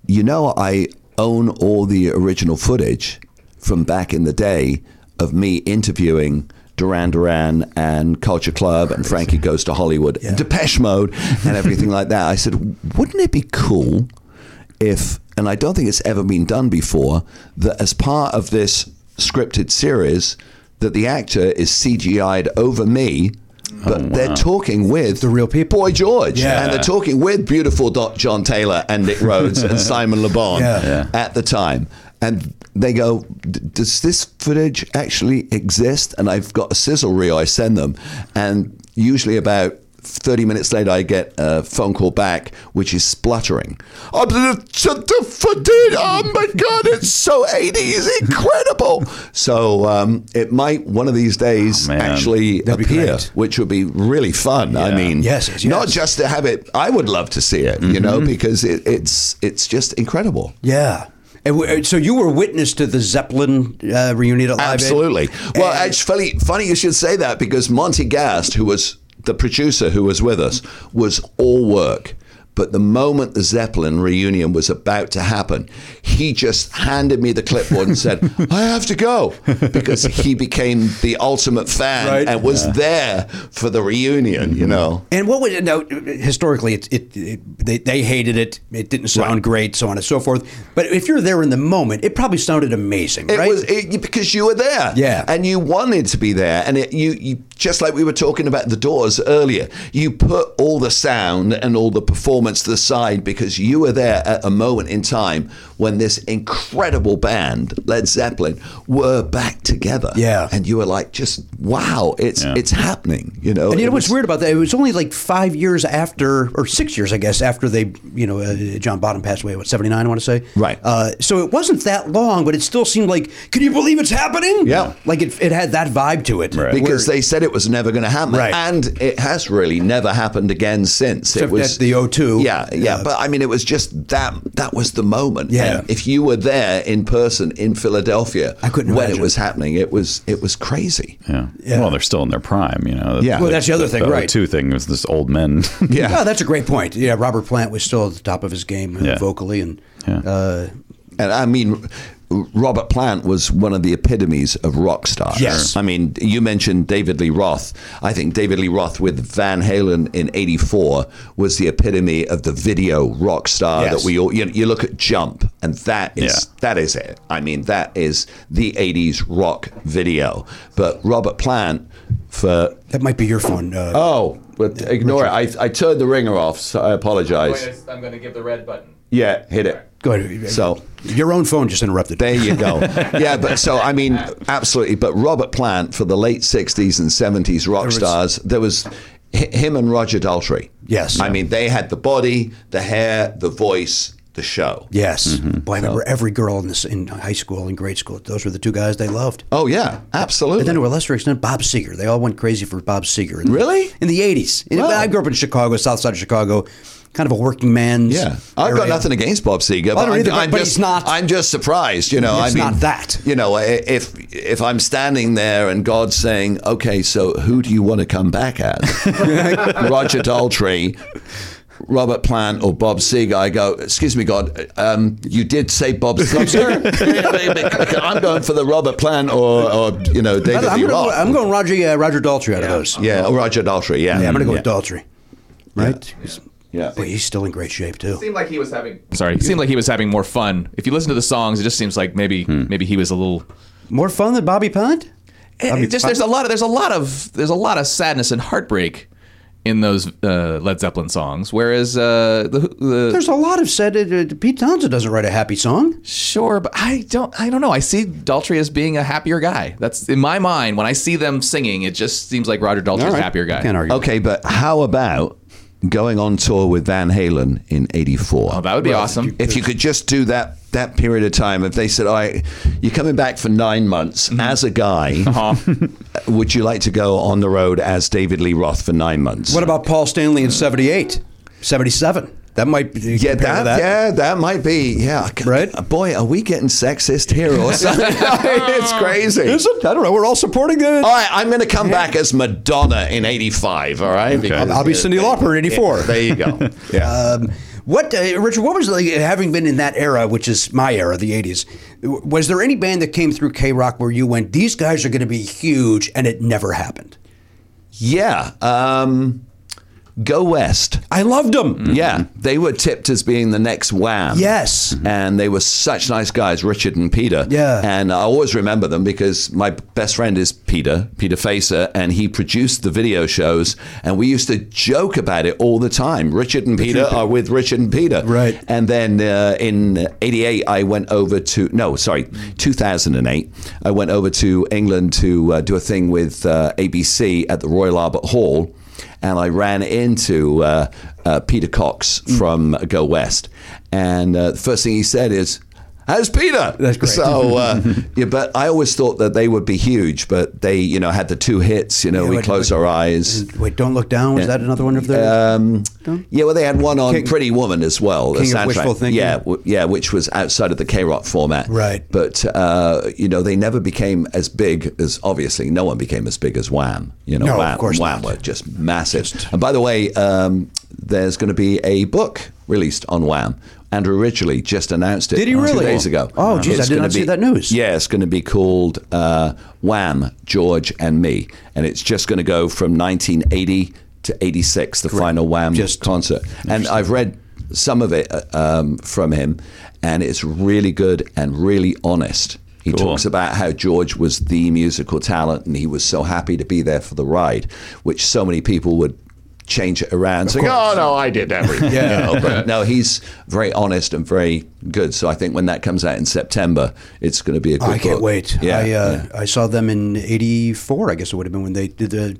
you know, I own all the original footage from back in the day of me interviewing Duran Duran and Culture Club and Frankie Goes to Hollywood, Depeche Mode, and everything like that. I said, wouldn't it be cool if, and I don't think it's ever been done before, that as part of this scripted series, that the actor is CGI'd over me. But they're talking with the
real people.
Boy George,
Yeah.
and they're talking with beautiful Doc John Taylor and Nick Rhodes and Simon Le Bon
Yeah.
Yeah.
at the time. And they go, "D- Does this footage actually exist? And I've got a sizzle reel I send them. And usually about 30 minutes later, I get a phone call back, which is spluttering. Oh, the- the- the footage, oh my God, it's so 80s, incredible. So um, it might one of these
Oh,
days
man.
actually
That'd be
appear,
great.
which would be really fun. I mean,
Yes, yes,
not
yes. Mm-hmm.
just to have it. I would love to see it, you know, because it, it's it's just incredible.
Yeah. And w- so you were witness to the Zeppelin uh, reunion at Live Aid?
Absolutely. Well,
And-
actually, funny you should say that because Monty Gast, who was the producer who was with us, was all work. But the moment the Zeppelin reunion was about to happen, he just handed me the clipboard and said, [laughs] I have to go. Because he became the ultimate fan
Right.
and was there for the reunion, you know.
And what would now historically? It, it, it they, they hated it. It didn't sound great, so on and so forth. But if you're there in the moment, it probably sounded amazing,
It
right?
was it, because you were there,
Yeah.
and you wanted to be there, and it, you, you just like we were talking about the Doors earlier. You put all the sound and all the performance to the side because you were there at a moment in time when this incredible band, Led Zeppelin, were back together.
Yeah.
and you were like, just wow, it's
Yeah.
it's happening. You know,
and you
It
know what's
was-
weird about that? It was only like five years after, or six years, I guess, after they, you know, uh, John Bottom passed away. What seventy nine? I want to say.
Right.
Uh, so it wasn't that long, but it still seemed like, can you believe it's happening?
Yeah.
Like it, it had that vibe to it.
Right.
Because they said it was never going to happen,
Right.
and it has really never happened again since.
Except
it was
at the O2.
Yeah, yeah,
Yeah.
But I mean, it was just that that was the moment.
Yeah.
And if you were there in person in Philadelphia,
I couldn't
when
imagine.
it was happening, it was it was crazy.
Yeah. Well, they're still in their prime, you know.
Yeah. Well,
that's the other thing, right.
Two thing is this old men. [laughs]
Yeah.
Oh, that's a great point. Yeah, Robert Plant was still at the top of his game uh,
Yeah.
vocally and
Yeah.
uh,
And I mean, Robert Plant was one of the epitomes of rock stars.
Yes.
I mean, you mentioned David Lee Roth. I think David Lee Roth with Van Halen in 84 was the epitome of the video rock star
Yes.
that we all, you, you look at Jump, and that is, that is it. I mean, that is the 80s rock video. But Robert Plant, for
That might be your phone. Uh,
Oh, but ignore it. I, I turned the ringer off, so I apologize.
I'm going to give the red button.
Yeah, hit it.
Go ahead.
So
your own phone just interrupted.
There
[laughs]
you go. yeah, but so I mean, absolutely. But Robert Plant for the late '60s and '70s rock stars, there was hi- him and Roger Daltrey.
Yes.
I mean they had the body, the hair, the voice, the show.
Yes.
Mm-hmm.
Boy, I remember every girl in this in high school and grade school. Those were the two guys they loved.
Oh yeah, absolutely.
And then to a lesser extent, Bob Seger. They all went crazy for Bob Seger. In
Really?
The, in the eighties. I grew up in Chicago, South Side of Chicago, kind of a working man's.
Yeah, I've got
area.
nothing against Bob Seger,
I don't
I'm,
either, but-
I'm
but
just,
he's not-
I'm just surprised, you know.
It's
I mean,
not that.
You know, i- if if I'm standing there and God's saying, "Okay, so who do you want to come back at?" [laughs] Roger Daltrey, Robert Plant, or Bob Seger? I go, "Excuse me, God, um, you did
[laughs]
say Bob Seger. [laughs] I'm going for the Robert Plant or, or you know David
I'm,
Lee
gonna,
Roth.
I'm going Roger uh, Roger Daltrey out of those.
yeah, or Roger Daltrey. Yeah,
Yeah, I'm going to go with
Yeah.
Daltrey. Right?
Yeah.
Boy, he's still in great shape too.
Seemed like he was having. Sorry, it seemed like he was having more fun. If you listen to the songs, it just seems like maybe maybe he was a little.
More fun than Bobby Pond?
It-
Bobby
it just
Pond-
there's a lot of there's a lot of there's a lot of sadness and heartbreak in those uh, Led Zeppelin songs. Whereas uh, the, the
There's a lot of said. Uh, Pete Townsend doesn't write a happy song.
Sure, but I don't. I don't know. I see Daltrey as being a happier guy. That's in my mind. When I see them singing, it just seems like Roger Daltrey's
All
a
right.
happier guy.
Can't argue.
Okay, but how about going on tour with Van Halen in '84?
Oh, that would be awesome.
if you could just do that that period of time, if they said, "All right, you're coming back for nine months
Mm-hmm.
as a
[laughs]
guy,"
Uh-huh.
[laughs] would you like to go on the road as David Lee Roth for nine months?
What about Paul Stanley in 78, 77? That might be.
yeah,
compared to
that, yeah, that might be. Yeah,
Right?
[laughs] Boy, are we getting sexist here
[laughs]
or something? [laughs] it's crazy.
Is it? I don't know. We're all supporting the.
all right, I'm going to come back as Madonna in '85. All right, Because-
I'll be Cyndi Lauper in 84.
There you
[laughs]
go. Yeah.
Um, what uh, Richard? What was like having been in that era, which is my era, the '80s? w- Was there any band that came through K Rock where you went, "These guys are going to be huge," and it never happened?
Yeah. Um, Go West.
I loved them.
Yeah. They were tipped as being the next Wham. Mm-hmm.
Yes.
And they were such nice guys, Richard and Peter.
Yeah.
And I always remember them because my best friend is Peter, Peter Facer, and he produced the video shows. And we used to joke about it all the time. Richard and Peter are with Richard and Peter.
Right.
And then uh, in 88, I went over to, no, sorry, 2008, I went over to England to uh, do a thing with uh, ABC at the Royal Albert Hall. And I ran into uh, uh, Peter Cox from Go West. And uh, the first thing he said is, How's Peter? That's
great.
So, uh, yeah, but I always thought that they would be huge, but they, you know, had the two hits, you know,
Yeah,
we
what-
close
what-
our eyes.
Wait, don't look down. Was that another one of theirs?
Um, yeah, well, they had one on
King-
Pretty Woman as well. the
King of
soundtrack.
Wishful Thinking.
Yeah, w- yeah, which was outside of the K Rock format.
Right.
But, uh, you know, they never became as big as, obviously, no one became as big as Wham. You know,
No, of
Wham,
course
Wham
not.
were just massive. And by the way, um, there's going to be a book released on Wham. Andrew Ridgely just announced it
Did he
two
really?
days ago.
Oh, geez, I
It's
did not
gonna
see
be-
that news.
Yeah, it's going to be called uh, Wham, George and Me. And it's just going to go from 1980 to 86, the final Wham
Just-
concert. And I've read some of it uh, um, from him, and it's really good and really honest. He talks about how George was the musical talent and he was so happy to be there for the ride, which so many people would change it around saying, oh, no, I
[laughs]
did everything. yeah. but no, he's very honest and very good. So I think when that comes out in September, it's going to be a good
I can't
book.
wait.
Yeah.
I,
yeah.
uh, I saw them in 84, I guess it would have been when they did the.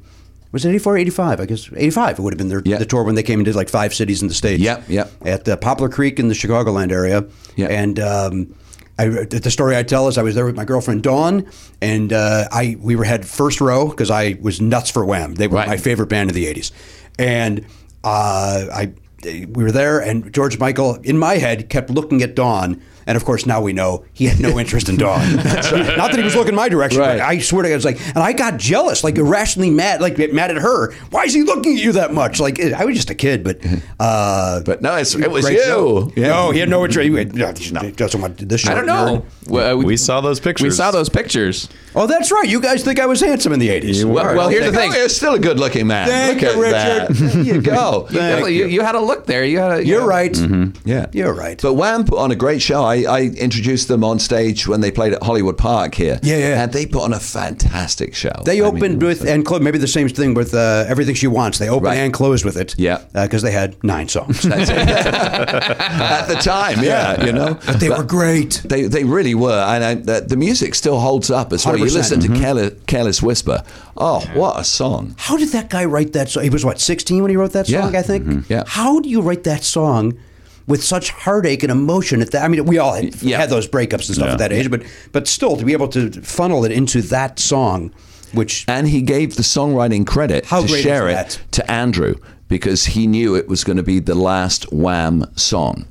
Was it 84, 85? I guess 85 it would have been their,
Yeah.
the tour when they came and did like five cities in the States.
Yep, yep.
At the Poplar Creek in the Chicagoland area.
Yeah.
And um, I, the story I tell is I was there with my girlfriend Dawn, and uh, I we were had first row because I was nuts for Wham. They were
Right.
my favorite band of the 80s. And uh, I we were there, and George Michael, in my head, kept looking at Dawn. And of course, now we know he had no interest in Dawn.
[laughs]
Not that he was looking my direction. but
Right.
I swear to God, it's like, and I got jealous, like irrationally mad, like mad at her. Why is he looking at you that much? Like I was just a kid, but uh,
Mm-hmm.
But no, it's, it was
great
you.
show.
Yeah.
No, he had no interest. He had- no, he doesn't want this show.
[laughs] I don't know.
[laughs] nerd.
Well, uh,
We saw those pictures.
We saw those pictures.
Oh, that's right. You guys think I was handsome in the 80s.
Well- were. well, here's the thing.
Oh, You're still a good looking man.
Thank
Look
you,
at
Richard.
[laughs] that.
There you go. [laughs]
You, definitely- you- you had a look there. You had a, you
You're
know.
right.
Mm-hmm.
Yeah.
You're right.
But Wham put on a great show. I, I introduced them on stage when they played at Hollywood Park here.
Yeah, yeah.
And they put on a fantastic show.
They
I mean,
opened with [laughs] and closed. Maybe the same thing with uh, everything she wants. They opened
Right.
and closed with it.
Yeah.
because they had nine
[laughs]
songs.
That's it. [laughs] At the time, yeah, you know,
But they were great.
They they really were, and I, the, the music still holds up as well. You
100%.
listen to Careless,
Mm-hmm.
Careless Whisper. Oh, what a song!
How did that guy write that song? He was what sixteen when he wrote that
Yeah.
song, I think.
Mhm. Yeah.
How do you write that song with such heartache and emotion? At that, I mean, we all had,
Yeah.
had those breakups and stuff at that age, but but still to be able to funnel it into that song, which
And he gave the songwriting credit
How
to
great
share
is
it
that?
to Andrew because he knew it was going to be the last Wham song.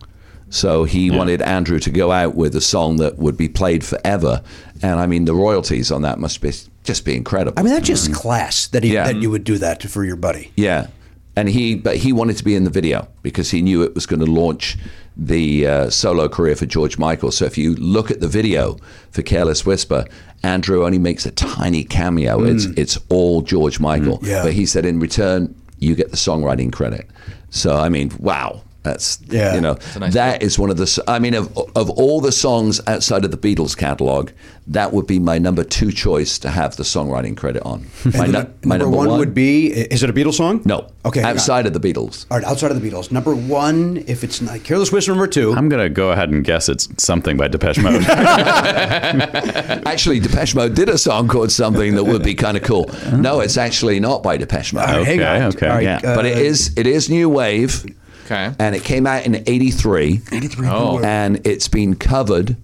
So he wanted Andrew to go out with a song that would be played forever, and I mean the royalties on that must be just be incredible.
I mean, that's just class that he,
Mm-hmm. Yeah.
that you would do that for your buddy.
Yeah, and he but he wanted to be in the video because he knew it was going to launch the uh, solo career for George Michael. So if you look at the video for Careless Whisper, Andrew only makes a tiny cameo. It's it's all George Michael.
Mm. Yeah.
But he said in return you get the songwriting credit. So I mean, wow. That's
Yeah.
you know that is one of the s- I mean of of all the songs outside of the Beatles catalog that would be my number two choice to have the songwriting credit
[laughs]
on my, nu- my
number, one, would be is it a Beatles song?
no.
Okay. hang on.
Outside of the Beatles.
All right, outside of the Beatles. Number one, if it's not Careless Whisper, number 2
I'm gonna go ahead and guess it's something by Depeche Mode.
Actually, Depeche Mode did a song called something that would be kind of cool. No, it's actually not by Depeche Mode.
All right, hang
Okay,
on.
okay.
All right, uh,
Yeah.
But it is it is new wave.
Okay.
And it came out in 83
Oh.
and it's been covered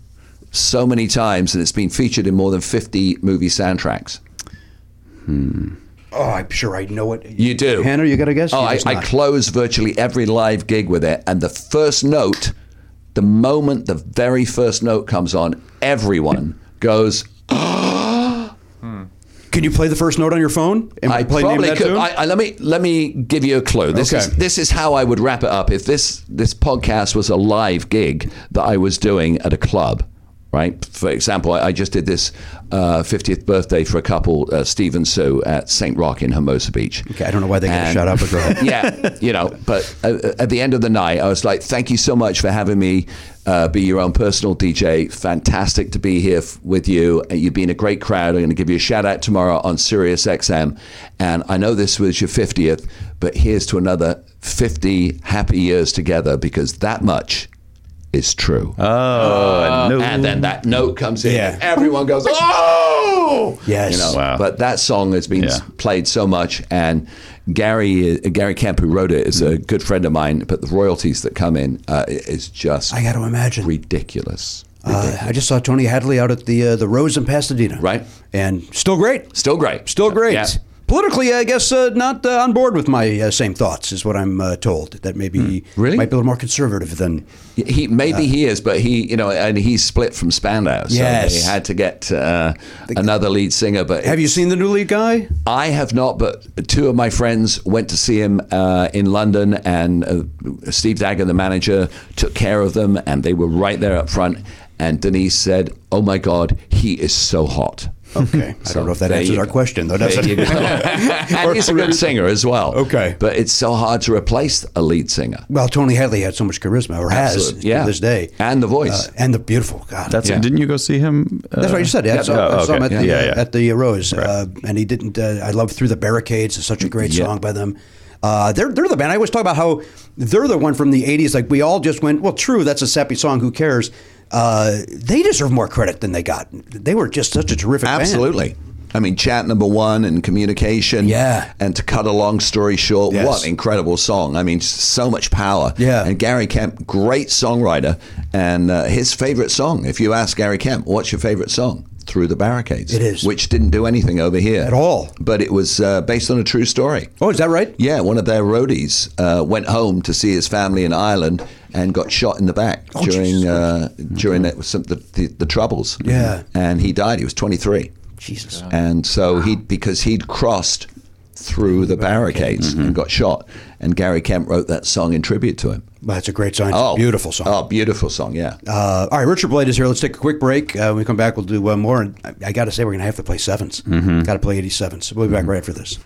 so many times and it's been featured in more than 50 movie soundtracks.
Oh, I'm sure I know it.
You do.
Hannah, you got to guess?
Oh,
You
I,
guess
I
not.
close virtually every live gig with it, and the first note, the moment the very first note comes on, everyone goes.
Can you play the first note on your phone? And
I
play
probably
name that
could.
tune?
I, I, let me let me give you a clue. This
Okay.
is this is how I would wrap it up. If this this podcast was a live gig that I was doing at a club, right? For example, I, I just did this uh, 50th birthday for a couple, uh, Steve and Sue, at Saint Rock in Hermosa Beach.
okay, I don't know why they got to
And-
shut up a girl.
[laughs] yeah, you know. But uh, at the end of the night, I was like, "Thank you so much for having me uh, be your own personal DJ. Fantastic to be here f- with you. Uh, You've been a great crowd. I'm going to give you a shout out tomorrow on Sirius XM. And I know this was your 50th, but here's to another 50 happy years together because that much." Is true,
[laughs] oh, no.
Uh, and then that note comes in,
Mm. Yeah.
and everyone goes, "Oh!"
Yes.
you know.
Wow.
But that song has been
Yeah.
played so much, and Gary uh, Gary Kemp, who wrote it, is a
Mm.
good friend of mine. But the royalties that come in uh, i- is just
I got to imagine.
ridiculous.
Uh, I just saw Tony Hadley out at the uh, the Rose in Pasadena.
Right.
And still great.
Still great.
Still great.
Yeah.
Politically, I guess uh, not uh, on board with my uh, same thoughts is what I'm uh, told. That maybe
Hmm. Really?
might be a little more conservative than
He maybe
Uh.
he is, but he you know, and he split from Spandau, so
Yes.
they had to get uh, another lead singer. But
Have you seen the new lead guy?
I have not, but two of my friends went to see him uh, in London, and uh, Steve Dagger, the manager, took care of them, and they were right there up front. And Denise said, "Oh my God, he is so hot."
Okay. Oh, [laughs] I don't know if that
there
answers
you
our
go.
question, though, does
There you go.
[laughs] it?
and he's a good singer as well.
Okay.
but it's so hard to replace a lead singer.
Well, Tony Hadley had so much charisma, or has
Absolute, yeah.
to this day,
And the voice.
Uh, and the beautiful God.
That's
Yeah.
it. Didn't you go see him? uh,
That's what you said. I saw,
oh,
I saw him at
okay.
the,
yeah, yeah.
At the Rose, uh, and he didn't. Uh, I love "Through the Barricades." It's such a great
Yeah.
song by them. Uh, they're they're the band. I always talk about how they're the one from the '80s. Like we all just went, well, true, that's a sappy song. Who cares? Uh, they deserve more credit than they got. They were just such a terrific band.
Absolutely. I mean, chat number one and communication.
Yeah.
And to cut a long story short,
Yes.
what an incredible song. I mean, s- so much power.
Yeah.
And Gary Kemp, great songwriter. And uh, his favorite song, if you ask Gary Kemp, what's your favorite song? Through the Barricades.
It is.
Which didn't do anything over here.
At all.
But it was uh, based on a true story.
Oh, is that right?
Yeah, one of their roadies uh, went home to see his family in Ireland and got shot in the back
Oh,
during uh, during it was some, the, the the troubles.
Yeah.
and he died. He was 23,
Jesus.
and so he because he'd crossed through the barricades and got shot. And Gary Kemp wrote that song in tribute to him.
Well, that's a great song. Oh, beautiful song.
Oh, beautiful song. Yeah.
Uh, all right, Richard Blade is here. Let's take a quick break. Uh, when we come back, we'll do one more. And I, I got to say, we're going to have to play 7s
Mhm.
Got to play 87s. We'll be
Mm-hmm.
back right after this.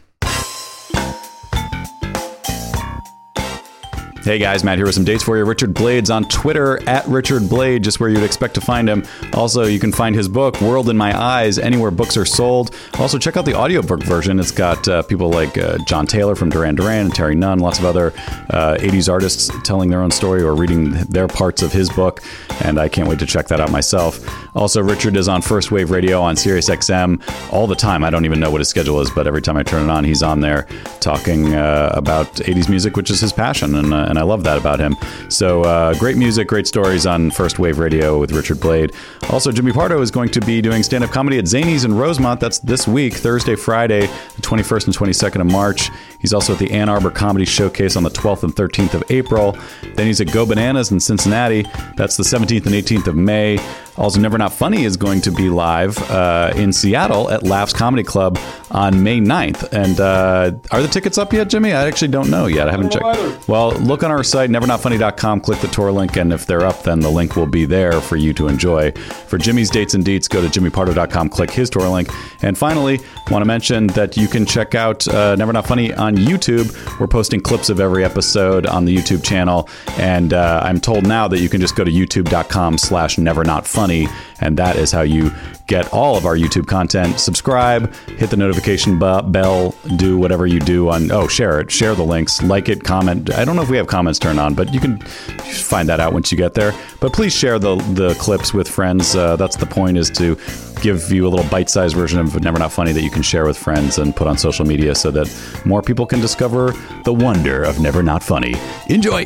Hey guys, Matt here with some dates for you. Richard Blades on Twitter at Richard Blade, just where you'd expect to find him. Also, you can find his book, World in My Eyes, anywhere books are sold. Also, check out the audiobook version. It's got uh, people like uh, John Taylor from Duran Duran and Terry Nunn, lots of other uh, 80s artists telling their own story or reading their parts of his book. And I can't wait to check that out myself. Also, Richard is on First Wave Radio on Sirius XM all the time. I don't even know what his schedule is, but every time I turn it on, he's on there talking uh, about 80s music, which is his passion, and, uh, and I love that about him. So uh, great music, great stories on First Wave Radio with Richard Blade. Also, Jimmy Pardo is going to be doing stand up comedy at Zanies in Rosemont. That's this week, Thursday, Friday, the 21st and 22nd of March. He's also at the Ann Arbor Comedy Showcase on the 12th and 13th of April. Then he's at Go Bananas in Cincinnati. That's the 17th and 18th of May. Also, Never Not Funny is going to be live uh, in Seattle at Laughs Comedy Club on May 9th. And uh, are the tickets up yet, Jimmy? I actually don't know yet. I haven't checked. Well, look on our site, nevernotfunny.com, click the tour link, and if they're up, then the link will be there for you to enjoy. For Jimmy's dates and deets, go to jimmypardo.com, click his tour link. And finally, want to mention that you can check out uh, Never Not Funny on YouTube. We're posting clips of every episode on the YouTube channel, and uh, I'm told now that you can just go to youtube.com slash never not funny, and that is how you get all of our YouTube content. Subscribe, hit the notification bu- bell, do whatever you do on, oh, share it, share the links, like it, comment. I don't know if we have comments turned on, but you can find that out once you get there. But please share the, the clips with friends. Uh, that's the point is to give you a little bite-sized version of Never Not Funny that you can share with friends and put on social media so that more people can discover the wonder of Never Not Funny. Enjoy.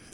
[laughs]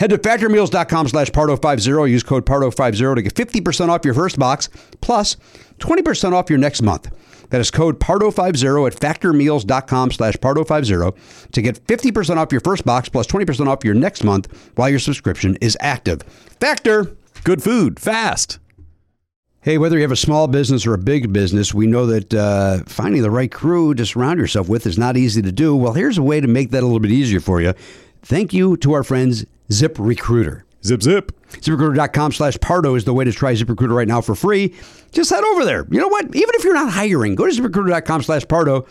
Head to factormeals.com slash pardo50. oh. Use code pardo50 to get 50% off your first box plus 20% off your next month. That is code pardo50 at factormeals.com slash pardo50 to get 50% off your first box plus 20% off your next month while your subscription is active. Factor.
Good food, fast.
Hey, whether you have a small business or a big business, we know that uh, finding the right crew to surround yourself with is not easy to do. Well, here's a way to make that a little bit easier for you. Thank you to our friends Zip Recruiter.
Zip zip.
ZipRecruiter.com slash Pardo is the way to try ZipRecruiter right now for free. Just head over there. You know what? Even if you're not hiring, go to ZipRecruiter.com slash Pardo.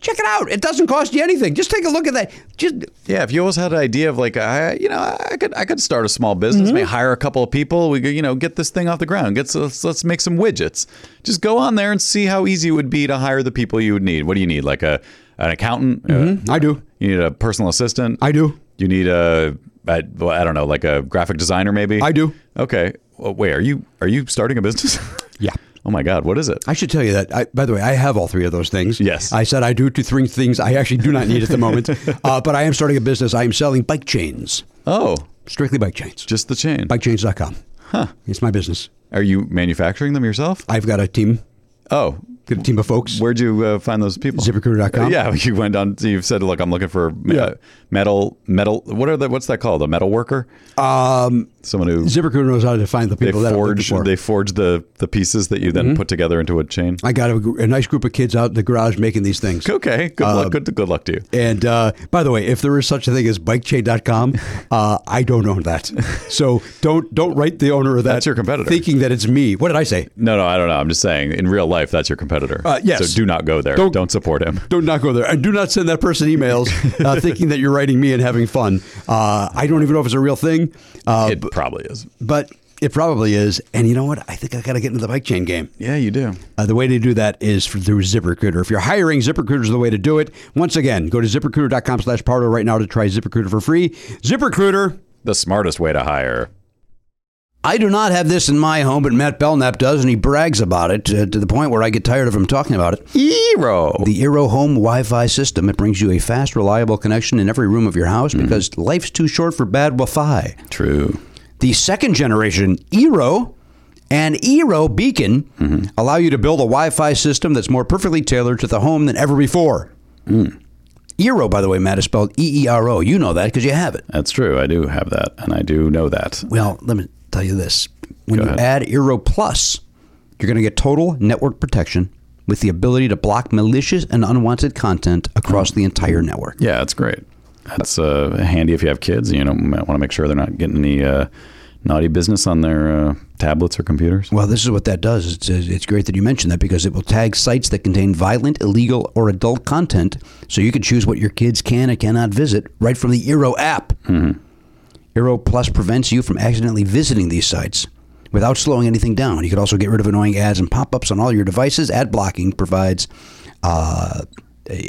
Check it out. It doesn't cost you anything. Just take a look at that. Just
Yeah, if you always had an idea of like, I, you know, I could, I could start a small business, maybe
Mm-hmm.
hire a couple of people. We could, you know, get this thing off the ground. Get so- let's, let's make some widgets. Just go on there and see how easy it would be to hire the people you would need. What do you need? Like a an accountant? Uh,
Mm-hmm. I do.
You need a personal assistant.
I do.
You need a I, well, I don't know, like a graphic designer, maybe.
I do.
Okay. Well, wait, are you are you starting a business? [laughs]
Yeah.
Oh my God, what is it?
I should tell you that. I, by the way, I have all three of those things.
Yes.
I said I do two, three things I actually do not need at the moment,
[laughs]
uh, but I am starting a business. I am selling bike chains,
Oh,
strictly bike chains.
just the chain.
Bikechains.com. Huh. It's my business.
Are you manufacturing them yourself?
I've got a team.
Oh,
Get a team of folks.
Where'd you uh, find those people?
ZipRecruiter.com.
Uh, yeah, [laughs] you went on. You've said, "Look, I'm looking for me- uh,
Yeah.
metal, metal. What are the? What's that called? A metal worker?
Um,
Someone who
ZipRecruiter knows how to find the
they
people that are looking
forge
for. Mm-hmm.
they forge the the pieces that you then put together into a chain.
I got a, gr- a nice group of kids out in the garage making these things.
Okay, good
Uh,
luck. Good good luck to you.
And uh, by the way, if there is such a thing
[laughs]
as bikechain.com, uh, I don't own that. So don't don't write the owner of that.
That's your competitor.
Thinking that it's me. What did I say?
No, no, I don't know. I'm just saying, in real life, that's your competitor.
Uh, yes.
So do not go there.
Don't-
Don't, support him.
Don't not go there. And do not send that person emails uh, thinking that you're writing me and having fun. Uh, I don't even know if it's a real thing, uh,
it probably is.
but it probably is. And you know what? I think I got to get into the bike chain game.
Yeah, you do.
Uh, the way to do that is for- through ZipRecruiter. If you're hiring, ZipRecruiter is the way to do it. Once again, go to ZipRecruiter.com slash Pardo right now to try ZipRecruiter for free. ZipRecruiter.
The smartest way to hire.
I do not have this in my home, but Matt Belknap does, and he brags about it uh, to the point where I get tired of him talking about it.
Hero.
The Eero Home Wi-Fi system. It brings you a fast, reliable connection in every room of your house
Mm-hmm.
because life's too short for bad Wi-Fi.
True.
The second generation Eero and Eero Beacon
Mm-hmm.
allow you to build a Wi-Fi system that's more perfectly tailored to the home than ever before.
Mm.
Eero, by the way, Matt, is spelled E E-E-R-O. You know that because you have it.
That's true. I do have that, and I do know that.
Well, let me tell you this. When
Go
you
ahead.
add Eero Plus, you're going to get total network protection with the ability to block malicious and unwanted content
Mm.
across the entire network.
Yeah, that's great. That's uh, handy if you have kids. You know, might want to make sure they're not getting any uh, naughty business on their uh, tablets or computers.
Well, this is what that does. It's, it's great that you mentioned that because it will tag sites that contain violent, illegal, or adult content so you can choose what your kids can and cannot visit right from the Eero app. Eero Plus prevents you from accidentally visiting these sites without slowing anything down. You can also get rid of annoying ads and pop ups on all your devices. Ad blocking provides uh,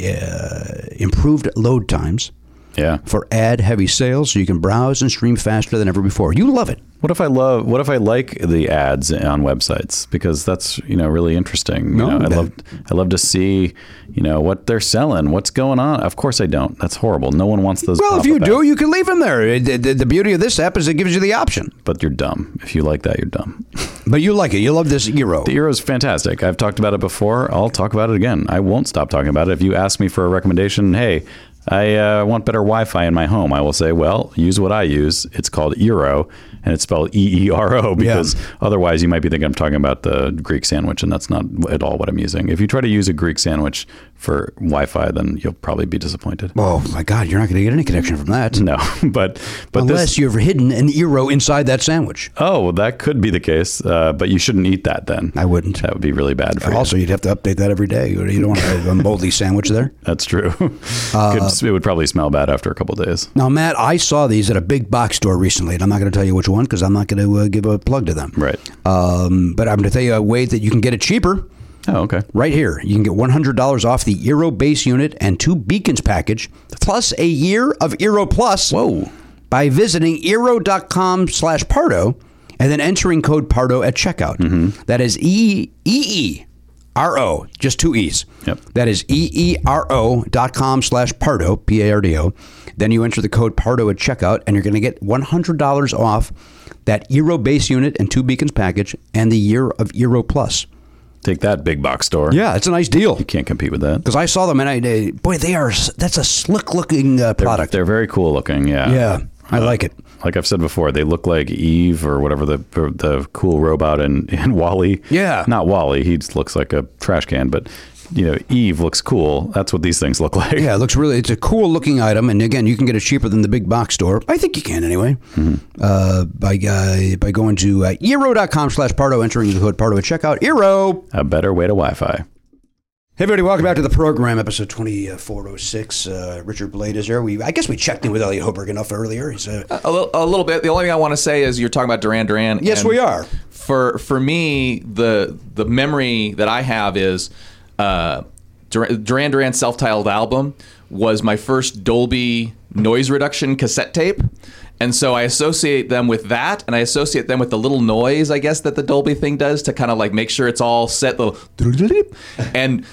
uh, improved load times
Yeah.
for ad heavy sales so you can browse and stream faster than ever before. You love it.
What if I love? What if I like the ads on websites because that's you know really interesting.
No,
you know, I
that-
love I love to see you know what they're selling, what's going on. Of course I don't. That's horrible. No one wants those.
Well, if you
pop-up
do,
ads.
you can leave them there. The, the- the beauty of this app is it gives you the option.
but you're dumb. If you like that, you're dumb.
But you like it. You love this Eero.
The Eero's fantastic. I've talked about it before. I'll talk about it again. I won't stop talking about it. If you ask me for a recommendation, hey, I uh, want better Wi-Fi in my home, I will say, well, use what I use. It's called Eero, and it's spelled E E-E-R-O because otherwise you might be thinking I'm talking about the Greek sandwich, and that's not at all what I'm using. If you try to use a Greek sandwich for Wi-Fi, then you'll probably be disappointed. [laughs]
oh my God, you're not going to get any connection from that.
No, [laughs] but but
Unless
this,
you've hidden an Eero inside that sandwich.
oh, well, that could be the case. Uh, but you shouldn't eat that then.
I wouldn't.
That would be really bad for you.
Also, you'd have to update that every day. You don't want to a moldy sandwich there.
That's true. [laughs]
Uh,
Could- it would probably smell bad after a couple days.
Now, Matt, I saw these at a big box store recently, and I'm not going to tell you which one because I'm not going to uh, give a plug to them.
Right.
Um, but I'm going to tell you a way that you can get it cheaper.
Oh, okay.
Right here, you can get $100 off the Eero base unit and two beacons package, plus a year of Eero Plus.
Whoa.
By visiting Eero.com slash Pardo and then entering code Pardo at checkout. That is E E E R O, just two E's.
Yep.
That is E E R O dot com slash Pardo, P A R D O. Then you enter the code Pardo at checkout and you're going to get $100 off that Eero base unit and two beacons package and the year of Eero Plus.
Take that big box store.
Yeah, it's a nice deal.
You can't compete with that.
Because I saw them and I, they, boy, they are. s- That's a slick looking uh, product.
They're very cool looking. Yeah.
yeah, I like it.
Like I've said before, they look like Eve or whatever the or the cool robot in, [laughs] in Wally.
Yeah.
Not Wally. He just looks like a trash can, but you know, Eve looks cool. That's what these things look [laughs] like.
Yeah, it looks really. It's a cool looking item, and again, you can get it cheaper than the big box store. I think you can anyway. Uh, by uh, by going to uh, eero.com slash pardo, entering the code pardo at checkout. Eero.
A better way to Wi-Fi.
Hey everybody, welcome back to the program, episode twenty four oh six. Richard Blade is there. We I guess we checked in with Elliot Hoberg enough earlier. He's uh,
A, li- a little bit. The only thing I want to say is you're talking about Duran Duran.
Yes,
and
we are.
For for me, the the memory that I have is uh, Duran Duran Duran's self-titled album was my first Dolby noise reduction cassette tape. And so I associate them with that, and I associate them with the little noise, I guess, that the Dolby thing does to kind of like make sure it's all set. Little [laughs] and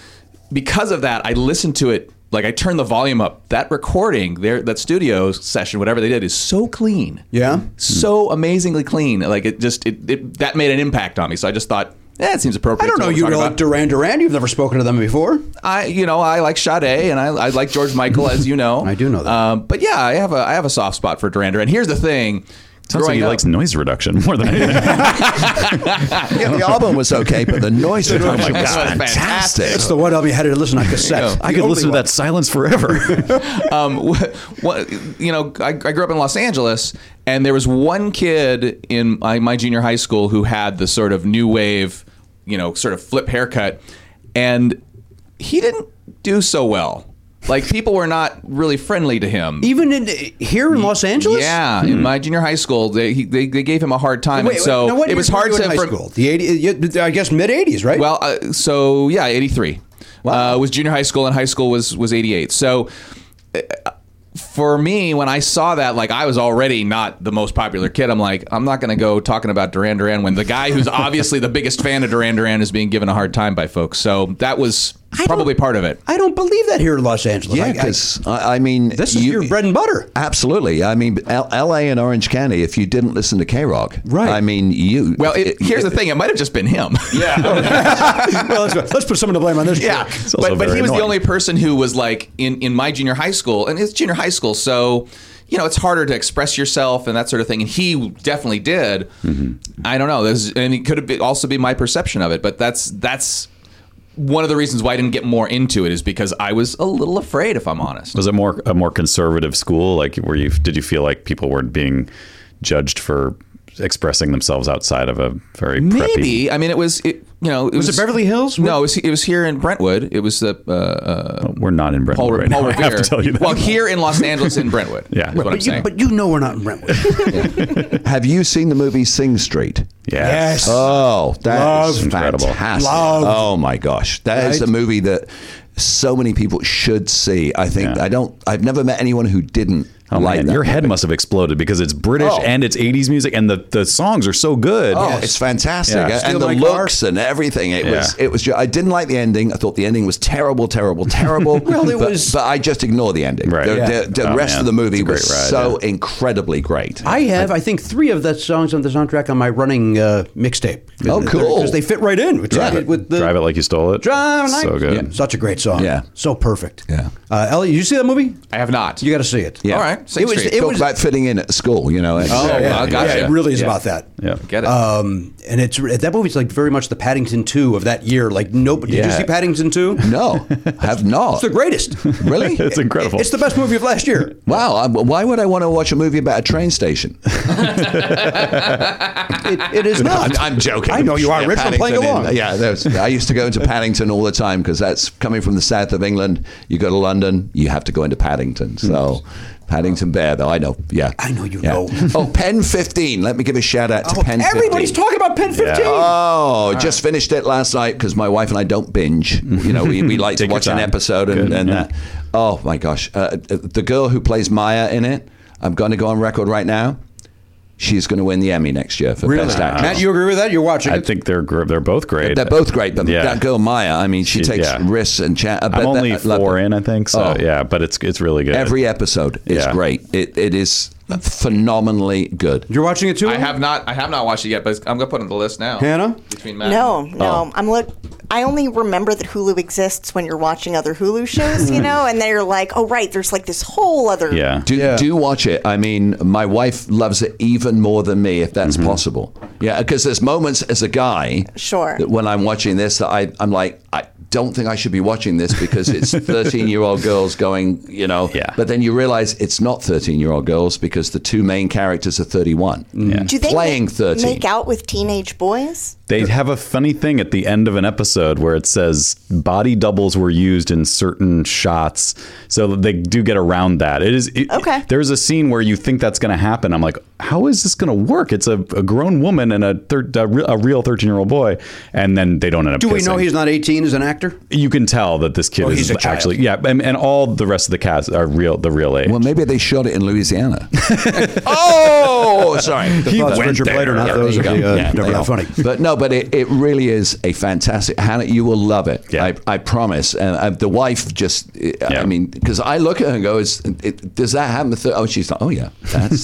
because of that, I listened to it. Like I turned the volume up. That recording, there, that studio session, whatever they did, is so clean.
Yeah?
Hmm. so amazingly clean. Like it just, it, it that made an impact on me. So I just thought Yeah, it seems appropriate.
I don't
to
know
what we're
you
talking
really
about.
like Duran Duran. You've never spoken to them before.
I, you know, I like Sade and I, I like George Michael, as you know. [laughs] I do know that. Um, but yeah, I have a I have a soft spot for Duran Duran. Here's the thing.
Sounds like
Growing
he
up-
likes noise reduction more than
[laughs]
anything. [laughs]
Yeah, the
[laughs]
album was okay, but the
[laughs]
noise
Oh my
reduction was
God.
fantastic.
It's the one album you had to listen on cassette.
I could listen to that silence forever.
um, wh- wh- you know, I, I grew up in Los Angeles, and there was one kid in my, my junior high school who had the sort of new wave, you know, sort of flip haircut, and he didn't do so well. Like people were not really friendly to him.
Even in here in Los Angeles.
Yeah, in my junior high school, they he- they, they gave him a hard time,
Hmm. Wait,
and so
now what
it was
year were
hard
you in
to.
high
from-
school? The eighty, you- I guess mid eighties, right?
Well, uh, so yeah, eighty three uh, was junior high school, and high school was was eighty eight. So. uh, For me, when I saw that, like I was already not the most popular kid. I'm like, I'm not going to go talking about Duran Duran when the guy who's obviously the biggest fan of Duran Duran is being given a hard time by folks. So that was probably part of it.
I don't believe that here in Los Angeles.
[laughs] Yeah,
I- I-
because I, I mean,
this is your bread and
[laughs]
butter.
absolutely. I mean, L- L.A. and Orange County. If you didn't listen to K Rock,
Right.
I mean, you.
Well, it, here's the thing: it might have just been him. [laughs]
well, let's, go. let's put someone to blame
[laughs]
on this.
[laughs] Yeah,
also
but, but
very
he was the
annoying.
only person who was like in in my junior high school, and it's junior high school, so you know it's harder to express yourself and that sort of thing. And he definitely did. I don't know. There's, and it could have been, also be my perception of it, but that's that's one of the reasons why I didn't get more into it is because I was a little afraid, if I'm honest.
Was it more a more conservative school? Like, were you did you feel like people weren't being judged for expressing themselves outside of a very preppy?
Maybe I mean it was it you know it was,
it Beverly Hills?
No, it was, it was here in Brentwood. It was the uh, uh,
We're not in Brentwood
Paul,
right
Paul
now. [laughs]
Revere.
I have to tell you that.
Well, here in Los Angeles, in Brentwood.
Yeah.
is what
But
I'm
but, you,
saying.
but you know we're not in Brentwood.
Have you seen the movie Sing Street?
yes.
Oh, that is
Loved. Incredible.
fantastic!
Loved.
Oh my gosh, that is a
Right?
movie that so many people should see. I think
Yeah.
I don't. I've never met anyone who didn't
Oh,
like
man,
that
your head
movie.
must have exploded because it's British
Oh.
and it's 80s music, and the, the songs are so good.
Oh, it's fantastic,
Yeah.
and
Steal
the
My
looks and everything. It was,
Yeah.
it was. ju- I didn't like the ending. I thought the ending was terrible, terrible, terrible.
Well, it
but,
was-
but I just ignore the ending.
Right.
The,
Yeah.
the- the
Oh,
rest
man.
of the
It's
movie
a great
was
ride,
so
yeah.
incredibly great.
I have, I think, three of the songs on the soundtrack on my running uh, mixtape.
Oh, cool.
Because they fit right in. Which
Yeah.
is with the
Drive it like you stole it.
Drive like-
so good.
Yeah, such a great song.
Yeah.
so perfect.
Yeah.
uh, Ellie, did you see that movie?
I have not.
You got to see it.
Yeah.
All right. Sing
It was-
Street.
it
Talk
was-
about fitting in at school, you know. it's-
Oh,
yeah.
I
Yeah,
gotcha.
it really is about that.
Yeah.
Get it.
Um, and it's that movie's like very much the Paddington Two of that year. Like nobody did
Yeah.
you see Paddington Two? It's
No, have not.
the greatest.
Really?
[laughs] It's incredible.
[laughs] It's the best movie of last year.
Wow, I, why would I want to watch a movie about a
[laughs]
train station?
It, it is not.
[laughs] I'm, I'm joking.
I know you are.
Yeah,
Rich, we're playing
Paddington
along.
in- yeah, there's, I used to go into Paddington all the time because that's coming from the south of England. You go to London, you have to go into Paddington. So, Paddington Bear, though I know. Yeah,
Hmm. I know you
Yeah.
know.
[laughs] Oh, Pen 15. Let me give a shout out to
Oh,
Pen 15.
everybody's talking about Pen Fifteen.
Oh, just finished it last night because my wife and I don't binge. You know,
[laughs]
we, we like to
Take your
watch an
time.
episode and,
Good,
and
yeah.
that. Oh my gosh, uh, the girl who plays Maya in it, I'm going to go on record right now. She's going to win the Emmy next year for best actress.
Matt, you agree with that? You're watching
I
it.
think they're gr- they're both great.
They're both great, but
Yeah.
that girl Maya, I mean, she,
She-
takes
yeah.
risks and uh, chat.
I'm only four in, I think. So
Oh.
yeah, but it's it's really good.
Every episode is
Yeah.
great. It it is phenomenally good.
You're watching it too.
I
Ellie?
have not. I have not watched it yet, but I'm gonna put it on the list now.
Hannah?
between Matt
No, no. I'm look. I only remember that Hulu exists when you're watching other Hulu shows, you know, and then you're like, oh right, there's like this whole other.
yeah.
Do, do watch it. I mean, my wife loves it even more than me, if
Mm-hmm.
that's possible. Yeah, because there's moments as a guy,
Sure.
that when I'm watching this, that I, I'm like, I don't think I should be watching this
[laughs]
because it's 13 year old girls going, you know.
Yeah.
But then you realize it's not 13 year old girls because the two main characters are 31.
Mm.
Yeah.
Do they
Playing
make,
13.
make out with teenage boys?
They have a funny thing at the end of an episode where it says body doubles were used in certain shots, so they do get around that. It is it-
Okay.
There's a scene where you think that's going to happen. I'm like, how is this going to work? It's a, a grown woman and a thir- a, re- a real 13 year old boy, and then they don't end up.
Do we know
kissing.
he's not 18 as an actor?
You can tell that this kid
Oh,
is
he's a child.
actually yeah, and, and all the rest of the cast are real the real age.
Well, maybe they shot it in Louisiana.
[laughs]
oh, sorry.
He went
Richard
there.
Blader, not
Yeah,
those.
there
Of the,
you go.
uh,
Yeah,
never
they
not
are.
funny.
But no, but it, it really is a fantastic. Hannah, you will love it. I, I promise. And uh, the wife just, I mean, because I look at her and go, is, it, does that happen? To thir-? Oh, she's like, oh, yeah, that's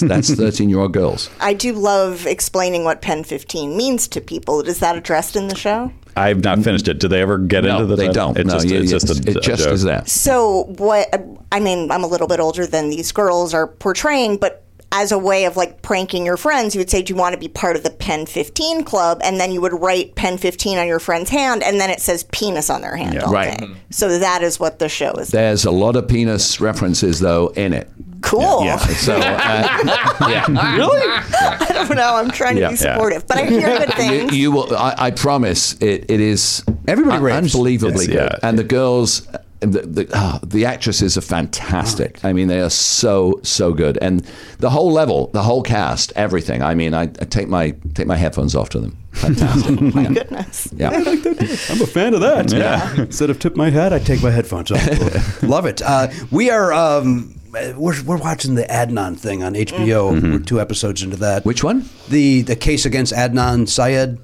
[laughs]
that's 13 year old girls.
I do love explaining what Pen 15 means to people. Is that addressed in the show?
I've not finished it. Do they ever get
No,
into the?
they don't.
It's
No,
just,
you-
it's just a,
it
a
just
joke.
is that.
So, what I mean, I'm a little bit older than these girls are portraying, but as a way of like pranking your friends, you would say, Do you want to be part of the Pen 15 club? And then you would write Pen 15 on your friend's hand, and then it says penis on their hand.
Yeah.
all
Right.
day. So, that is what the show is.
There's a lot of penis references, though, in it.
Cool.
Yeah.
[laughs]
So, uh, yeah.
[laughs] I don't know. I'm trying to
Yeah.
be supportive,
[laughs]
but I hear good
You,
things.
you will. I, I promise. It, it is. Everybody unbelievably good, and the girls, and the the, ah, the actresses are fantastic. I mean, they are so so good, and the whole level, the whole cast, everything. I mean, I, I take my take my headphones off to them. Fantastic. yeah.
Goodness.
Yeah.
I'm a fan of that.
Yeah.
Instead of tip my hat, I take my headphones
[laughs]
off.
Love it. Uh, we are um, we're, we're watching the Adnan thing on HBO. We're two episodes into that.
Mm-hmm. Which one?
The the case against Adnan Syed.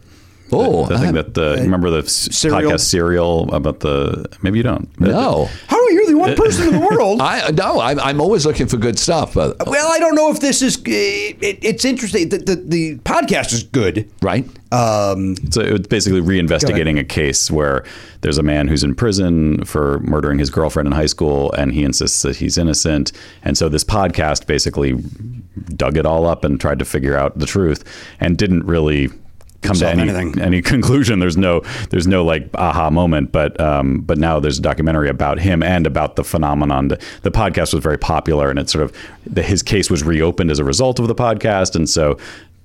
Oh,
The thing that the remember the s-
Serial?
podcast serial about the maybe you don't
No.
How are you the one person in the world?
Uh, [laughs] I no. I'm, I'm always looking for good stuff, but
Well, I don't know if this is. It, it's interesting. The, the, the podcast is good.
right.
Um,
So it's basically reinvestigating a case where there's a man who's in prison for murdering his girlfriend in high school, and he insists that he's innocent. And so this podcast basically dug it all up and tried to figure out the truth, and didn't really come to
Solve
any
anything.
any [laughs] conclusion. There's no there's no like aha moment, but um, but now there's a documentary about him and about the phenomenon. The, the podcast was very popular, and it sort of the, his case was reopened as a result of the podcast, and so.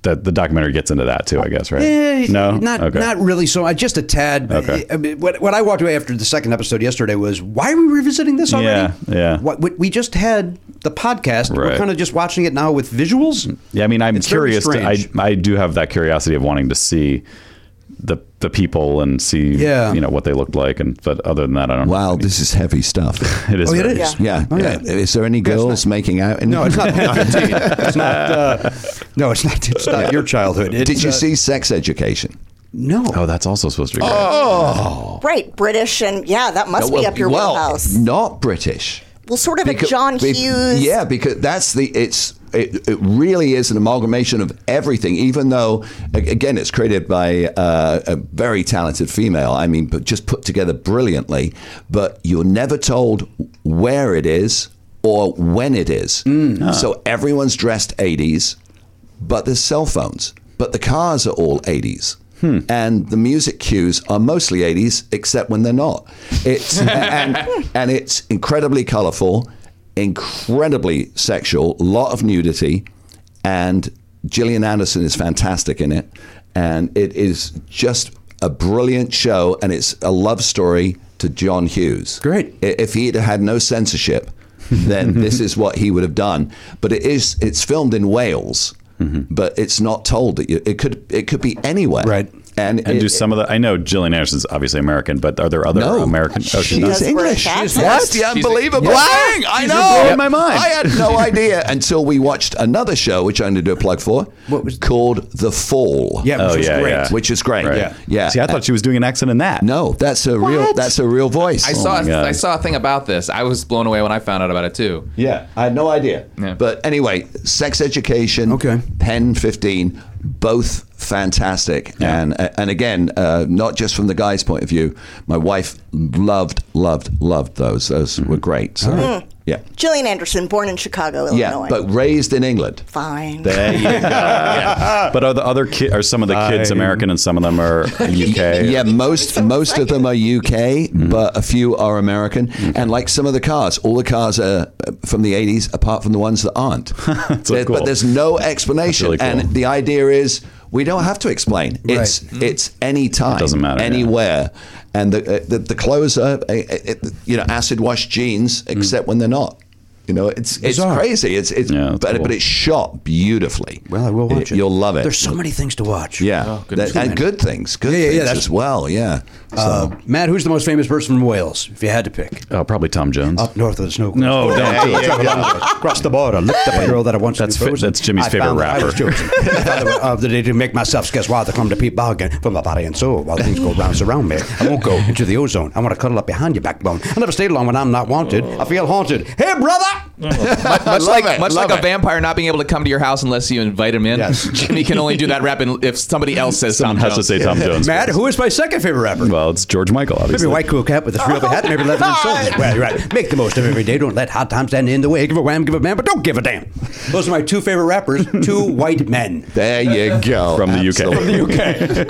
The, the documentary gets into that too, I guess, right?
Eh,
no,
not
Okay.
not really. So I just a tad.
Okay.
I mean, what, what I walked away after the second episode yesterday was why are we revisiting this already?
Yeah, yeah.
What, what we just had the podcast. We're
Right.
kind of just watching it now with visuals.
Yeah, I mean, I'm
It's very
curious. To, I
strange.
I do have that curiosity of wanting to see the the people and see
Yeah.
you know what they looked like, and but other than that, I don't.
Wow, this is heavy stuff.
[laughs] It is.
Oh, it
very-
is?
Yeah.
Oh, yeah.
yeah. Is there any girls making out? In
No, it's not.
[laughs]
it's not. Uh, no, it's not. It's not your childhood. It's,
Did you
uh,
see Sex Education?
No.
Oh, that's also supposed to be. Great.
Oh.
Right, British, and yeah, that must
well,
be up your
well,
wheelhouse.
Not British.
Well, sort of a
Because-
John
be-
Hughes.
Yeah, because that's the it's it, it really is an amalgamation of everything. Even though a- again, it's created by uh, a very talented female. I mean, but just put together brilliantly. But you're never told where it is or when it is. So everyone's dressed 80s, but there's cell phones. But the cars are all 80s. And the music cues are mostly 80s, except when they're not. It's and and it's incredibly colourful, incredibly sexual, lot of nudity, and Gillian Anderson is fantastic in it, and it is just a brilliant show, and it's a love story to John Hughes.
Great.
I- If he had had no censorship, then this is what he would have done. But it is it's filmed in Wales, but it's not told that you, it could it could be anywhere.
Right.
And,
And
it-
do some of the? I know Gillian Anderson's obviously American, but are there other
No.
American? Oh, she's
She's
not.
does wear
English.
a
She's
hat.
That's the unbelievable thing. I
She's
know.
blown my mind.
I had no idea until we watched another show, which I'm going to do a plug for,
What was-
called The Fall.
Yeah, which
Oh
was
yeah,
great.
yeah.
Which is great.
Right.
Yeah. Yeah. Uh,
See, I thought she was doing an accent in that.
No, that's a real. That's a real voice.
I saw
Oh my God.
I saw a thing about this. I was blown away when I found out about it too.
Yeah, I had no idea.
Yeah.
But anyway, Sex Education,
Okay.
Pen 15, both fantastic. And and again, uh, not just from the guy's point of view, my wife loved, loved, loved those. Those were great. So, Yeah.
Gillian Anderson, born in Chicago, Illinois.
Yeah, but raised in England.
fine.
There
[laughs]
you go. Yeah. But are the other ki- are some of the kids American and some of them are UK?
[laughs] Yeah, most most of them are UK,
Mm-hmm.
but a few are American. And like some of the cars, all the cars are uh, from the 80s, apart from the ones that
[laughs]
aren't.
so
There-
cool.
But there's no explanation.
That's really cool.
And the idea is we don't have to explain. It's it's any time,
Mm-hmm. doesn't matter, yeah.
anywhere. uh,
Mm.
And the, uh, the the clothes are uh, uh, you know acid wash jeans, except when they're not. You know, it's
Bizarre.
it's crazy. It's it's
Yeah, that's
but,
cool.
but it's shot beautifully.
Well, I will watch it.
You'll love it.
There's so many things to watch.
yeah,
goodness.
That- and good things, good
yeah, yeah,
things
that's-
as well. Yeah.
Uh, Matt, who's the most famous person from Wales? If you had to pick,
Oh, probably Tom Jones.
up north of the snow. Oh,
No, don't do it. [laughs]
Across the border, looked up a girl that I once
That's
knew
fa-
frozen.
that's Jimmy's
I
favorite
found that
rapper.
I
[laughs]
was chosen. I found uh, the- of the day to make myself scarce while to come to Pete Bargain for my body and soul while things go round surround me. I won't go into the ozone. I want to cuddle up behind your backbone. I never stayed long when I'm not wanted. I feel haunted. Hey, brother!
much
Love
like
it,
much
love
like a
it.
vampire not being able to come to your house unless you invite him in.
Yes.
[laughs] Jimmy can only do that rap in- if somebody else says
Someone
Tom
has to
Jones.
say Tom Jones.
Matt, who is my second favorite rapper?
Well, it's George Michael,
Maybe
obviously.
a white cool cap with a three over hat, maybe leather and
[laughs]
silver. Right, right. Make the most of every day. Don't let hot times stand in the way. Give a wham, give a bam, but don't give a damn. Those are my two favorite rappers, two white men.
There you go.
From the UK.
Absolutely.
From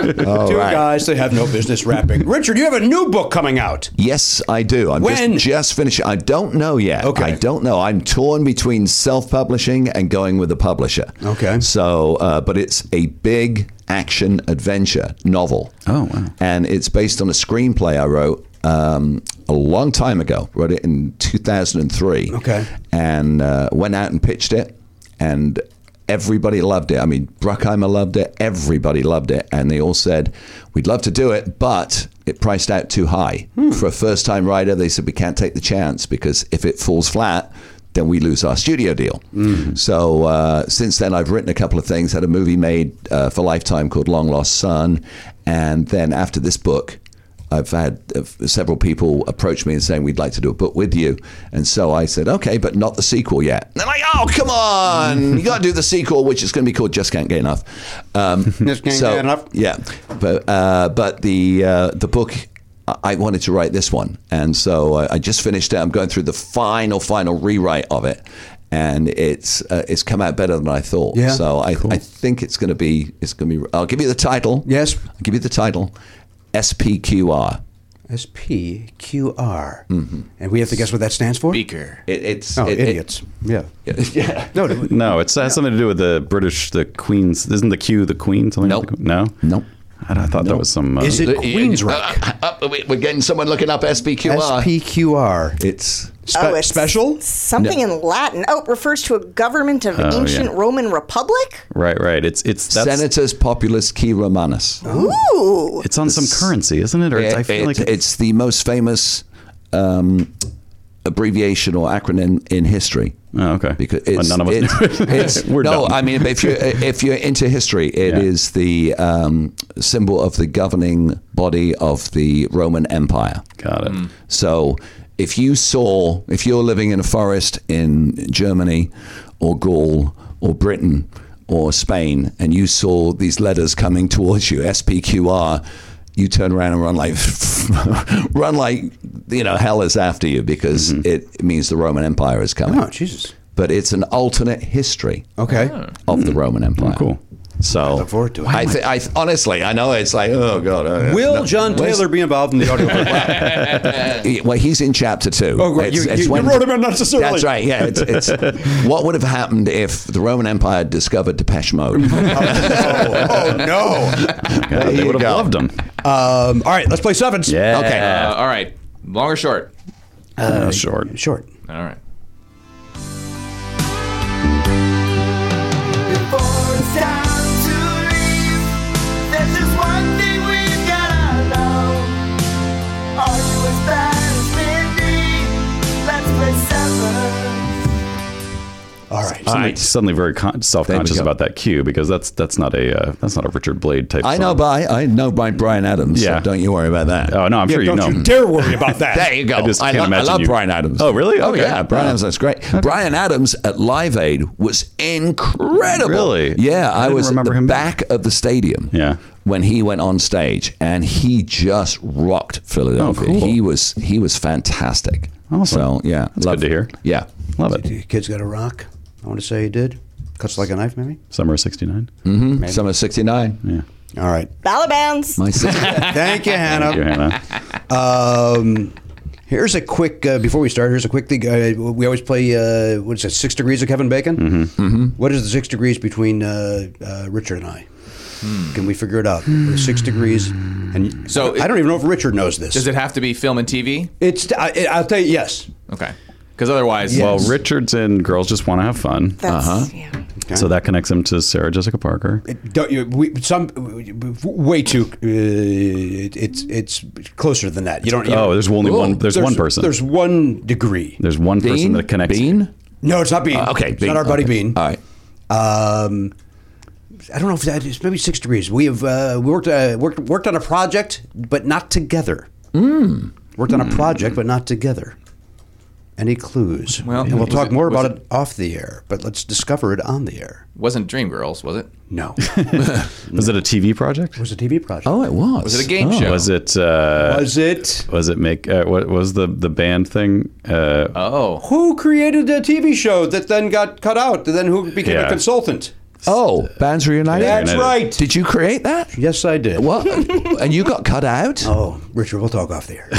the
Okay.
All
two
right.
guys that have no business [laughs] rapping. Richard, you have a new book coming out.
Yes, I do. I'm
When?
just just finishing. I don't know yet.
Okay.
I don't know. I'm torn between self-publishing and going with a publisher.
Okay.
So, uh, but it's a big action adventure novel.
Oh, wow.
And it's based on a screenplay I wrote um, a long time ago. Wrote it in 2003.
Okay.
And uh, went out and pitched it, and everybody loved it. I mean, Bruckheimer loved it. Everybody loved it, and they all said, "We'd love to do it, but." It priced out too high for a first-time writer. They said we can't take the chance because if it falls flat, then we lose our studio deal. So uh, since then, I've written a couple of things. Had a movie made uh, for Lifetime called Long Lost Son, and then after this book, I've had uh, several people approach me and saying we'd like to do a book with you, and so I said okay, but not the sequel yet. And they're like, oh come on, you got to do the sequel, which is going to be called Just Can't Get Enough.
[laughs]
Um,
Just Can't Get Enough.
yeah, but uh, but the uh, the book. I- I wanted to write this one, and so I, I just finished it. I'm going through the final, final rewrite of it, and it's uh, it's come out better than I thought.
Yeah,
so I, I think it's going to be it's going to be. I'll give you the title.
Yes.
I'll give you the title. SPQR.
S P Q R. And we have to guess what that stands for?
Speaker.
It, it's
Oh,
it- it-
idiots. yeah.
[laughs] yeah.
[laughs]
No, no,
[laughs] No, it's, it has something to do with the British, the Queen's. Isn't the Q the Queen? Something
Nope.
like- no?
Nope.
I, I thought that was some. Uh,
Is it Queen's
Uh, uh, uh, we- we're getting someone looking up SPQR.
S P Q R.
it's uh,
Oh, it's
special?
Something in Latin. Oh, it refers to a government of
Oh, yeah.
ancient Roman republic.
Right, right. It's it's that's,
Senators Populus Qui Romanus.
Ooh,
It's on some currency, isn't it? Or it's, I
It-
feel
it-
like it's,
it's the most famous um, abbreviation or acronym in history.
Oh, okay.
Because
Well,
it's,
none of us
it's-
knew it.
it's-
[laughs] We're
no,
dumb.
I mean, if you if you're into history, it is
Yeah.
the um, symbol of the governing body of the Roman Empire.
got it.
Mm. So if you saw, if you're living in a forest in Germany or Gaul or Britain or Spain and you saw these letters coming towards you, SPQR, you turn around and run like, [laughs] run like, you know, hell is after you because
Mm-hmm.
it means the Roman Empire is coming.
Oh, Jesus.
But it's an alternate history
Okay.
of
mm.
the Roman Empire.
cool.
So I look
forward to it.
I, th- I th- honestly, I know it's like, oh god. uh,
Will
no.
John
Where's-
Taylor be involved in the audio?
Yeah, Well, he's in chapter two.
Oh, right. You- you- you wrote him unnecessarily.
That's right. Yeah, it's,
[laughs]
it's what would have happened if the Roman Empire discovered Depeche Mode.
[laughs] oh, no.
God, they
you
would have
go.
loved him.
Um, all right, let's play sevens.
Yeah.
[laughs]
Okay.
Uh, all right. Long or short?
Uh, short.
Short.
All right.
Before it's time to leave, there's just one thing we've gotta know. Are you as bad as Mindy? Let's play seven.
All right.
Suddenly, suddenly very con- self-conscious
go.
about that cue because that's that's not a uh, that's not a Richard Blade type.
I know
song.
by I know by Brian Adams.
Yeah.
So don't you worry about that.
Oh no, I'm sure you
don't
know.
you dare worry about that.
There you go.
I just
I,
can't
lo- I
imagine
love
you-
Brian Adams.
Oh, really?
Oh
Okay.
yeah, Brian
Wow.
Adams. That's great. Brian Adams at Live Aid was incredible.
Really?
Yeah,
I
I,
didn't
was
remember
at the
him being-
back of the stadium.
Yeah.
When he went on stage, and he just rocked Philadelphia.
Oh, cool.
He was he was fantastic.
Awesome.
So yeah,
That's good to hear.
Yeah.
Love it.
[laughs] Your kid's got a rock. I want to say he did. Cuts like a knife, maybe.
Summer of '69.
Hmm. Summer of '69.
Yeah.
All right.
Ballad bands.
My sister.
Thank you, Hannah.
Thank you, Hannah.
Um, here's a quick uh, before we start. Here's a quick thing. Uh, we always play uh, what is it? Six degrees of Kevin Bacon. Mm-hmm. What is the six degrees between uh, uh, Richard and I?
Hmm.
Can we figure it out? Six degrees, and
Oh,
So
I don't even know if Richard knows this.
Does it have to be film and TV?
it's I, I'll tell you yes.
Okay. Because otherwise,
Well, Richard's in Girls Just Want to Have Fun. Uh,
That's-
So that connects him to Sarah Jessica Parker.
Don't you? We, some way too. Uh, it, it's it's closer than that. You don't. You
Oh, there's only
Whoa.
one- there's one person.
There's one degree.
There's one person that connects.
Bean?
No, it's not Bean.
Uh, okay,
it's
Bean.
not our buddy
Okay.
Bean.
All right.
Um, I don't know if that is maybe six degrees. We have uh, we worked uh, worked worked on a project, but not together.
Hmm.
Worked on a project, but not together. Any clues?
Well,
and we'll
was
talk
it-
more
was
about
it-
it off the air, but let's discover it on the air.
wasn't Dreamgirls, was it?
No.
Was it a TV project?
was a TV project.
[laughs] Oh, it was.
Was it a game
Oh.
show?
Was it? Uh,
Was it?
was it make? Uh, what was the the band thing? Uh,
Oh,
Who created a TV show that then got cut out? And then who became
Yeah.
a consultant?
Oh, Bands Reunited.
That's
Reunited.
right.
Did you create that?
Yes, I did.
What?
[laughs]
and you got cut out?
Oh, Richard, we'll talk off the air.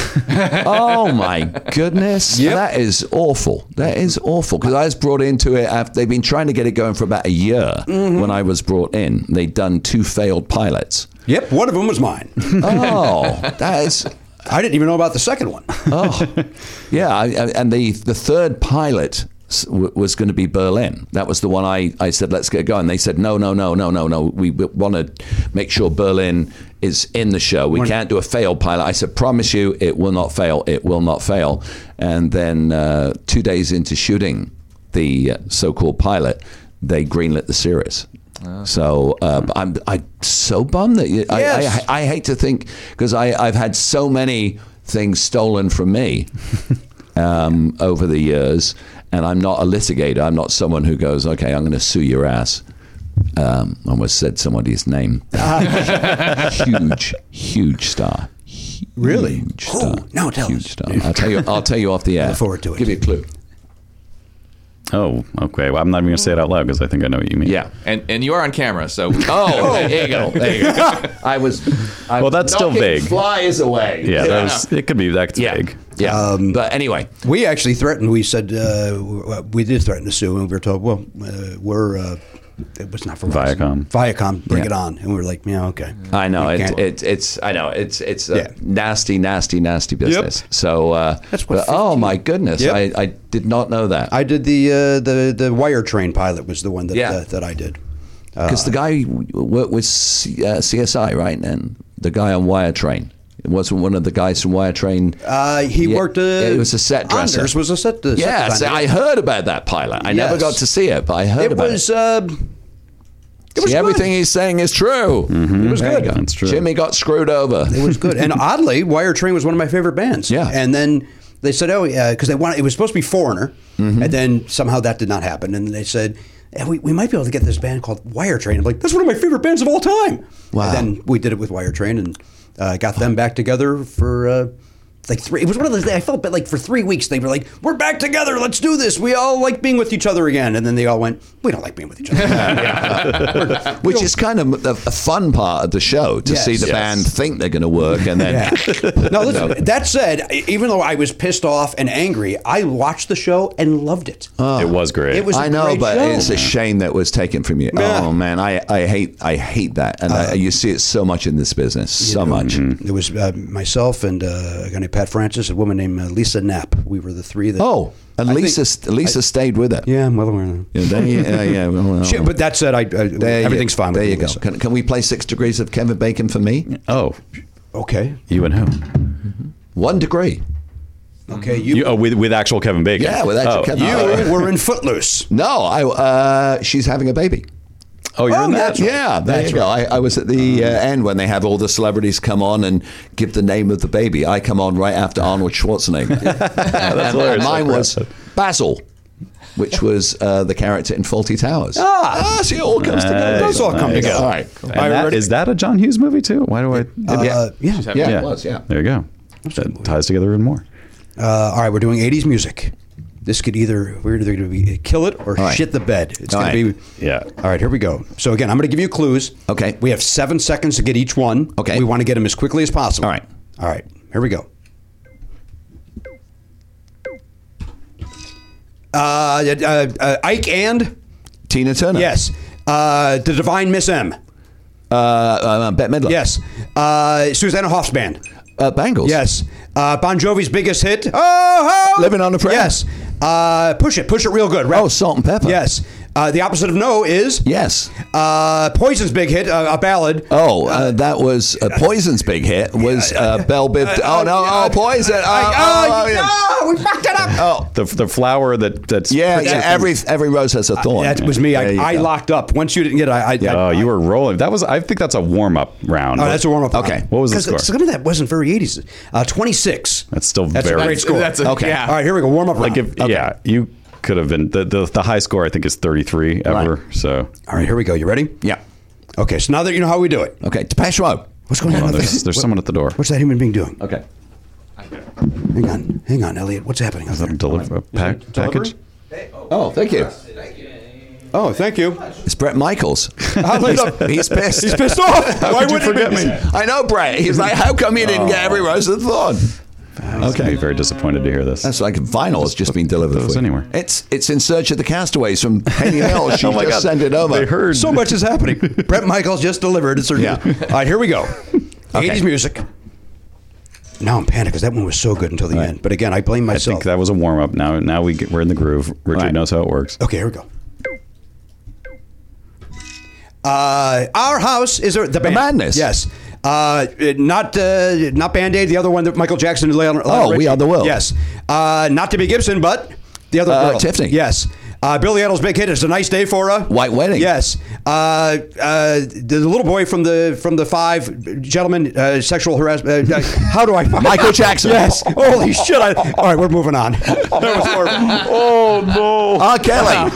oh my goodness
Yep.
that is awful that is awful because i was brought into it after they've been trying to get it going for about a year when i was brought in they'd done two failed pilots
yep, one of them was mine.
oh that is
I didn't even know about the second
[laughs]
one.
oh yeah I, I- and the the third pilot s- w- was going to be Berlin. That was the one I, I said, let's get going. They said, no, no, no, no, no, no. We, we want to make sure Berlin is in the show. We can't do a failed pilot. I said, promise you, it will not fail. It will not fail. And then uh, two days into shooting the uh, so called pilot, they greenlit the series. So uh, but I'm I'm so bummed that you, I-
Yes.
I, I hate to think because I I've had so many things stolen from me um, over the years, and I'm not a litigator. I'm not someone who goes, okay, I'm going to sue your ass. Um, I almost said
[laughs]
somebody's name. huge, huge star.
Really?
Huge
Who?
star.
No, tell
huge
us.
Star. I'll tell you. I'll tell you off the air.
Look forward to it.
Give me a clue.
oh, okay. Well, I'm not even gonna say it out loud because I think I know what you mean.
Yeah.
and and you are on
[laughs]
camera, so [laughs]
Oh, there you go. There you go. I was. I
Well,
was
that's still
knocking
vague.
Flies away.
Yeah, that was, it could be that
Yeah.
big.
Yeah.
Um,
but anyway,
We actually threatened. We said uh, w- w- we did threaten to sue, and we were told, "Well, uh, we're uh, it was not for
Viacom.
Viacom, bring
Yeah.
it on." And we were like, "Yeah, okay."
I know
We
it,
can't-
it, it's. I know it's. It's a
Yeah.
nasty, nasty, nasty business. So uh,
That's what
but, oh
15
my goodness,
Yep.
I, I did not know that
I did the uh, the the wire train pilot was the one that
Yeah.
uh, that I did. uh,
because the guy worked with C, uh, CSI, right? And the guy on Wire Train it wasn't one of the guys from Wire Train.
Uh, he
Yeah,
worked. Uh,
yeah, he was a set dresser.
Anders was a set. Uh, set
yeah, so
designer.
I heard about that pilot. I never
Yes.
got to see it, but I heard
it
about
was.
it.
Uh, it was
See,
good. Mm-hmm.
everything he's saying is true. It was
good.
That's true.
Jimmy got screwed over.
It was good.
[laughs]
And oddly, Wire Train was one of my favorite bands.
Yeah.
And then they said, oh, yeah, because they wanted, it was supposed to be Foreigner.
Mm-hmm.
And then somehow that did not happen. And they said, "Eh, we, we might be able to get this band called Wire Train. I'm like, that's one of my favorite bands of all time.
Wow.
And then we did it with Wire Train and uh, got them back together for. Uh, like three, it was one of those. I felt but like for three weeks they were like, "We're back together. Let's do this. We all like being with each other again." And then they all went, "We don't like being with each other."
[laughs] Which is kind of a, a fun part of the show to
Yes.
see the
Yes.
band think they're going to work
[laughs]
and then [laughs]
no, listen. That said, e- even though I was pissed off and angry, I watched the show and loved it.
Oh.
It was great.
It was- a
I know,
great
but
show.
it's a shame that was taken from you.
Yeah.
Oh man, I, I hate I hate that, and I, you see it so much in this business, so much.
It was uh, myself and uh, a guy named Pat Francis, a woman named uh, Lisa Knapp. We were the three that.
Oh, and
I
Lisa
think-
Lisa stayed with it.
yeah, I'm well aware. Of that.
Yeah, there [laughs] you- yeah, yeah, well, well,
Shit, but that said, I, I
there you-
everything's fine.
There
with
you
me,
go.
Lisa.
Can, can we play Six Degrees of Kevin Bacon for me?
Oh,
Okay.
you and who?
One degree.
Okay.
You,
You.
oh, with with actual Kevin Bacon.
Yeah, with actual
oh,
Kevin
You
you-
[laughs]
were in Footloose.
No, I. Uh, she's having a baby.
Oh, you're
Oh,
in that.
that's right.
Yeah, there you go. I, I was at the uh, end when they had all the celebrities come on and give the name of the baby. I come on right after Arnold [laughs] Schwarzenegger. And- and
hilarious.
mine was Basil, which was uh, the character in Faulty Towers. Ah, see, it all comes together.
Nice,
doesn't
Those all come
nice.
it?
together.
All right. cool.
And that, is that a John Hughes movie too? Why do I?
Uh, yeah.
having-
Yeah,
yeah,
it was. Yeah.
There you go. That ties together even more.
Uh, all right, we're doing '80s music. This could either we're either going to be kill it or
right.
shit the bed. It's
All
going
right.
to be
Yeah.
All right, here we go. So again, I'm going to give you clues.
Okay.
We have seven seconds to get each one.
Okay.
We want to get them as quickly as possible.
All right.
All right. Here we go. Uh, uh, uh, Ike and
Tina Turner.
yes, uh, the Divine Miss M.
Uh, uh, Bette Midler.
Yes, uh, Susanna Hoff's band.
Uh, Bangles.
Yes. Uh, bon Jovi's biggest hit. Oh, ho!
Living on a Prayer.
Yes. Uh, push it. Push it real good. Rap.
Oh, salt and pepper.
Yes. Uh, the opposite of no is
yes.
Uh, Poison's big hit, uh, a ballad.
Oh, uh, that was uh, Poison's big hit was uh, Bell Biv. oh no! oh, Poison! Oh, oh, yeah.
oh, no, we fucked it up.
[laughs] Oh.
The, the flower that that's
Yeah,
pricks
yeah,
your
every
fingers.
every rose has a thorn.
That was me.
There you
I, I
go.
locked up. Once you didn't get it, I. I,
Oh,
I
you were rolling. That was. I think that's a warm up round.
Oh, that's a warm up.
Okay. What was the score?
Some of that wasn't very 80s. Uh, 26.
That's still
That's
very
a great score.
that's a- Okay. yeah.
All right, here we go. Warm up round.
Like if yeah, you could have been the, the the high score. I think is thirty three ever. So
All right, here we go. You ready?
Yeah.
Okay, so now that you know how we do it,
Okay. Depeche Mode.
what's going
hold
on?
on, there's, there's someone at the door.
What's that human being doing?
Okay.
Hang on. Hang on, Elliot. What's happening? out there?
Deliver a pack, package.
Oh, thank you.
Oh, thank you.
It's
[laughs]
Brett Michaels.
lit
he's,
up.
he's pissed.
He's pissed off.
[laughs]
Why
could you
would he
forget
be- Oh.
me?
I know, Brett. He's like, how come you didn't get every rose of the thorn?
Okay. I'd be very disappointed to hear this.
That's like vinyl has just been delivered.
those
for you.
anywhere.
It's it's in search of the castaways from Penny
[laughs]
Hill.
Oh
She just sent it over.
They heard
So much is happening. Brett Michaels just delivered. It's yeah. All right, here we go. 80s music. Now I'm panicked because that one was so good until the end. But again, I blame
I
myself.
think that was a warm up. Now now we get, we're in the groove. Richard
Right.
knows how it works. [laughs]
Okay, here we go. Uh, our house is a, the, band.
Madness.
Yes. Uh, not uh, not Band Aid. The other one that Michael Jackson. and Lionel, Lionel
Oh, We
Richie.
Are the World.
Yes. Uh, not to be Gibson, but the other
Uh,
girl.
Tiffany.
Yes. Uh, Billy Idol's big hit. It's a nice day for a
White Wedding.
Yes. Uh, uh, the little boy from the from the five gentlemen uh, sexual harassment. Uh, [laughs] how do I?
Michael
[laughs]
Jackson.
Yes. Holy shit! I, all right, we're moving on. [laughs] That was horrible. Uh,
Oh no!
R. Kelly.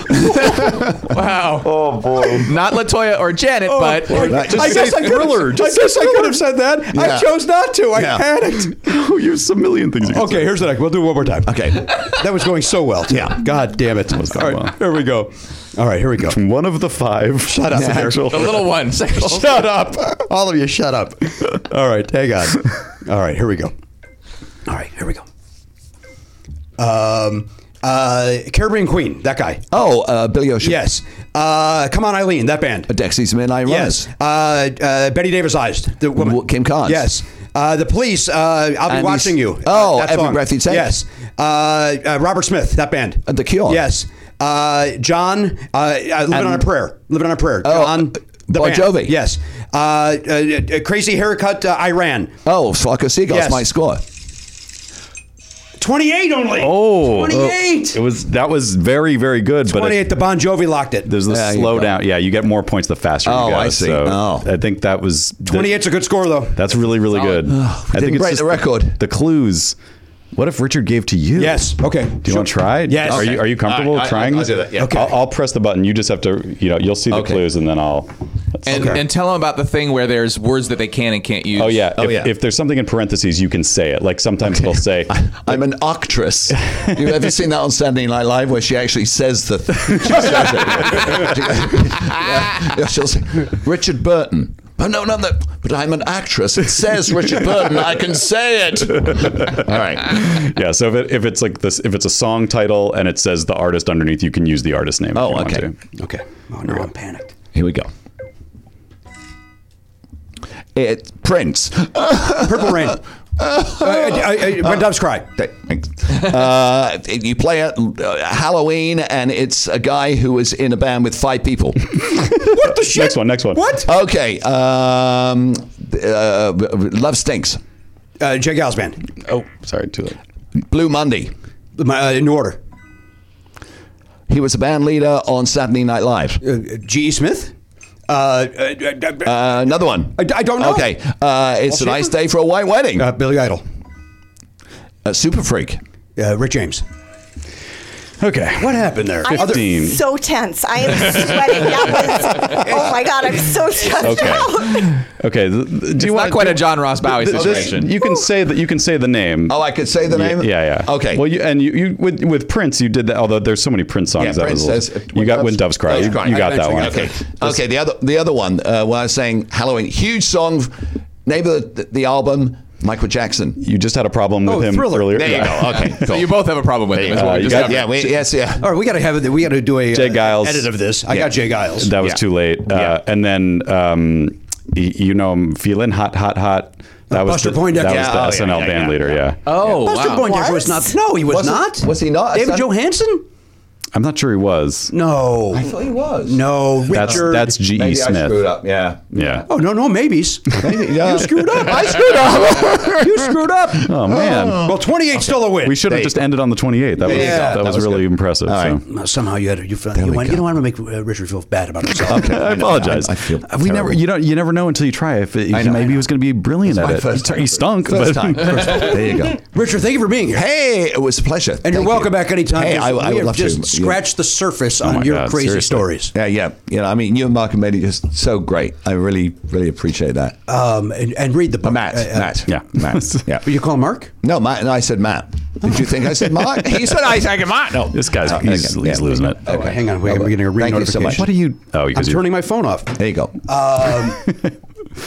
Wow. Oh boy. Not Latoya or Janet,
Oh.
but
Oh, I guess I could
thriller.
have. I
Just
guess I could have said that. I
Yeah.
chose not to. I
Yeah.
panicked.
Oh, you have a million things. You could
Okay, here's the next. We'll do it one more time.
Okay.
that was going so well.
Yeah.
God damn it.
was going
All right,
well.
here we go. All right, here we go.
say. [laughs] One of the five. Shut
up.
the
[laughs]
little one.
shut up, all of you. Shut up. All right, hang [laughs] on. All right, here we go. All right, here we go. Um, uh, Caribbean Queen, that guy.
Oh, uh, Billy Ocean.
Yes. Uh, come on, Eileen, that band.
Dexy's Midnight
Yes.
Runners.
Uh, uh, Betty Davis Eyes, the woman.
Kim Carnes.
Yes. Uh, the police, uh, I'll be
Andy's-
watching you. Uh,
Oh,
That
Every
song.
Breath You Take.
Yes. Uh, uh, Robert Smith, that band.
Uh, The Cure.
Yes. Uh, John, uh, uh, Living on a Prayer. Living on a Prayer.
Oh,
John.
uh, Bon
band.
Jovi.
Yes. Uh, uh, uh, crazy Haircut, uh, Iran.
Oh, Flocko Seagulls
Yes.
might score.
28 only.
Oh,
28.
It was that was very very good, but
28,
it,
the Bon Jovi locked it.
there's the
Yeah, you
slow
got
down. Yeah, you get more points the faster
Oh,
you go.
I see.
So
Oh.
I think that was the-
28's a good score, though.
That's really really good. I think
didn't break the record.
The clues. What if Richard gave to you?
Yes. Okay.
Do you want to try? it?
Yes.
Are you are you comfortable
All right, I-
trying
I'll
this?
do that, yeah.
Okay. I'll, I'll press the button. You just have to. You know, you'll see the
Okay.
clues, and then I'll.
And, and tell them about the thing where there's words that they can and can't use.
Oh yeah.
Oh,
if,
yeah.
if there's something in parentheses, you can say it. Like sometimes they'll say,
I'm an
[laughs]
actress. You've ever seen that on Saturday Night Live where she actually says the. She says it. [laughs] She goes- yeah, yeah, she'll say, Richard Burton. But no, no, no, but I'm an actress. It says Richard Burton. I can say it. All right.
[laughs] yeah. So if, it, if it's like this, if it's a song title and it says the artist underneath, you can use the artist name. if
Oh,
you want
okay.
to.
Okay. Oh, no, I'm panicked.
Here we go. It Prince.
Purple
[laughs]
Rain. Uh, I, I, I, when Doves Cry.
Uh, you play at uh, Halloween, and it's a guy who was in a band with five
[laughs]
people.
What the shit?
Next one. Next one.
What?
Okay. Um, uh, Love Stinks.
Uh, Jay Giles Band.
Oh, sorry. Too late.
Blue Monday.
My, uh, in order.
He was a band leader on Saturday Night Live.
Uh, G.E. Smith? Uh, uh, uh, uh,
Uh, another one.
I- I don't know.
Okay. Uh, it's a
Paul
nice
Schaefer?
day for a white wedding.
uh, Billy Idol.
Uh, Super Freak.
Uh, Rick James.
Okay.
What happened there? Uh,
I am
Fifteen.
so tense. I am sweating. That was,
[laughs]
oh my god, I'm so stressed
Okay.
out.
Okay. th- th- Do you
It's
wanna-
not quite
do-
a John Ross Bowie
th- this-
situation.
you can say that. You can say the name.
Oh, I could say the
Y-
name?
Yeah, yeah.
Okay.
Well, you, and you, you with, with Prince, you did that. Although there's so many Prince songs.
Yeah,
that
Prince
was a little-
says, uh,
you got
Doves-
"When Doves Cry."
Doves
You,
Cry.
you got that one.
Okay. Okay. The other the other one. Uh, when I was saying Halloween, huge song, name of the, the album, Michael Jackson.
You just had a problem with
Oh,
him
Thriller.
earlier.
There you
Yeah. [laughs]
[laughs] go. Okay.
So
Cool.
you both have a problem with it. is what
Uh,
we
you
discovered.
got-
yeah. We, yes. Yeah.
All right, we got to have it. We got to do a
Jay
uh,
Giles.
edit of this. I
Yeah.
got Jay Giles.
That was
Yeah.
too late. Uh,
Yeah.
And then um, y- you know, I'm feeling hot, hot, hot. That was
Buster
the,
Poindexter.
That
Yeah,
was the
oh,
SNL
yeah,
band
yeah,
leader. Yeah.
Oh,
Buster
wow.
Poindexter was not. No, he was
Wasn't-
not.
was he not?
David
Son-
Johansen?
I'm not sure he was.
No.
I thought he was.
No,
That's
Richard.
that's G. E.
Maybe I screwed
Smith.
up. Yeah.
Yeah.
Oh no, no, maybes.
yeah.
You screwed up.
[laughs]
I screwed up. you screwed up.
Oh man.
Well, 28 still a win.
We should have just ended on the 28. That was
you go.
that,
That
was,
was
really
good.
impressive.
All right.
so.
Somehow you had you, found, you,
we
went,
go.
you know I want to make uh, Richard feel bad about himself.
Okay, I apologize.
[laughs] I- I feel
we
terrible.
never, you don't, you never know until you try. If it, he-
I know, I
maybe he
know.
was going to be brilliant at
My
it. He,
first
tur-
time.
he stunk,
First
but
[laughs] time. First time. There you go.
Richard, thank you for being here.
Hey, it was a pleasure.
And you're
Thank
welcome
you.
back anytime.
Hey, I,
We
I
have
would love
just
to.
scratch the surface on
Oh my
your
God,
crazy
seriously.
stories.
Yeah, yeah. You know, I mean, you and Mark have made it just so great. I really, really appreciate that.
Um, and, and read the book.
Uh, Matt,
Uh, uh,
Matt,
yeah.
Matt. Yeah.
Will you call Mark?
No, Matt. And I said Matt. Did you think I said Mark? He said I said Matt. No,
this guy's
Oh, okay.
he's, he's
Yeah.
losing it.
Okay, Oh, hang on. Wait, I'm getting a ring
Thank you Uh, so
notification.
[laughs]
much.
What are you? Oh,
I'm
because you're
turning my phone off.
There you go.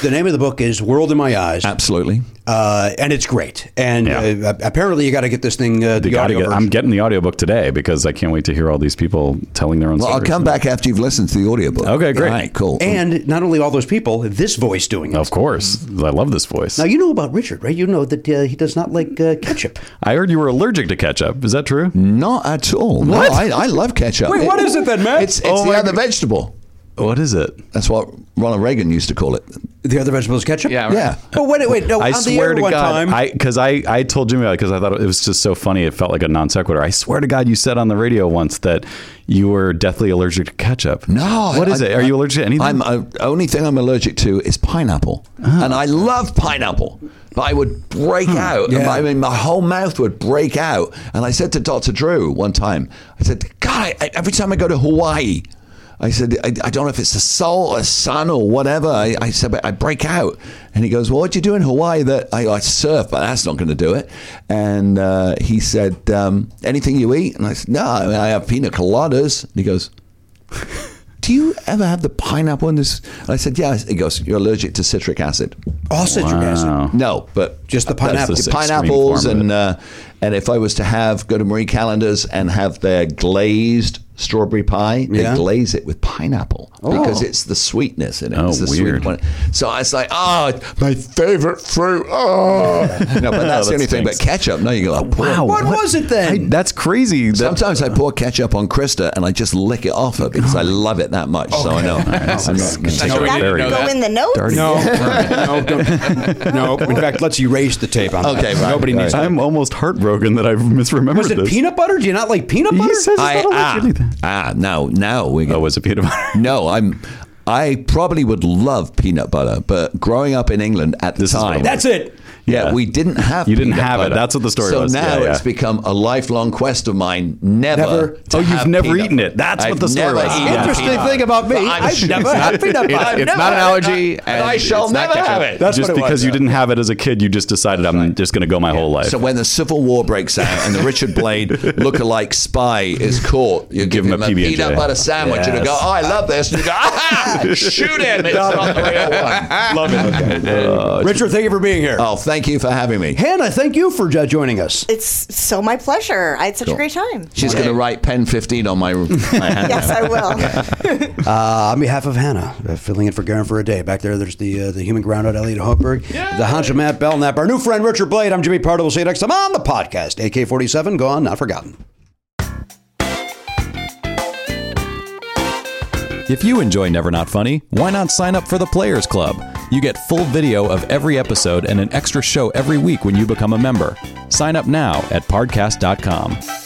The name of the book is World in My Eyes,
Absolutely.
uh, and it's great. And
Yeah.
uh, apparently, you got to get this thing. Uh, the
You gotta
audio
get- I'm
version.
getting the audiobook today because I can't wait to hear all these people telling their own
Well, I'll
stories.
come back after you've listened to the audiobook.
Okay, great.
All right, cool.
And not only all those people, this voice doing it.
Of course. I love this voice.
Now you know about Richard, right? You know that uh, he does not like uh, ketchup.
I heard you were allergic to ketchup. Is that true?
Mm.
Not at all. What? No, I, I love ketchup.
Wait, what is it then, Matt?
It's, it's
Oh,
the
I-
other vegetable.
What is it?
That's what Ronald Reagan used to call it.
The other vegetable is ketchup.
Yeah, right.
Yeah.
Oh wait, wait, no.
I
on the
swear
air
to
one
God,
time,
I because I, I told Jimmy because I thought it was just so funny. It felt like a non sequitur. I swear to God, you said on the radio once that you were deathly allergic to ketchup.
No.
what
I-
is it? Are you allergic to anything?
I'm uh, only thing I'm allergic to is pineapple,
Ah.
and I love pineapple. But I would break
Hmm.
out.
Yeah.
I mean, my whole mouth would break out. And I said to Dr. Drew one time, I said, "God, I, I- every time I go to Hawaii." I said, I, I don't know if it's the sol or sun or whatever. I, I said, but I break out. And he goes, Well, what do you do in Hawaii? That I, I surf, but that's not going to do it. And uh, he said, um, Anything you eat? And I said, No, I, mean, I have pina coladas. And he goes, do you ever have the pineapple in this? And I said, yeah. He goes, you're allergic to citric acid.
all citric acid.
No, but
Just the
That's
pineapple.
the
extreme
pineapples,
form of
and uh, and if I was to have go to Marie Callender's and have their glazed strawberry pie,
Yeah.
they glaze it with pineapple because it's the sweetness in it.
Oh,
it's the
weird.
Sweet one. So I was like, oh, my favorite fruit.
[laughs]
Oh, no, but that's
That
the only thing. But
stinks.
ketchup. No, you go like, wow.
What, was it
I-
then?
that's crazy. That,
Sometimes I pour ketchup on Krista and I just lick it off her because I
Oh.
love it that much. So I know.
That's-
I'm
that's-
not-
that's
No, we didn't
very
know
good.
Go in the
[laughs]
notes.
no, no,
[laughs]
don't- no. In fact, let's erase the tape on
Okay,
that.
right,
Nobody needs.
right.
I'm almost heartbroken that I've misremembered
Was it
this.
peanut butter? Do you not like peanut butter?
He says it's
I,
not allergic to anything.
ah, ah, no, now we
Oh,
go.
was it peanut butter?
No, I'm. I probably would love peanut butter, but growing up in England at the
This is
time,
what-
That's it.
[laughs] yeah,
Yeah.
we didn't have.
You didn't
peanut
have it.
butter.
That's what the story
so
was.
So now
Yeah, yeah.
it's become a lifelong quest of mine. Never.
Never-
to
Oh, you've
have
never
peanut
eaten
butter.
it. That's what
I've
the story
never
was.
eaten
Yeah.
Interesting
peanut
thing
butter.
about me,
But I'm
I've
sure
never
it's
had
not-
peanut butter.
It's, it's
Never.
not an allergy,
And I
it's
shall
not
never
ketchup.
have it. That's
just
what it was,
because you
yeah.
didn't have it as a kid, you just decided I'm just going to go my whole life. [laughs]
So when the Civil War breaks out and the Richard Blade lookalike spy is caught, you give,
him
him
a
a,
PB&J.
peanut butter sandwich and you go,
Yes.
oh, I love this. And you go, ah, shoot him. It's not the
[laughs]
real one.
Love it. Uh,
Richard, thank you for being here.
Oh, thank you for having me.
Hannah, thank you for uh, joining us.
It's so my pleasure. I had such a great time.
She's going to write pen 15 on my, my hand.
[laughs]
Yes, I will.
Uh, on behalf of Hannah, uh, filling in for Garen for a day. Back there, there's the uh, the human groundhog, Elliot Hopeberg, the honcho Matt Belknap, our new friend Richard Blade. I'm Jimmy Pardo. We'll see you next time on the podcast. AK 47, gone, not forgotten.
If you enjoy Never Not Funny, why not sign up for the Players Club? You get full video of every episode and an extra show every week when you become a member. Sign up now at podcast.com.